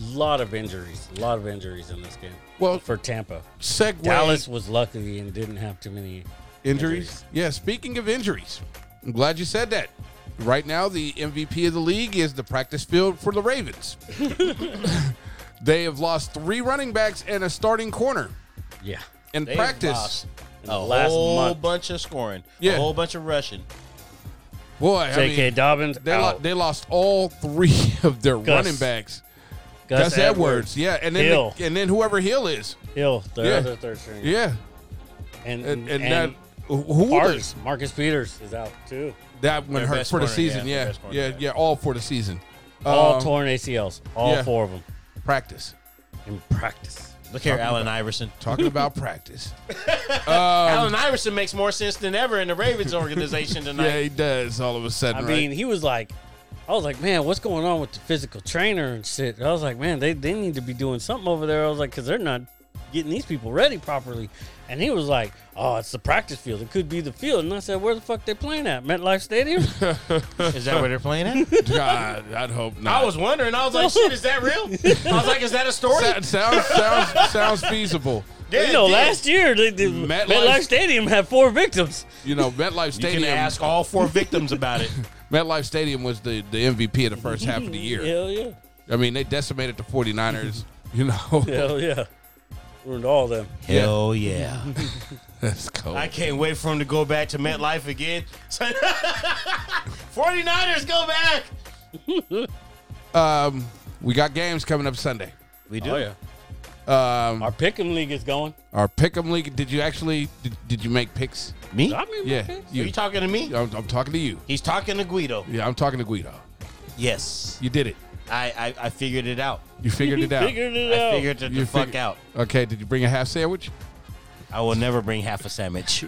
S2: lot of injuries. A lot of injuries in this game.
S1: Well,
S2: for Tampa,
S1: Segway
S2: Dallas was lucky and didn't have too many.
S1: injuries. Yeah. Speaking of injuries, I'm glad you said that. Right now, the MVP of the league is the practice field for the Ravens. they have lost three running backs and a starting corner
S2: Yeah.
S1: in
S3: They
S1: practice.
S3: lost
S2: In
S3: a
S2: the last
S3: whole
S2: month.
S3: bunch of scoring,
S1: Yeah.
S3: a whole bunch of rushing.
S1: Boy, I
S2: J.K.
S1: mean,
S2: Dobbins
S1: they, lo-
S2: out.
S1: they lost all three of their
S2: Gus.
S1: running backs.
S2: Gus
S1: That's Edwards. Yeah, and then
S2: Hill.
S1: the- and then whoever Hill is.
S2: Hill, their
S1: Yeah.
S2: other third string.
S1: Yeah,
S2: And
S1: and,
S2: and,
S1: and, that who
S2: Peters, Marcus Peters is out too.
S1: was- that one
S3: Their
S1: hurt
S3: best
S1: for the
S3: corner,
S1: season.
S3: yeah, their
S1: Yeah,
S3: best corner,
S1: yeah, yeah,
S3: yeah.
S1: all for the season.
S2: All
S1: Um,
S2: torn ACLs, all
S1: yeah.
S2: four of them
S1: practice.
S2: in practice.
S3: Look here, Allen Iverson.
S1: Talking about practice.
S3: Allen Iverson makes more sense than ever in the Ravens organization
S1: Yeah,
S3: tonight.
S1: he does. All of a
S2: I
S1: sudden, right?
S2: mean, he was like, I was like, man, what's going on with the physical trainer and shit? I was like, man, they, they need to be doing something over there. I was like, because they're not getting these people ready properly. And he was like, oh, it's the practice field. It could be the field. And I said, where the fuck they playing at? MetLife Stadium?
S3: Is that where they're playing at?
S1: God, I'd hope not.
S3: I was wondering. I was like, shit, is that real? I was like, is that a story?
S1: Sa- sounds sounds sounds feasible.
S3: Yeah,
S2: you know,
S3: it did.
S2: last year, they, they,
S1: MetLife-
S2: MetLife, Stadium had four victims.
S1: You know, MetLife
S3: you
S1: Stadium.
S3: can ask all four victims about it.
S1: MetLife Stadium was the, the MVP of the first half of the year.
S2: Hell yeah.
S1: I mean, they decimated the 49ers. You know,
S2: Hell yeah. Ruined all of them.
S3: Hell yeah!
S1: that's cold.
S3: I can't wait for him to go back to MetLife again. 49ers go back.
S1: Um, we got games coming up Sunday.
S3: We do.
S2: Oh,
S1: Um,
S2: Our Pick'em League is going.
S1: our pick'em league. Did you actually? Did, did you make picks?
S3: Me?
S2: I
S3: Are
S2: mean,
S1: Yeah,
S2: okay.
S1: you.
S3: you talking to me?
S1: I'm, I'm talking to you.
S3: He's talking to Guido.
S1: Yeah, I'm talking to Guido.
S3: Yes,
S1: You did it.
S3: I I, I figured it out.
S1: You figured it out.
S2: Figured it
S3: I
S2: out.
S3: figured it
S1: You
S3: the fuck
S1: figured-
S3: out.
S1: Okay. Did you bring a half sandwich?
S3: I will never bring half a sandwich.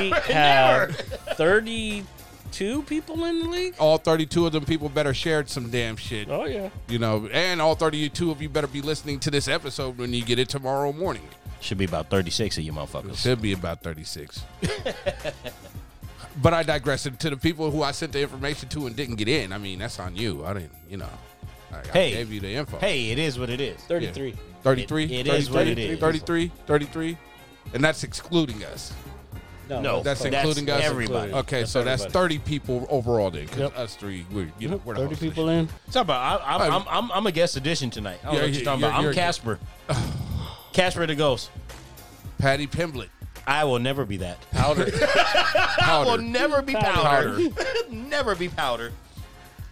S2: we have 32 people in the league.
S1: All 32 of them people better shared some damn shit.
S2: Oh, yeah.
S1: You know, and all 32 of you better be listening to this episode when you get it tomorrow morning.
S3: Should be about 36 of you motherfuckers.
S1: Should be about 36. but I digress. And to the people who I sent the information to and didn't get in, I mean, that's on you. I didn't, you know. I,
S3: Hey.
S1: I gave you the info.
S3: Hey, it is what it is.
S2: 33.
S1: 33?
S3: It- it is what it is.
S1: 33? 33? And that's excluding us.
S3: No,
S1: That's
S3: Oh, That's
S1: including us.
S3: everybody.
S1: Okay, so that's 30 people overall then, because us three, we, you know, we're the
S2: 30
S1: host of the
S2: people in.
S3: Talk about I, I'm,
S1: Oh.
S3: I'm, I'm, I'm a guest edition tonight. I don't know
S1: Yeah,
S3: what you're
S1: yeah,
S3: talking
S1: you're-
S3: about. I'm
S1: you're-
S3: Casper. Casper the Ghost.
S1: show. Patty Pimblett.
S3: I will never be that.
S1: Powder.
S3: I will
S1: Powder.
S3: never be powder. never be powder.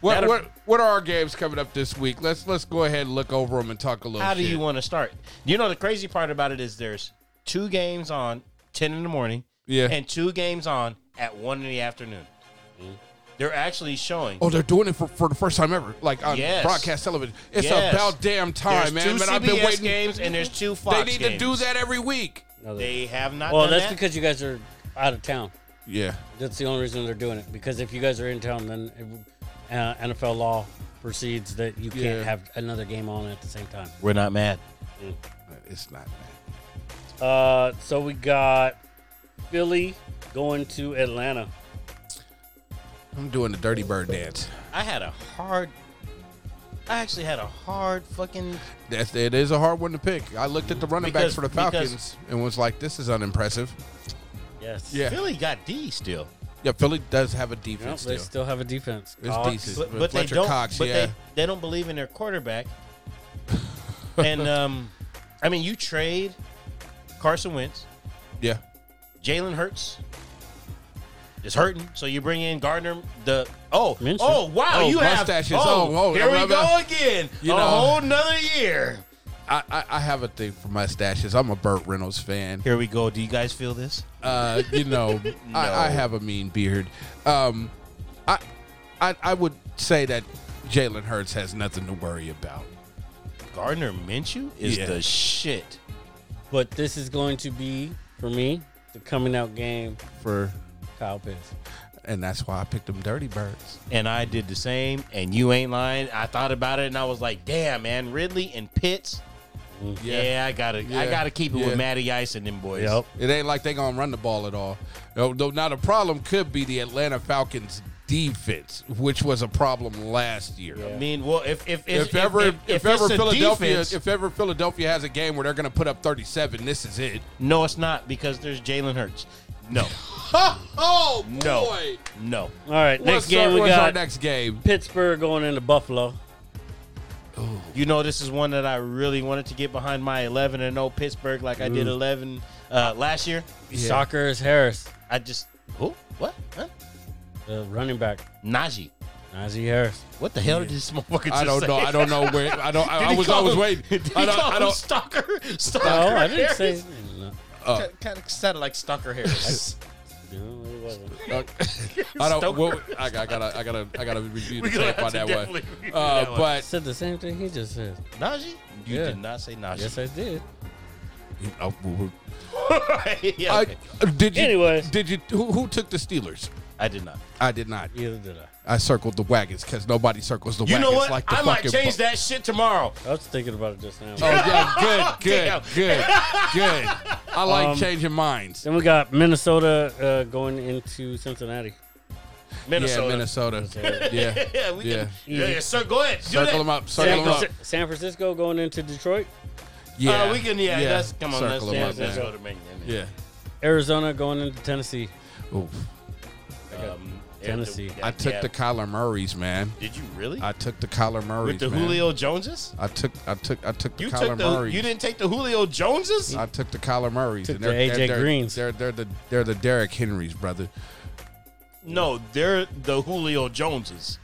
S1: What,
S3: That'll-
S1: what, what are our games coming up this week? Let's let's go ahead and look over them and talk a little
S3: How do
S1: shit.
S3: you want to start? You know the crazy part about it is there's two games on ten in the morning.
S1: Yeah.
S3: And two games on at one in the afternoon. They're actually showing.
S1: Mm-hmm. Oh, they're doing it for, for the first time ever, like on
S3: Yes.
S1: broadcast television. It's
S3: Yes.
S1: about damn time,
S3: there's
S1: man.
S3: two
S1: man,
S3: CBS
S1: I've been waiting.
S3: games and there's two Fox
S1: they need to do
S3: games.
S1: that every week.
S3: They have not.
S2: Well,
S3: done
S2: that's
S3: that.
S2: because you guys are out of town.
S1: Yeah,
S2: That's the only reason they're doing it. Because if you guys are in town, then it, uh, NFL law proceeds that you
S1: Yeah.
S2: can't have another game on at the same time.
S3: we're not mad.
S1: it's not. Man.
S2: Uh, so we got Philly going to Atlanta.
S1: I'm doing the Dirty Bird dance.
S3: I had a hard. I actually had a hard fucking.
S1: That's it is a hard one to pick. I looked at the running backs
S3: Because-
S1: for the
S3: because-
S1: Falcons and was like, "This is unimpressive."
S2: Yes.
S1: Yeah,
S3: Philly got D still.
S1: yeah. Philly does have a
S2: Well,
S1: defense
S2: they
S1: still.
S2: still have a defense.
S1: It's
S2: Cox.
S1: decent.
S3: but,
S1: With
S3: but they
S1: Fletcher
S3: don't.
S1: Cox,
S3: but
S1: yeah.
S3: they, they don't believe in their quarterback. and um, I mean, you trade Carson Wentz,
S1: Yeah,
S3: Jalen Hurts is hurting, so you bring in Gardner. The oh
S2: Minshew.
S3: oh wow,
S1: Oh,
S3: you have
S1: mustaches.
S3: oh,
S1: Oh, oh,
S3: here we
S1: I'm-
S3: go
S1: I'm-
S3: again.
S1: You
S3: a
S1: know.
S3: whole nother year.
S1: I, I, I have a thing for mustaches. I'm a Burt Reynolds fan.
S3: Here we go. Do you guys feel this?
S1: uh, you know, I, I have a mean beard. Um, I, I, I would say that Jalen Hurts has nothing to worry about.
S3: Gardner Minshew is
S1: Yeah.
S3: the shit.
S2: But this is going to be for me the coming out game.
S1: For,
S2: Kyle Pitts.
S1: and that's why I picked them Dirty Birds.
S3: and I did the same, and you ain't lying. I thought about it, and I was like, "Damn, man, Ridley and Pitts. Yeah, I gotta, I
S1: Yeah.
S3: gotta keep it
S1: Yeah.
S3: with Matty Ice and them boys.
S1: It ain't like they gonna run the ball at all. No, no, now the problem could be the Atlanta Falcons defense, which was a problem last year.
S3: I mean, well, if if
S1: If, ever, if, ever
S3: it's a
S1: Philadelphia,
S3: defense-
S1: if ever Philadelphia has a game where they're gonna put up 37, this is it.
S3: no, it's not because there's Jalen Hurts. No,
S1: oh
S3: no, no.
S2: All right, next
S1: What's
S2: game
S1: our-
S2: we
S1: what's our
S2: got
S1: next game?
S2: Pittsburgh going into Buffalo.
S3: You know, this is one that I really wanted to get behind my 11 and 0 Pittsburgh, like I did 11 uh, last year.
S2: Soccer is Harris,
S3: I just who what huh?
S2: the running back.
S3: Najee.
S2: Najee Harris.
S3: What the hell did this motherfucker?
S1: I
S3: just
S1: don't
S3: say?
S1: know. I don't know where. I don't. I,
S3: Did
S1: I
S3: he
S1: was
S3: call
S1: always
S3: him-
S1: waiting.
S3: Did he
S1: I don't.
S3: call
S1: I
S3: him
S1: don't.
S3: Stalker? Stalker
S2: No, Oh, I didn't
S3: Harris?
S2: say. No,
S3: kind of sounded like Stalker Harris.
S2: no, it wasn't.
S1: I don't. Well, I, got- I gotta. I gotta. I gotta review the
S3: We're gonna
S1: tape on
S3: have to
S1: that one.
S3: definitely review
S1: Uh,
S3: that one.
S2: I
S1: but
S2: said the same thing he just said.
S3: Najee? You
S2: Yeah.
S3: did not say Najee.
S2: Yes, I did.
S1: Oh, well,
S3: yeah,
S1: I,
S3: okay.
S1: did you?
S2: Anyways.
S1: did you? Who, who took the Steelers?
S3: I did not.
S1: I did not.
S2: Neither did I.
S1: I circled the wagons because nobody circles the
S3: You
S1: wagons
S3: know what?
S1: like the
S3: I might
S1: fucking.
S3: change that shit tomorrow.
S2: I was thinking about it just now.
S1: Oh yeah, good,
S3: Damn.
S1: good, good, good. I like
S3: Um,
S1: changing minds.
S2: Then we got Minnesota uh, going into Cincinnati.
S1: Yeah,
S3: Minnesota.
S1: Minnesota. Yeah,
S3: Yeah, we
S1: Yeah.
S3: can. Yeah, yeah, so go ahead. Do
S1: circle
S3: that.
S1: them up.
S2: San,
S1: Circle them up.
S2: Fran- San Francisco going into Detroit.
S1: Yeah,
S3: Uh, we can, yeah, that's, come on,
S1: Circle them
S3: that's
S1: up, man.
S3: Minnesota, man.
S1: Yeah.
S2: Arizona going into Tennessee.
S1: Oof.
S3: Um,
S2: Tennessee.
S3: yeah,
S1: I took
S3: yeah.
S1: the Kyler Murray's man.
S3: Did you really?
S1: I took the Kyler Murray's
S3: With the
S1: man.
S3: Julio Joneses?
S1: I took I took I took the
S3: You
S1: Kyler
S3: took the.
S1: Murray's.
S3: You didn't take the Julio Joneses?
S1: I took the Kyler Murray's.
S2: Took the AJ
S1: they're,
S2: Greens.
S1: They're they're the they're the Derrick Henrys, brother.
S3: No, they're the Julio Joneses.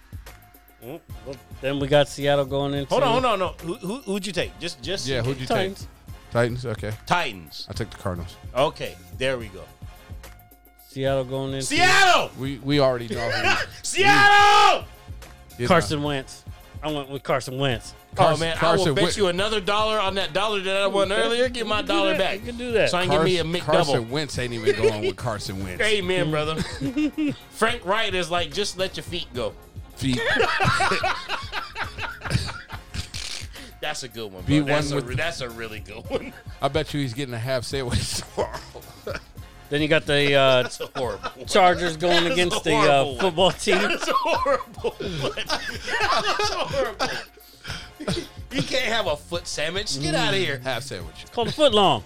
S2: Mm, well, Then we got Seattle going into.
S3: Hold on, hold on, no. Who, who, who'd you take? Just, just
S1: Yeah, who'd you
S2: Titans.
S1: take? Titans. Okay,
S3: Titans.
S1: I took the Cardinals.
S3: Okay, there we go.
S2: Seattle going into.
S3: Seattle,
S1: We we already know. Who,
S3: Seattle.
S1: you know.
S2: Carson Wentz. I went with Carson Wentz.
S1: Carson-
S3: oh man, I will
S1: Carson
S3: bet
S1: Wentz-
S3: you another dollar on that dollar that I won earlier. Get my
S2: do
S3: dollar
S2: that.
S3: back.
S2: You can do that.
S3: So I can
S1: Carson,
S3: give me a McDouble.
S1: Carson Wentz ain't even going with Carson Wentz.
S3: Amen, brother. Frank Wright is like, just let your feet go.
S1: Feet.
S3: That's a good one.
S1: Be
S3: Bro. That's,
S1: one
S3: a,
S1: with-
S3: that's a really good one.
S1: I bet you he's getting a half sandwich tomorrow.
S2: Then you got the uh,
S3: That's horrible.
S2: Chargers going
S3: That's
S2: against the
S3: horrible.
S2: uh, football team.
S3: That's horrible. That's horrible.
S7: You can't have a foot sandwich.
S1: Mm.
S7: Get out of here. Half sandwich.
S2: Called a foot long.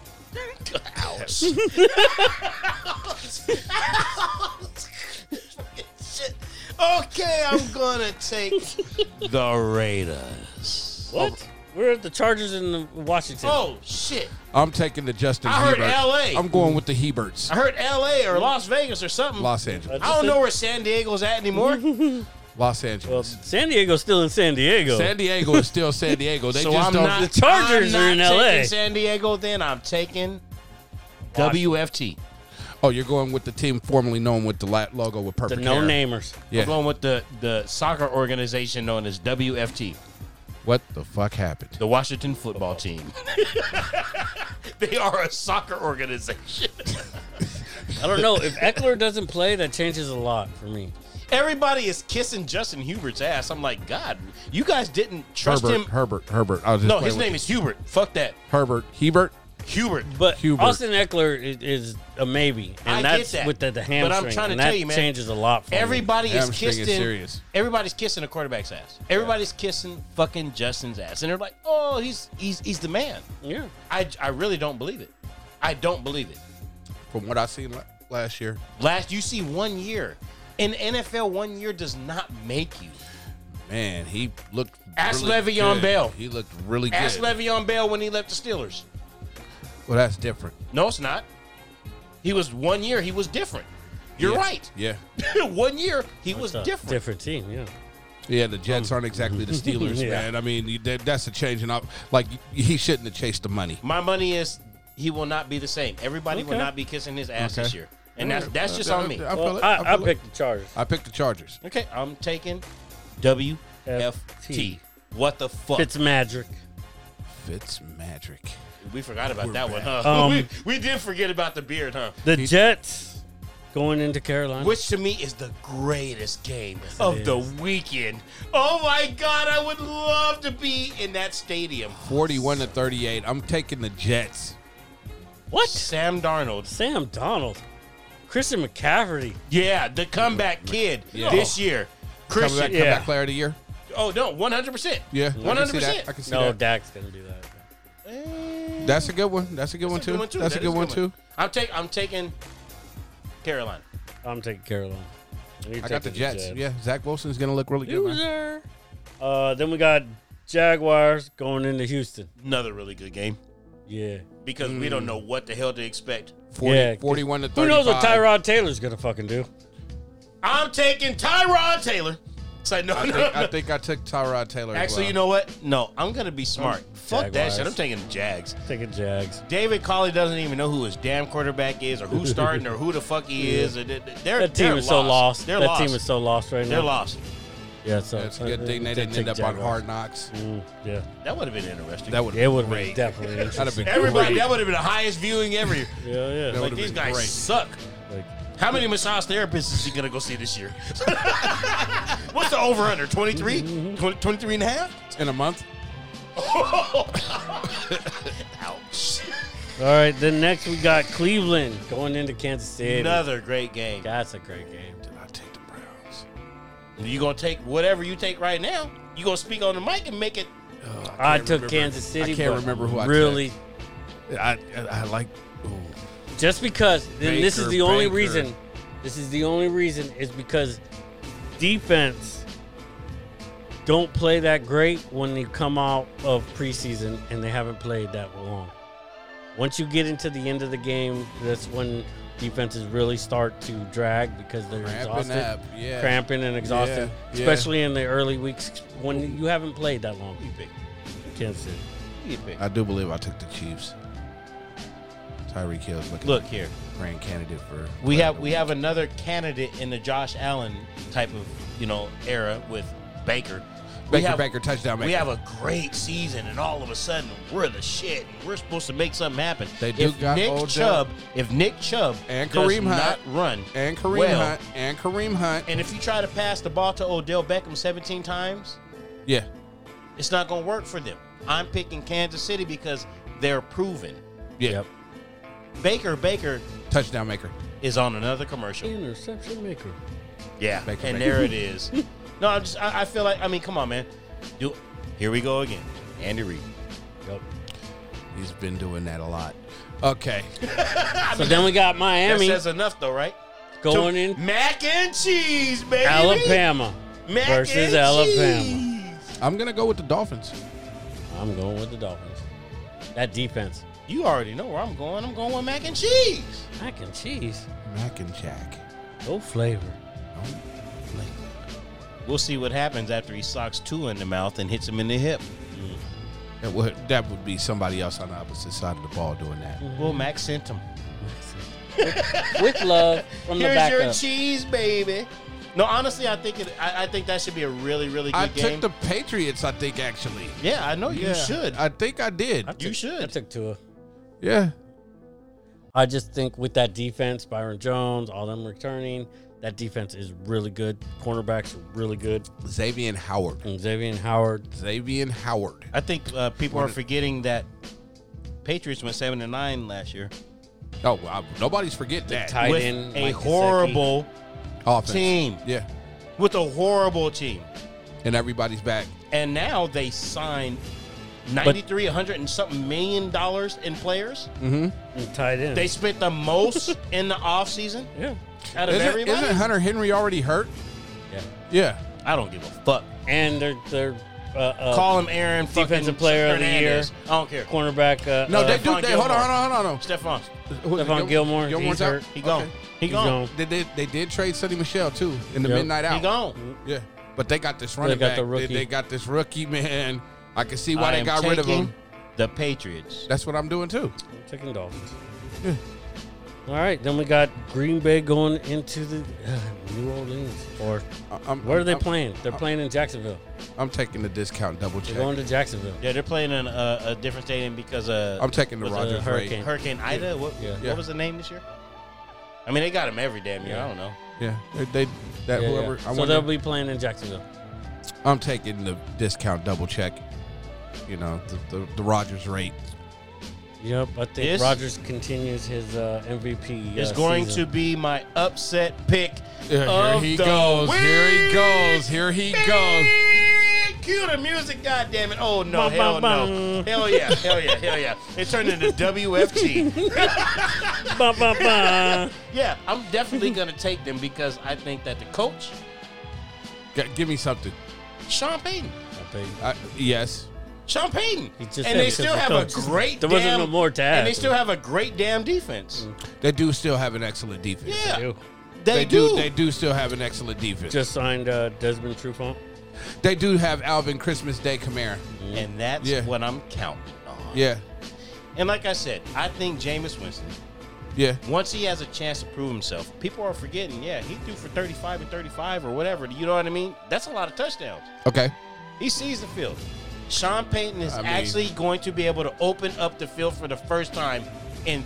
S7: Ouch.
S3: Shit. Okay, I'm gonna take the Raiders.
S2: What? We're at the Chargers in the Washington.
S3: Oh shit!
S1: I'm taking the Justin
S3: I heard
S1: Hebert.
S3: LA.
S1: I'm going with the Heberts.
S3: I heard L.A. or Las Vegas or something.
S1: Los Angeles.
S3: I don't know where San Diego's at anymore.
S1: Los
S2: Well,
S1: Angeles.
S2: San Diego's still in San Diego.
S1: San Diego is still San Diego. They
S3: so
S1: just
S3: I'm
S1: don't.
S3: not.
S2: The Chargers
S3: I'm
S2: are
S3: not
S2: in
S3: taking
S2: LA.
S3: San Diego. Then I'm taking WFT.
S1: oh, you're going with the team formerly known with the la- logo with
S2: the
S1: purple.
S2: no namers.
S1: Yeah.
S3: I'm going with the the soccer organization known as WFT,
S1: What the fuck happened?
S3: the Washington Football Team. they are a soccer organization.
S2: I don't know. If Eckler doesn't play, that changes a lot for me.
S3: Everybody is kissing Justin Hubert's ass. I'm like, God, you guys didn't trust
S1: Herbert,
S3: him.
S1: Herbert, Herbert. I was just
S3: No,
S1: playing
S3: his
S1: with
S3: name
S1: you.
S3: is Hubert. Fuck that,
S1: Herbert Hebert.
S3: Hubert.
S2: But
S1: Hubert.
S2: Austin Eckler is, is a maybe,
S3: I get
S2: and that's
S3: that.
S2: with the, the
S3: But I'm
S2: hamstring.
S3: trying to
S2: and that
S3: tell you, man,
S2: changes a lot for me.
S3: Everybody is
S1: Hamstring is
S3: kissing.
S1: serious.
S3: Everybody's kissing a quarterback's ass. Everybody's kissing fucking Justin's ass, and they're like, "Oh, he's he's he's the man."
S2: Yeah.
S3: I I really don't believe it. I don't believe it.
S1: From what I seen la- last year,
S3: Last you see one year in NFL, one year does not make you.
S1: man, he looked.
S3: Ask
S1: really
S3: Le'Veon
S1: good.
S3: Bell.
S1: He looked really good.
S3: Ask Le'Veon Bell when he left the Steelers.
S1: Well, that's different.
S3: No, it's not. He was one year. He was different. You're
S1: Yeah.
S3: right.
S1: Yeah.
S3: one year he was
S2: It's a
S3: different.
S2: Different team, yeah.
S1: Yeah, the Jets aren't exactly the Steelers,
S2: Yeah.
S1: man. I mean, you- that, that's a change. And I, like, he shouldn't have chased the money.
S3: My money is he will not be the same. Everybody will
S2: Okay.
S3: not be kissing his ass
S1: Okay.
S3: this year, and that's that's just
S1: I-
S3: on me.
S1: I, I feel
S2: Well,
S1: it.
S2: I,
S1: I
S2: I,
S1: feel it.
S2: picked the Chargers.
S1: I picked the Chargers.
S3: Okay, I'm taking WFT. What the fuck?
S2: Fitzmagic.
S1: Fitzmagic.
S3: we forgot about that one, huh?
S2: Um,
S3: we, we did forget about the beard, huh?
S2: The Jets going into Carolina.
S3: Which to me is the greatest game of the weekend. Oh my god, I would love to be in that stadium.
S1: 41 to 38. I'm taking the Jets.
S2: what?
S3: Sam Darnold.
S2: Sam Donald. Christian McCafferty.
S3: Yeah, the comeback kid
S1: Yeah. Oh.
S3: this
S1: Coming
S3: year.
S1: back,
S3: Christian.
S1: come
S2: yeah.
S1: back player of the year.
S3: Oh no, 100%.
S1: Yeah. I can see
S3: 100%.
S1: that. I can see
S2: No,
S1: that.
S2: Dak's going to do that.
S1: That's a good one. That's a good, one,
S3: That's a
S1: too.
S3: good one, too.
S1: That's
S3: That
S1: a good
S3: is
S1: one, too.
S3: I'm take I'm taking Carolina.
S2: I'm taking Carolina. You're
S1: I got the
S2: taking
S1: Jets. Yeah, Zach Wilson's going to look really good. man.
S2: Loser. Uh, then we got Jaguars going into Houston.
S3: Another really good game
S2: Yeah.
S3: because we
S1: Mm.
S3: don't know what the hell to expect.
S1: 40,
S2: Yeah, 'cause
S1: 41 to 35.
S2: Who knows what Tyrod Taylor's going to fucking do?
S3: I'm taking Tyrod Taylor. It's like no,
S1: I
S3: no,
S1: think,
S3: no.
S1: I think I took Tyrod Taylor. as
S3: Actually,
S1: well.
S3: you know what? No, I'm gonna be smart. Fuck that
S2: Jaguars.
S3: shit. I'm taking the Jags.
S2: Taking Jags.
S3: David Colley doesn't even know who his damn quarterback is, or who's starting, or who the fuck he is. They're, they're
S2: That team
S3: they're
S2: is so lost.
S3: They're
S2: that
S3: lost.
S2: team is so lost right
S3: they're
S2: now.
S3: lost.
S2: Yeah, so
S1: That's a good thing they
S2: uh,
S1: didn't end
S2: take
S1: up on
S2: Jaguars.
S1: Hard Knocks.
S2: Mm, yeah,
S3: That would have been interesting.
S1: That would
S2: it would have been
S3: Great.
S2: definitely
S1: that'd have
S2: interesting.
S1: been
S3: Everybody,
S1: great.
S3: that would have been the highest viewing ever.
S2: yeah, yeah.
S1: That
S3: like
S1: would've
S3: these
S1: been
S3: guys
S1: great.
S3: suck.
S2: Like,
S3: How many massage therapists is he gonna go see this year? What's the over under? 23? 20, 23 and a half?
S1: in a month.
S3: Ouch.
S2: all right, then next we got Cleveland going into Kansas City.
S3: Another great game.
S2: That's a great game.
S1: I take the Browns.
S3: You gonna take whatever you take right now. You gonna speak on the mic and make it.
S2: I, took Kansas City.
S1: I can't
S2: but
S1: remember who I
S2: really.
S1: I I like. ooh.
S2: Just because. Then this is
S1: Baker,
S2: the only
S1: Baker.
S2: reason. This is the only reason is because defense don't play that great when they come out of preseason and they haven't played that long. Once you get into the end of the game, that's when defenses really start to drag because they're
S1: Cramping
S2: exhausted,
S1: up, yeah.
S2: cramping and exhausted,
S1: Yeah, yeah.
S2: especially in the early weeks when you haven't played that long. Kansas City.
S1: I do believe I took the Chiefs. Tyreek Hill's looking
S3: Look here,
S1: grand candidate for.
S3: we have we have another candidate in the Josh Allen type of you know era with Baker. We
S1: Baker
S3: have-
S1: Baker touchdown. Maker.
S3: We have a great season, and all of a sudden we're the shit. And we're supposed to make something happen.
S1: They do
S3: if
S1: got
S3: Nick
S1: Odell.
S3: Chubb, if Nick Chubb
S1: And
S3: does
S1: Kareem Hunt.
S3: not run
S1: and Kareem
S3: well,
S1: Hunt and Kareem Hunt.
S3: and if you try to pass the ball to Odell Beckham 17 times,
S1: yeah,
S3: it's not going to work for them. I'm picking Kansas City because they're proven.
S1: yeah.
S2: Yep.
S3: Baker Baker
S1: touchdown maker.
S3: is on another commercial.
S2: Interception maker.
S3: Yeah,
S1: Make it,
S3: and
S1: make
S3: there it is. No, I'm just. I, I feel like. I mean, come on, man. Do here we go again, Andy Reid.
S7: He's been doing that a lot.
S1: Okay.
S2: So then we got
S3: That
S2: Miami
S3: says enough, though, right?
S2: going
S3: To-
S2: in
S3: mac and cheese, baby.
S2: Alabama
S3: Mac
S2: versus
S3: and
S2: Alabama.
S3: cheese.
S1: I'm gonna go with the Dolphins.
S2: I'm going with the Dolphins. That defense.
S3: You already know where I'm going. I'm going with mac and cheese.
S2: Mac and cheese.
S1: Mac and Jack.
S2: No flavor.
S3: We'll see what happens after he socks two in the mouth and hits him in the hip.
S1: That would that would be somebody else on the opposite side of the ball doing that.
S3: Well, Mac sent him.
S2: With love from the
S3: Here's your
S2: backup.
S3: cheese, baby. No, honestly, I think it. I, I think that should be a really, really good
S1: I took
S3: game.
S1: the Patriots. I think actually.
S3: yeah, I know you should.
S1: I think I did.
S3: you should.
S2: I took Tua.
S1: yeah.
S2: I just think with that defense, Byron Jones, all them returning, that defense is really good. Cornerbacks are really good.
S1: Xavier Howard.
S2: And Xavier Howard.
S1: Xavier Howard.
S3: I think uh, people are forgetting that Patriots went seven and nine last year
S1: Oh, wow. nobody's forgetting that.
S2: tight
S3: with
S2: end,
S3: a
S2: Mike Gesicki.
S3: horrible,
S1: Offense.
S3: team.
S1: Yeah.
S3: with a horrible team,
S1: And everybody's back.
S3: and now they signed 93, 100 and something million dollars in players.
S2: And tight end.
S3: They spent the most in the offseason
S2: yeah.
S3: out of
S1: Isn't,
S3: everybody.
S1: isn't Hunter Henry already hurt?
S2: Yeah.
S1: Yeah.
S3: I don't give a fuck.
S2: And they're, they're uh, uh,
S3: Call him Aaron, fucking
S2: Defensive player of the
S3: Hernandez. I don't care.
S2: cornerback. Uh,
S1: No,
S2: uh,
S1: they do.
S3: Stephon
S1: They, hold on,
S3: Gilmore.
S1: hold on, hold on.
S3: Stephon,
S1: Who-
S2: Stephon
S1: Gil-
S2: Gilmore,
S1: Gilmore's
S2: he's
S1: out.
S2: hurt.
S3: he gone.
S1: Okay.
S3: He
S2: he's
S3: gone.
S1: They did. They did trade Sonny Michelle too in the
S2: Yep.
S1: midnight out.
S3: He gone.
S1: Yeah, but they got this running
S2: got
S1: back.
S2: the
S1: They- They,
S2: rookie.
S1: got this rookie man. I can see why
S3: I
S1: they
S3: am
S1: got rid of
S3: taking
S1: him.
S3: The Patriots.
S1: That's what I'm doing too.
S2: I'm taking Dolphins. All right, then we got Green Bay going into the uh, New Orleans, or
S1: I- I'm,
S2: where are they
S1: I'm-
S2: playing? They're playing in Jacksonville.
S1: I'm taking the discount double
S2: They're
S1: check.
S2: going to Jacksonville.
S3: Yeah, they're playing in a, a different stadium because uh,
S1: I'm taking the
S3: was it
S1: Rogers
S2: hurricane?
S1: rate.
S3: Hurricane Ida. What,
S2: Yeah.
S1: Yeah.
S3: what was the name this year? I mean, they got him every damn year. I don't know.
S1: Yeah, they, they that
S2: Yeah, yeah.
S1: whoever. I
S2: So they'll
S1: wonder,
S2: be playing in Jacksonville.
S1: I'm taking the discount double check. You know the the, the Rogers rate.
S2: Yep, I think
S3: This-
S2: Rodgers continues his uh, MVP.
S3: It's going to be my upset pick. of the week.
S1: Here he
S3: Cue the music, goddamn it! Oh no,
S2: Bum,
S3: hell
S2: bum,
S3: no,
S2: bum.
S3: hell yeah, hell yeah, hell yeah! It turned into WFT.
S2: to. Ba, ba, ba.
S3: Yeah, I'm definitely gonna take them because I think that the coach,
S1: G- give me something.
S3: Sean Payton,
S1: I, yes.
S3: Sean Payton,
S2: He just
S3: and
S2: said
S3: they
S2: because
S3: still
S2: the
S3: have
S2: coach.
S3: a great.
S2: There wasn't
S3: damn-
S2: no more to Mm.
S3: And they
S2: add.
S3: still have a great damn defense.
S1: They do still have an excellent defense.
S3: Yeah,
S2: Ew.
S3: they,
S1: They,
S3: do.
S1: do. They do still have an excellent defense.
S2: Just signed uh, Desmond Trufant.
S1: they do have Alvin Christmas Day Kamara.
S3: and that's
S1: Yeah.
S3: what I'm counting on.
S1: Yeah.
S3: And like I said, I think Jameis Winston,
S1: Yeah.
S3: once he has a chance to prove himself, people are forgetting, yeah, he threw for 35 and 35 or whatever. You know what I mean? That's a lot of touchdowns.
S1: Okay.
S3: He sees the field. Sean Payton is
S1: I mean-
S3: actually going to be able to open up the field for the first time in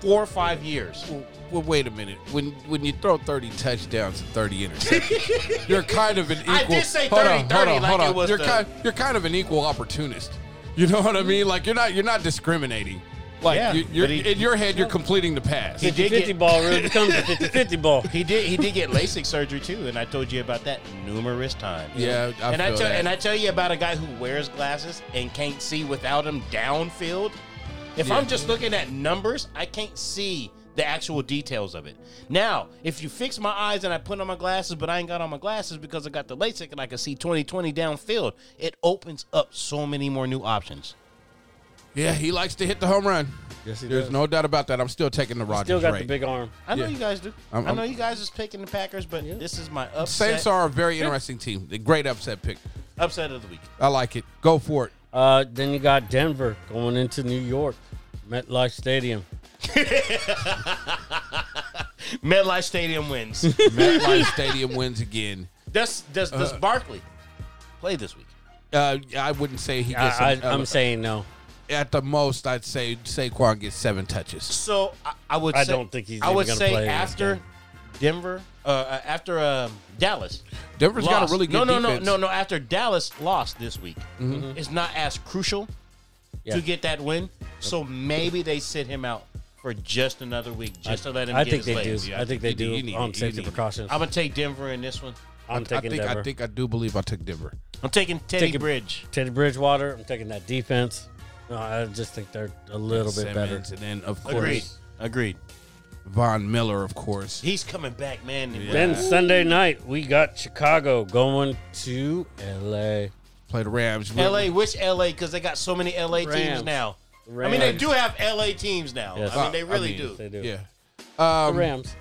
S3: four or five years.
S1: Well, well, wait a minute. When when you throw thirty touchdowns and thirty interceptions, you're kind of an equal.
S3: I did say 30, 30, like it was
S1: you're
S3: the-
S1: kind you're kind of an equal opportunist. You know what I mean? Like you're not you're not discriminating. Like
S3: Yeah,
S1: you, you're,
S3: but he-
S1: in your head, you're completing the pass.
S3: He did
S2: 50
S3: get
S2: ball really becomes a 50 50 ball.
S3: he did he did get LASIK surgery too, and I told you about that numerous times.
S1: Yeah, I
S3: and I
S1: feel
S3: tell
S1: that.
S3: and I tell you about a guy who wears glasses and can't see without them downfield. If I'm just looking at numbers, I can't see the actual details of it. Now, if you fix my eyes and I put on my glasses, but I ain't got on my glasses because I got the LASIK and I can see 2020 downfield, it opens up so many more new options.
S1: yeah, he likes to hit the home run.
S2: Yes, he
S1: There's
S2: does.
S1: no doubt about that. I'm still taking the Rodgers.
S2: Still got the
S1: rate.
S2: big arm.
S3: I know
S1: Yeah.
S3: you guys do. i
S1: I'm-
S3: know
S1: I'm-
S3: you guys is picking the Packers, but this is my upset
S1: Saints are a very interesting team. The great upset pick.
S3: upset of the week.
S1: I like it. Go for it.
S2: Uh, then you got Denver going into New York, MetLife Stadium.
S3: MetLife Stadium wins.
S1: MetLife Stadium wins again.
S3: Does does does
S2: Uh,
S3: Barkley play this week?
S1: Uh, I wouldn't say he gets.
S2: I, I,
S1: some-
S2: I'm saying no.
S1: at the most, I'd say Saquon gets seven touches.
S3: So I, I would.
S2: I
S3: say,
S2: don't think he's
S3: I
S2: even
S3: would
S2: gonna
S3: say
S2: play in this
S3: after
S2: game.
S3: Denver, uh, uh, after um, Dallas.
S1: Denver's got
S3: lost.
S1: a really good
S3: no, no,
S1: defense.
S3: no, no, no. After Dallas lost this week, it's not as crucial
S2: Mm-hmm. Yeah.
S3: to get that win. So maybe they sit him out for just another week, just to let him.
S2: I
S3: get
S2: think
S3: his
S2: they
S3: legs.
S2: do.
S3: Yeah,
S2: I think they
S1: you
S2: do
S1: need- you need-
S2: on
S1: you
S2: safety
S1: need-
S2: precautions.
S3: I'm gonna take Denver in this one.
S2: I'm
S1: I
S2: taking
S1: think
S2: Denver.
S1: I think I do believe I took Denver.
S3: I'm taking Teddy
S2: Taking-
S3: Bridge.
S2: Teddy Bridgewater. I'm taking that defense. No, I just think they're a little bit better.
S1: Simmons, and then of course
S3: Agreed. Agreed.
S1: Von Miller, of course.
S3: He's coming back, man.
S2: Then Sunday night we got Chicago going to LA.
S1: Play the Rams.
S3: LA, which LA? Because they got so many LA teams
S2: Rams.
S3: now. I
S2: Rams.
S3: mean, they do have LA teams now.
S2: Yes.
S3: I mean, they
S1: Uh, I
S3: really
S1: mean,
S3: do.
S2: They do.
S1: Yeah.
S2: The
S1: Um,
S2: Rams.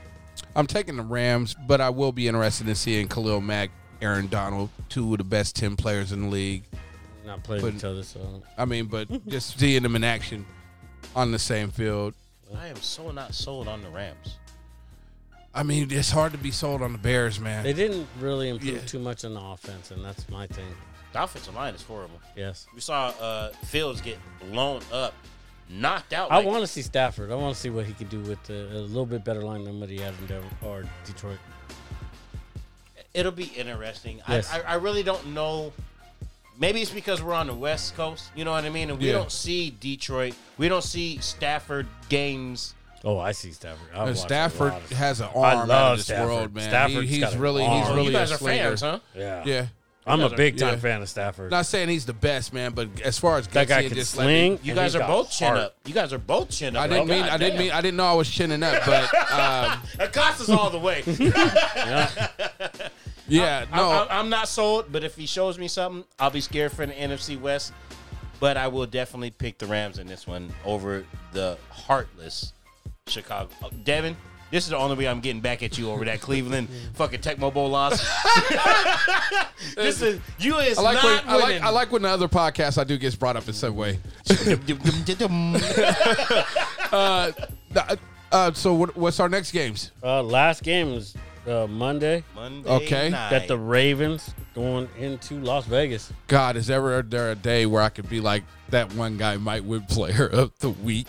S1: I'm taking the Rams, but I will be interested in seeing Khalil Mack, Aaron Donald, two of the best ten players in the league.
S2: Not playing
S1: but-
S2: each other, so
S1: I mean, but just seeing them in action on the same field.
S3: I am so not sold on the Rams.
S1: I mean, it's hard to be sold on the Bears, man.
S2: they didn't really improve
S1: Yeah.
S2: too much on the offense, and that's my thing.
S3: The offensive line is horrible.
S2: Yes.
S3: We saw uh, Fields get blown up, knocked out.
S2: I
S3: like-
S2: want to see Stafford. I want to see what he can do with the, a little bit better line than what he had in Denver or Detroit.
S3: It'll be interesting.
S2: Yes.
S3: I, I, I really don't know. Maybe it's because we're on the West Coast. You know what I mean? And we
S1: Yeah.
S3: don't see Detroit. We don't see Stafford games.
S2: Oh, I see Stafford. I've
S1: Uh,
S2: watched a
S1: Stafford
S2: lot of-
S1: has an
S2: I
S1: arm out
S2: love
S1: of this
S2: Stafford.
S1: world, man.
S2: Stafford's
S1: He-
S2: got
S1: he's
S2: an
S1: really, he's
S2: arm.
S1: really
S3: you guys
S1: a
S3: are
S1: slinger.
S3: fans, huh?
S2: yeah.
S1: Yeah,
S2: I'm a
S3: guys are-
S2: big time
S1: yeah.
S2: fan of Stafford.
S1: not saying he's the best man, but as far as
S2: that
S1: gutsy
S2: guy
S1: and
S2: can
S1: just
S2: sling.
S1: letting-
S3: You
S2: and
S3: guys
S2: he's
S3: are
S2: got
S3: both chin
S2: heart.
S3: up. You guys are both chin up.
S1: I didn't mean, I didn't mean, I didn't know I was chinning up, but um,
S3: Acosta's all the way.
S1: yeah, no,
S3: I, I, I'm not sold, but if he shows me something, I'll be scared for the NFC West. But I will definitely pick the Rams in this one over the heartless Chicago. Oh, Devin, this is the only way I'm getting back at you over that Cleveland fucking Tecmo Bowl loss. this is you is
S1: I like
S3: not
S1: when I like,
S3: winning.
S1: I like when the other podcast I do gets brought up in some way. Uh, uh, so what, what's our next games?
S2: Uh, last game was uh, Monday.
S3: Monday
S1: Okay.
S3: night.
S2: Got the Ravens going into Las Vegas.
S1: God, is ever there a day where I could be like that one guy might win player of the week?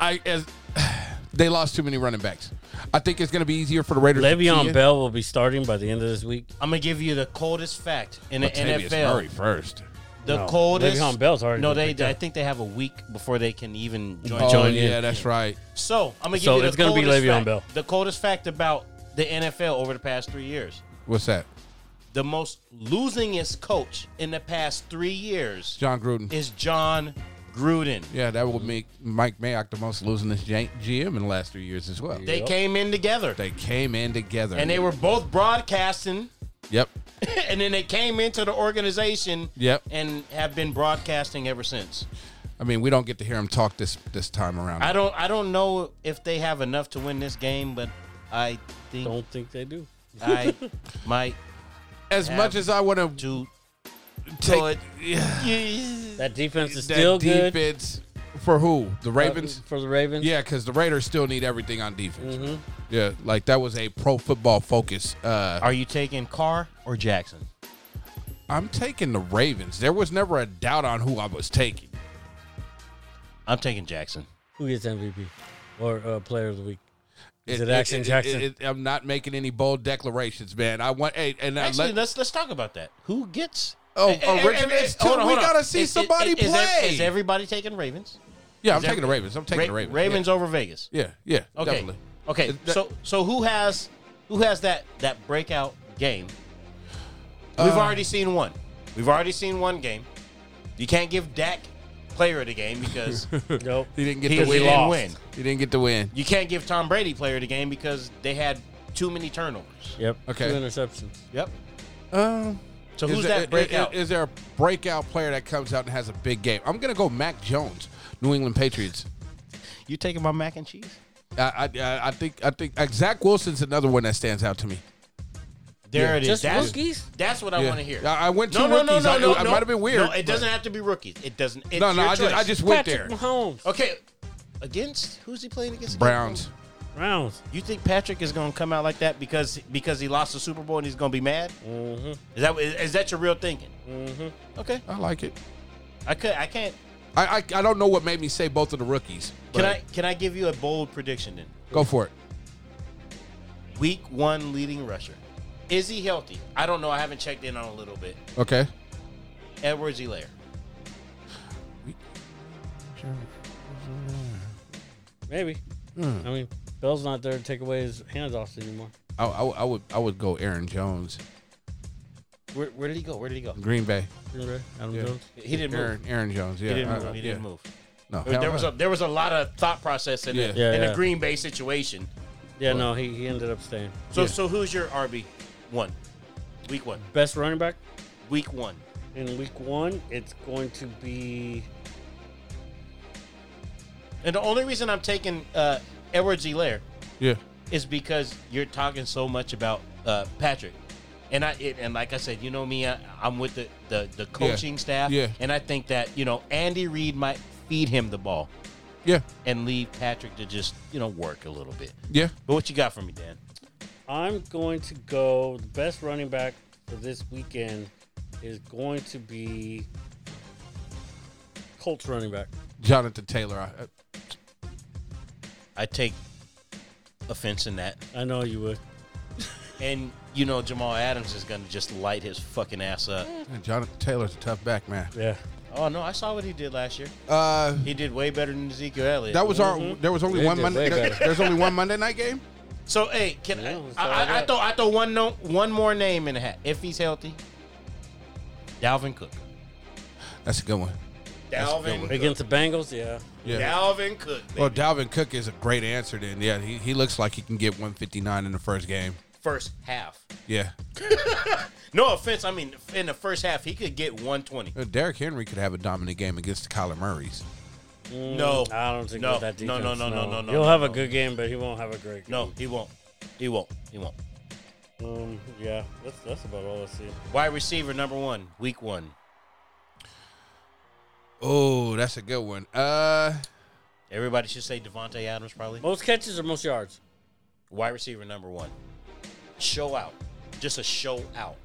S1: I as they lost too many running backs. I think it's going to be easier for the Raiders. to
S2: Le'Veon
S1: key
S2: Bell will be starting by the end of this week.
S3: I'm gonna give you the coldest fact in the
S1: in. Latavius
S3: NFL.
S1: Murray first.
S3: The
S2: No,
S3: coldest.
S2: Le'Veon Bell's already
S3: No,
S2: been
S3: they.
S2: picked up.
S3: I think they have a week before they can even join.
S1: Oh
S2: join
S1: yeah,
S2: in.
S1: that's right.
S3: So I'm gonna give
S2: So
S3: you the
S2: it's gonna be
S3: coldest
S2: Le'Veon
S3: fact-
S2: Bell.
S3: The coldest fact about the NFL over the past three years:
S1: What's that?
S3: the most losingest coach in the past three years
S1: John Gruden.
S3: is John Gruden.
S1: yeah, that would make Mike Mayock the most losing this J- GM in the last three years as well.
S3: They came in together,
S1: They came in together
S3: and they were both broadcasting,
S1: Yep.
S3: and then they came into the organization.
S1: Yep.
S3: and have been broadcasting ever since.
S1: I mean, we don't get to hear him talk this this time around.
S3: I don't. I don't know if they have enough to win this game, but I think
S2: Don't think they do.
S3: I might
S1: as much as I want to
S3: do.
S1: take
S2: That defense is
S1: that
S2: still good uh,
S1: defense for who? The Ravens?
S2: for the Ravens.
S1: yeah, because the Raiders still need everything on defense. Yeah, like that was a pro football focus. Uh,
S3: Are you taking Carr or Jackson?
S1: I'm taking the Ravens. There was never a doubt on who I was taking.
S3: I'm taking Jackson.
S2: Who gets MVP or uh, Player of the Week? Is it Action Jackson?
S1: it- I'm not making any bold declarations, man. I want hey, and I
S3: Actually,
S1: Uh, let,
S3: let's let's talk about that. Who gets?
S1: Oh,
S3: Eh, eh,
S1: oh,
S3: eh,
S1: Richard,
S3: eh, eh,
S1: it's
S3: hold
S1: two.
S3: on,
S1: We
S3: hold on.
S1: gotta see
S3: Is-
S1: somebody
S3: is- is ev-
S1: play.
S3: Is everybody taking Ravens?
S1: yeah, I'm
S3: is that-
S1: taking the Ravens. I'm taking
S3: Ra-
S1: the Ravens.
S3: Ravens over Vegas.
S1: Yeah, yeah, yeah
S3: Okay.
S1: definitely.
S3: Okay.
S1: Is that-
S3: so so who has who has that that breakout game? We've
S1: Uh,
S3: already seen one. We've already seen one game. You can't give Dak player of the game because
S2: Nope.
S1: He didn't get
S3: he
S1: the win.
S3: didn't win.
S1: He didn't get the win.
S3: You can't give Tom Brady player of the game because they had too many turnovers.
S2: Yep.
S1: Okay.
S2: Two interceptions.
S3: Yep.
S1: Um,
S3: So
S1: Is
S3: who's
S1: there- i- i-
S3: that breakout?
S1: Is, there a breakout player that comes out and has a big game? I'm gonna go Mac Jones, New England Patriots.
S3: you taking my mac and cheese?
S1: I I- I, I think I think uh, Zach Wilson's another one that stands out to me.
S3: There it is.
S2: Just
S3: that's,
S2: rookies?
S3: That's what I
S1: Yeah.
S3: want to hear.
S1: I- I went
S3: no,
S1: two
S3: no,
S1: rookies.
S3: No,
S1: I-
S3: no,
S1: it-
S3: no,
S1: it
S3: no.
S1: might've been weird,
S3: No, it
S1: but-
S3: doesn't have to be rookies. It doesn't. It's
S1: no, no,
S3: your
S1: I just I
S3: choice.
S1: just went
S2: Patrick
S1: there.
S2: Mahomes.
S3: Okay, against who's he playing against? again?
S1: Browns.
S2: Browns.
S3: You think Patrick is going to come out like that because because he lost the Super Bowl and he's going to be mad? Mm-hmm. Is that is, is that your real thinking? Mm-hmm. Okay,
S1: I like it.
S3: I could I can't.
S1: I, I I don't know what made me say both of the rookies.
S3: Can
S1: but
S3: I can I give you a bold prediction then?
S1: go for it?
S3: Week one leading rusher, is he healthy? I don't know. I haven't checked in on a little bit.
S1: Okay.
S3: Edwards Elaire.
S2: Maybe.
S3: Hmm.
S2: I mean, Bell's not there to take away his hands off anymore.
S1: I, I, I would I would go Aaron Jones,
S3: Where, where did he go? Where did he go?
S1: Green Bay.
S2: Remember Adam
S1: Yeah.
S2: Jones?
S3: He didn't move.
S1: Aaron, Aaron Jones. Yeah,
S3: he didn't
S1: uh,
S3: move. he didn't
S1: yeah.
S3: move.
S1: No,
S3: There, there was a there was a lot of thought process in
S1: Yeah.
S3: the
S2: Yeah,
S3: in
S2: yeah.
S3: the Green Bay situation.
S2: Yeah, no, he, he ended up staying.
S3: So
S1: Yeah.
S3: so who's your RB one? Week one.
S2: Best running back
S3: Week one.
S2: in week one, it's going to be.
S3: And the only reason I'm taking uh, Edward Zelaire
S1: yeah.
S3: is because you're talking so much about uh, Patrick. And I it, and like I said, you know me, I, I'm with the, the, the coaching staff.
S1: Yeah.
S3: And I think that, you know, Andy Reid might feed him the ball
S1: yeah,
S3: and leave Patrick to just, you know, work a little bit.
S1: yeah,
S3: But what you got for me, Dan?
S2: I'm going to go. The best running back for this weekend is going to be Colts running back.
S1: Jonathan Taylor. I, uh,
S3: I take offense in that.
S2: I know you would.
S3: And you know Jamal Adams is gonna just light his fucking ass up.
S1: I, Jonathan Taylor's a tough back man.
S2: Yeah.
S3: Oh no, I saw what he did last year.
S1: Uh,
S3: He did way better than Ezekiel Elliott.
S1: that was our.
S3: Mm-hmm.
S1: There was only
S7: They
S1: one
S7: did
S1: Monday.
S7: way
S1: there-
S7: better.
S1: there's only one Monday night game.
S3: So hey, can
S2: Yeah,
S3: I-
S2: let's
S3: I,
S2: talk
S3: I,
S2: about
S3: I
S2: it.
S3: throw I throw one no, one more name in the hat if he's healthy. Dalvin Cook.
S1: That's a good one.
S3: Dalvin.
S2: Against the Bengals, yeah.
S1: Yeah.
S3: Dalvin Cook.
S1: well, Dalvin Cook is a great answer. Then, yeah, he, he looks like he can get 159 in the first game.
S3: First half.
S1: Yeah,
S3: No offense. I mean, in the first half, he could get 120.
S1: Uh, Derrick Henry could have a dominant game against the Kyler Murray's.
S3: No,
S2: Mm, I don't think
S3: Oh, no,
S2: with that
S3: no,
S2: defense.
S3: no, no, no, no, no.
S2: He'll have a
S3: no.
S2: good game, but he won't have a great game.
S3: No, he won't. He won't. He won't.
S2: Um, yeah, that's, that's about all I see.
S3: Wide receiver number one, week one.
S1: Oh, that's a good one. Uh,
S3: Everybody should say Devonte Adams probably.
S2: Most catches or most yards?
S3: Wide receiver number one. Show out. Just a show out.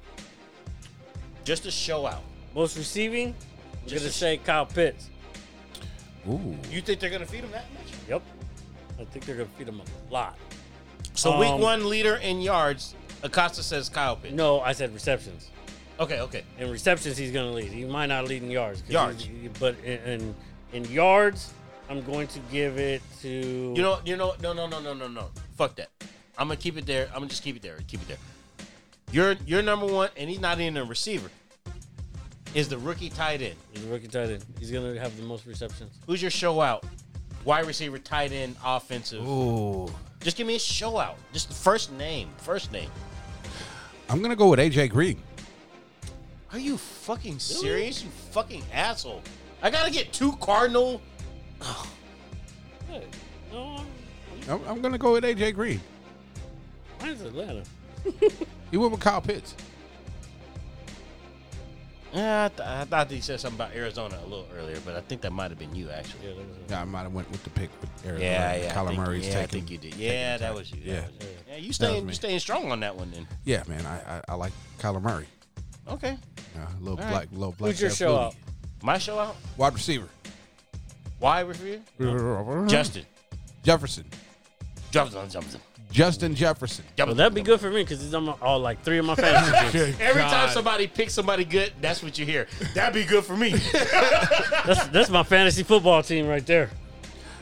S3: Just a show out.
S2: Most receiving? I'm
S3: Just
S2: going to
S3: a sh-
S2: say Kyle Pitts.
S1: ooh,
S3: You think they're gonna feed him that much?
S2: Yep. I think they're going to feed him a lot.
S3: So week
S2: Um,
S3: one leader in yards, Acosta says Kyle Pitts.
S2: No, I said receptions.
S3: Okay, okay.
S2: In receptions, he's going to lead. He might not lead in yards. 'cause
S3: Yards.
S2: he's- But in, in, in yards, I'm going to give it to.
S3: You know, you know, no, no, no, no, no, no. Fuck that. I'm gonna keep it there. I'm gonna just keep it there. Keep it there. You're you're number one, and he's not even a receiver. Is the rookie tight end?
S2: he's a rookie tight end. He's going to have the most receptions.
S3: Who's your show out? Wide receiver, tight end, offensive.
S1: ooh.
S3: Just give me a show out. Just the first name. First name.
S1: I'm gonna go with AJ Green.
S3: Are you fucking serious? You fucking asshole. I gotta get two Cardinal.
S2: No, I'm-
S1: I'm, I'm gonna go with AJ Green.
S2: mine's Atlanta.
S1: He went with Kyle Pitts.
S3: Yeah, Eh, I, th- I thought he said something about Arizona a little earlier, but I think that might have been you actually.
S2: Yeah, that was
S1: Yeah, I might have went with the pick with Arizona.
S3: Yeah, yeah. I
S1: Kyler
S3: think,
S1: Murray's
S3: yeah, I
S1: taking.
S3: think you did. Yeah, that was you. That
S1: Yeah.
S3: was you. yeah. You
S1: was
S3: staying,
S1: me.
S3: you staying strong on that one then.
S1: Yeah, man, I, I, I like Kyler Murray.
S3: Okay.
S1: Yeah, a little
S3: All
S1: black,
S3: right.
S1: little black.
S2: Who's your
S1: Jeff
S2: show
S1: Lutie.
S2: up?
S3: My show out.
S1: Wide receiver.
S3: Why review?
S1: Mm-hmm.
S3: Justin.
S1: Jefferson.
S3: Jefferson. Jefferson.
S1: Justin Jefferson.
S2: Well, that'd be good for me because it's on my, all like three of my fantasy teams.
S3: Every time somebody picks somebody good, that's what you hear. That'd be good for me.
S2: That's that's my fantasy football team right there.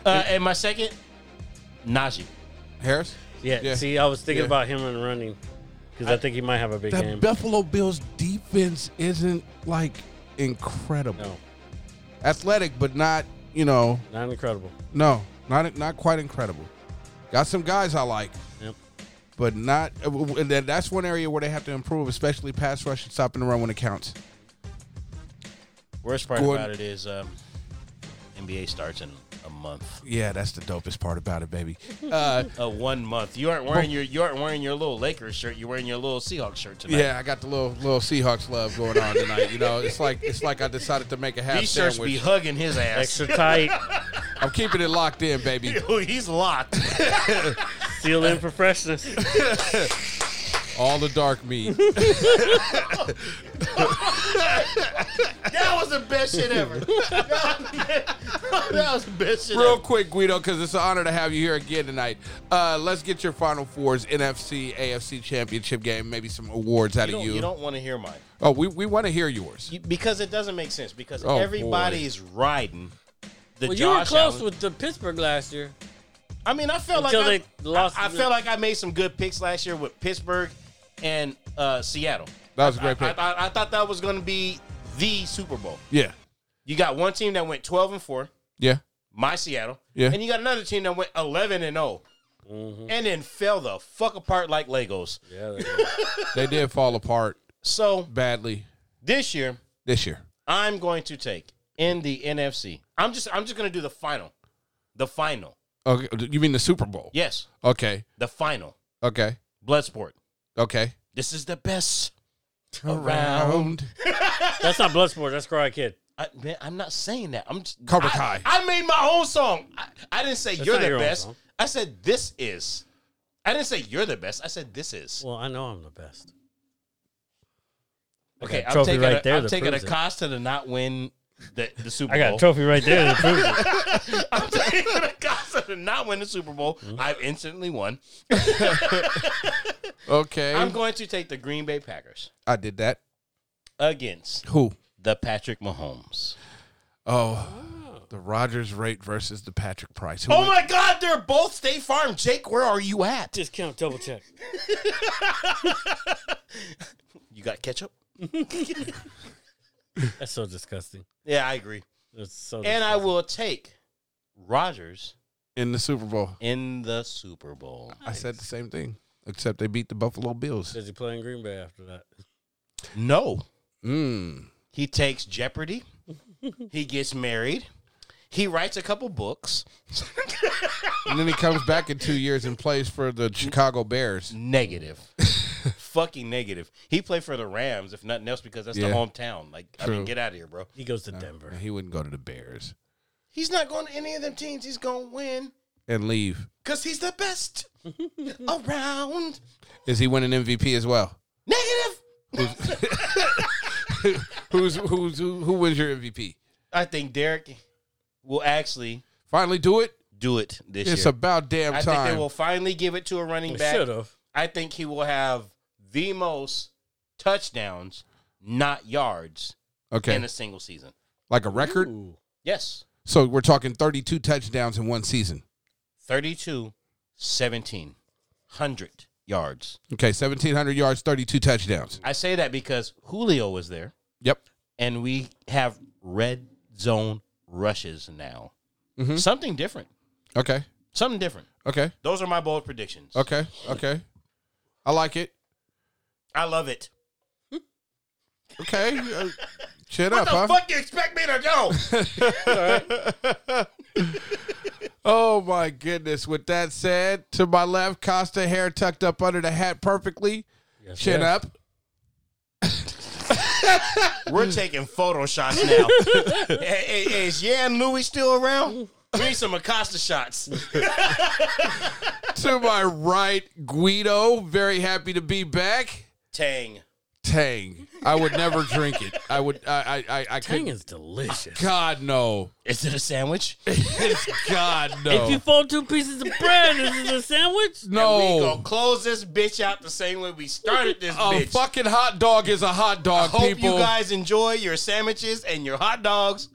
S3: uh, and my second, Najee.
S1: Harris.
S2: Yeah.
S1: Yeah.
S2: See, I was thinking
S1: Yeah.
S2: about him and running because I, think he might have a big
S1: That
S2: game.
S1: Buffalo Bills defense isn't like incredible.
S2: no,
S1: Athletic, but not you know,
S2: not incredible.
S1: no, not not quite incredible. Got some guys I like,
S2: Yep.
S1: but not. uh, And that- that's one area where they have to improve, especially pass rush and stopping the run when it counts.
S3: Worst part
S1: Gordon.
S3: about it is um, NBA starts in a month.
S1: Yeah, that's the dopest part about it, baby. Uh,
S3: A one month. You aren't wearing your you aren't wearing your little Lakers shirt. You're wearing your little Seahawks shirt tonight.
S1: yeah, I got the little little Seahawks love going on tonight. You know, it's like it's like I decided to make a half
S3: These shirts be
S1: sandwich.
S3: hugging his ass.
S2: Extra tight,
S1: I'm keeping it locked in, baby.
S3: Oh, he's locked.
S2: seal in for freshness.
S1: All the dark meat.
S3: That was the best shit ever. that was the best shit
S1: Real
S3: ever.
S1: quick, Guido, because it's an honor to have you here again tonight. Uh, let's get your Final Fours, NFC, AFC Championship game, maybe some awards out
S3: You
S1: of
S3: don't,
S1: you.
S3: you don't want to hear mine
S1: oh, we, we want to hear yours.
S3: You- because it doesn't make sense. Because
S1: Oh,
S3: everybody's riding the
S2: well, you were
S3: Josh
S2: close
S3: Allen.
S2: with the Pittsburgh last year.
S3: I mean, I felt
S2: Until
S3: like
S2: they
S3: I,
S2: lost-
S3: I, I felt like I made some good picks last year with Pittsburgh and uh, Seattle.
S1: That was a great
S3: I,
S1: pick.
S3: I, I thought that was going to be the Super Bowl.
S1: yeah,
S3: You got one team that went twelve and four,
S1: yeah.
S3: my Seattle,
S1: Yeah.
S3: and you got another team that went eleven and 0 and then fell the fuck apart like Legos.
S1: They did fall apart
S3: So
S1: badly
S3: this year,
S1: this year.
S3: I'm going to take in the NFC. I'm just I'm just going to do the final, the final.
S1: Okay, Oh, you mean the Super Bowl?
S3: Yes,
S1: Okay,
S3: the final.
S1: okay,
S3: Bloodsport.
S1: okay.
S3: This is the best around.
S2: That's not Bloodsport. That's Karate Kid.
S3: I, man, I'm not saying that. I'm just,
S1: Cobra
S3: I-
S1: Kai.
S3: I, made my own song. I, I didn't say
S2: That's
S3: you're
S2: not
S3: the
S2: your own
S3: best.
S2: song.
S3: I said this is. I didn't say you're the best. I said this is.
S2: Well, I know I'm the best. got
S3: okay,
S2: a
S3: I'm
S2: trophy
S3: taking
S2: right
S3: a,
S2: there
S3: I'm
S2: that
S3: taking a
S2: proves it.
S3: cost to not win the, the Super
S2: I got
S3: Bowl.
S2: a trophy right there to prove it.
S3: I'm taking a cost to not win the Super Bowl.
S2: Mm-hmm.
S3: I've instantly won.
S1: Okay,
S3: I'm going to take the Green Bay Packers
S1: I did that.
S3: against
S1: Who?
S3: the Patrick Mahomes.
S1: Oh, the Rogers rate versus the Patrick Price. Who
S3: Oh
S1: would-
S3: my God, they're both State Farm. Jake, where are you at?
S2: Discount double check.
S3: You got ketchup?
S2: That's so disgusting.
S3: Yeah, I agree.
S2: That's so.
S3: And I will take Rodgers
S1: In the Super Bowl,
S3: in the Super Bowl.
S1: I said the same thing, except they beat the Buffalo Bills.
S2: Does he play in Green Bay after that?
S3: No.
S1: Mm.
S3: He takes Jeopardy. he gets married. He writes a couple books.
S1: And then he comes back in two years and plays for the Chicago Bears.
S3: Negative. Fucking negative. He played for the Rams, if nothing else, because that's
S1: Yeah.
S3: the hometown. Like, I
S1: True.
S3: mean, get out of here, bro.
S2: He goes to Denver.
S1: He wouldn't go to the Bears
S3: He's not going to any of them teams. He's going to win
S1: and leave.
S3: because he's the best around.
S1: Is he winning MVP as well?
S3: Negative.
S1: Who's who's who, who wins your MVP?
S3: I think Derek will actually
S1: Finally, do it.
S3: do it this
S1: It's
S3: year.
S1: about damn
S3: I
S1: time.
S3: think they will finally give it to a running back.
S2: Should have.
S3: I think he will have the most touchdowns, not yards,
S1: okay,
S3: in a single season.
S1: like a record.
S3: Yes.
S1: So we're talking 32 touchdowns in one season.
S3: 32, 17, 100 yards.
S1: Okay, 1700 yards, 32 touchdowns.
S3: I say that because Julio was there
S1: Yep.
S3: and we have red zone rushes now.
S1: Mhm.
S3: Something different.
S1: Okay.
S3: Something different.
S1: Okay.
S3: Those are my bold predictions.
S1: Okay. Okay. I like it.
S3: I love it.
S1: Okay. Uh, Shut
S3: What
S1: up, huh?
S3: the fuck you expect me to do?
S1: Oh my goodness. With that said, to my left, Costa hair tucked up under the hat perfectly. Chin
S2: yes.
S1: up.
S3: We're taking photo shots now. hey, hey, hey, is Yan Louis still around? We need some Acosta shots.
S1: to my right, Guido. Very happy to be back.
S3: Tang.
S1: Tang. I would never drink it. I would I I I, I
S2: Tang
S1: couldn't
S2: is delicious.
S1: God no.
S3: Is it a sandwich?
S1: God
S2: If you
S1: no.
S2: fold two pieces of bread, is it a sandwich?
S3: We
S1: No.
S3: gonna close this bitch out the same way we started this
S1: A
S3: bitch.
S1: fucking hot dog is a hot dog,
S3: Hope
S1: people.
S3: you guys enjoy your sandwiches and your hot dogs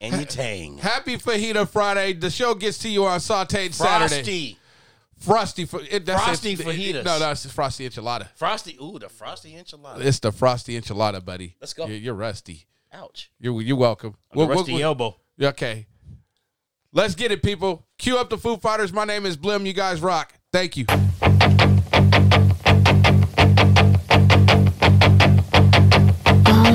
S3: and your tang.
S1: Happy Fajita Friday. The show gets to you on sauteed Saturday.
S3: Frosty.
S1: Frosty. fa- It, that's
S3: Frosty
S1: it,
S3: fajitas.
S1: no, no, it's the frosty enchilada.
S3: Frosty. Ooh, the frosty enchilada.
S1: It's the frosty enchilada, buddy.
S3: Let's go.
S1: You're, you're rusty.
S3: Ouch.
S1: You're, you're welcome.
S3: The rusty elbow.
S1: okay. Let's get it, people. Cue up the Foo Fighters. My name is Blim. You guys rock. Thank you.
S10: All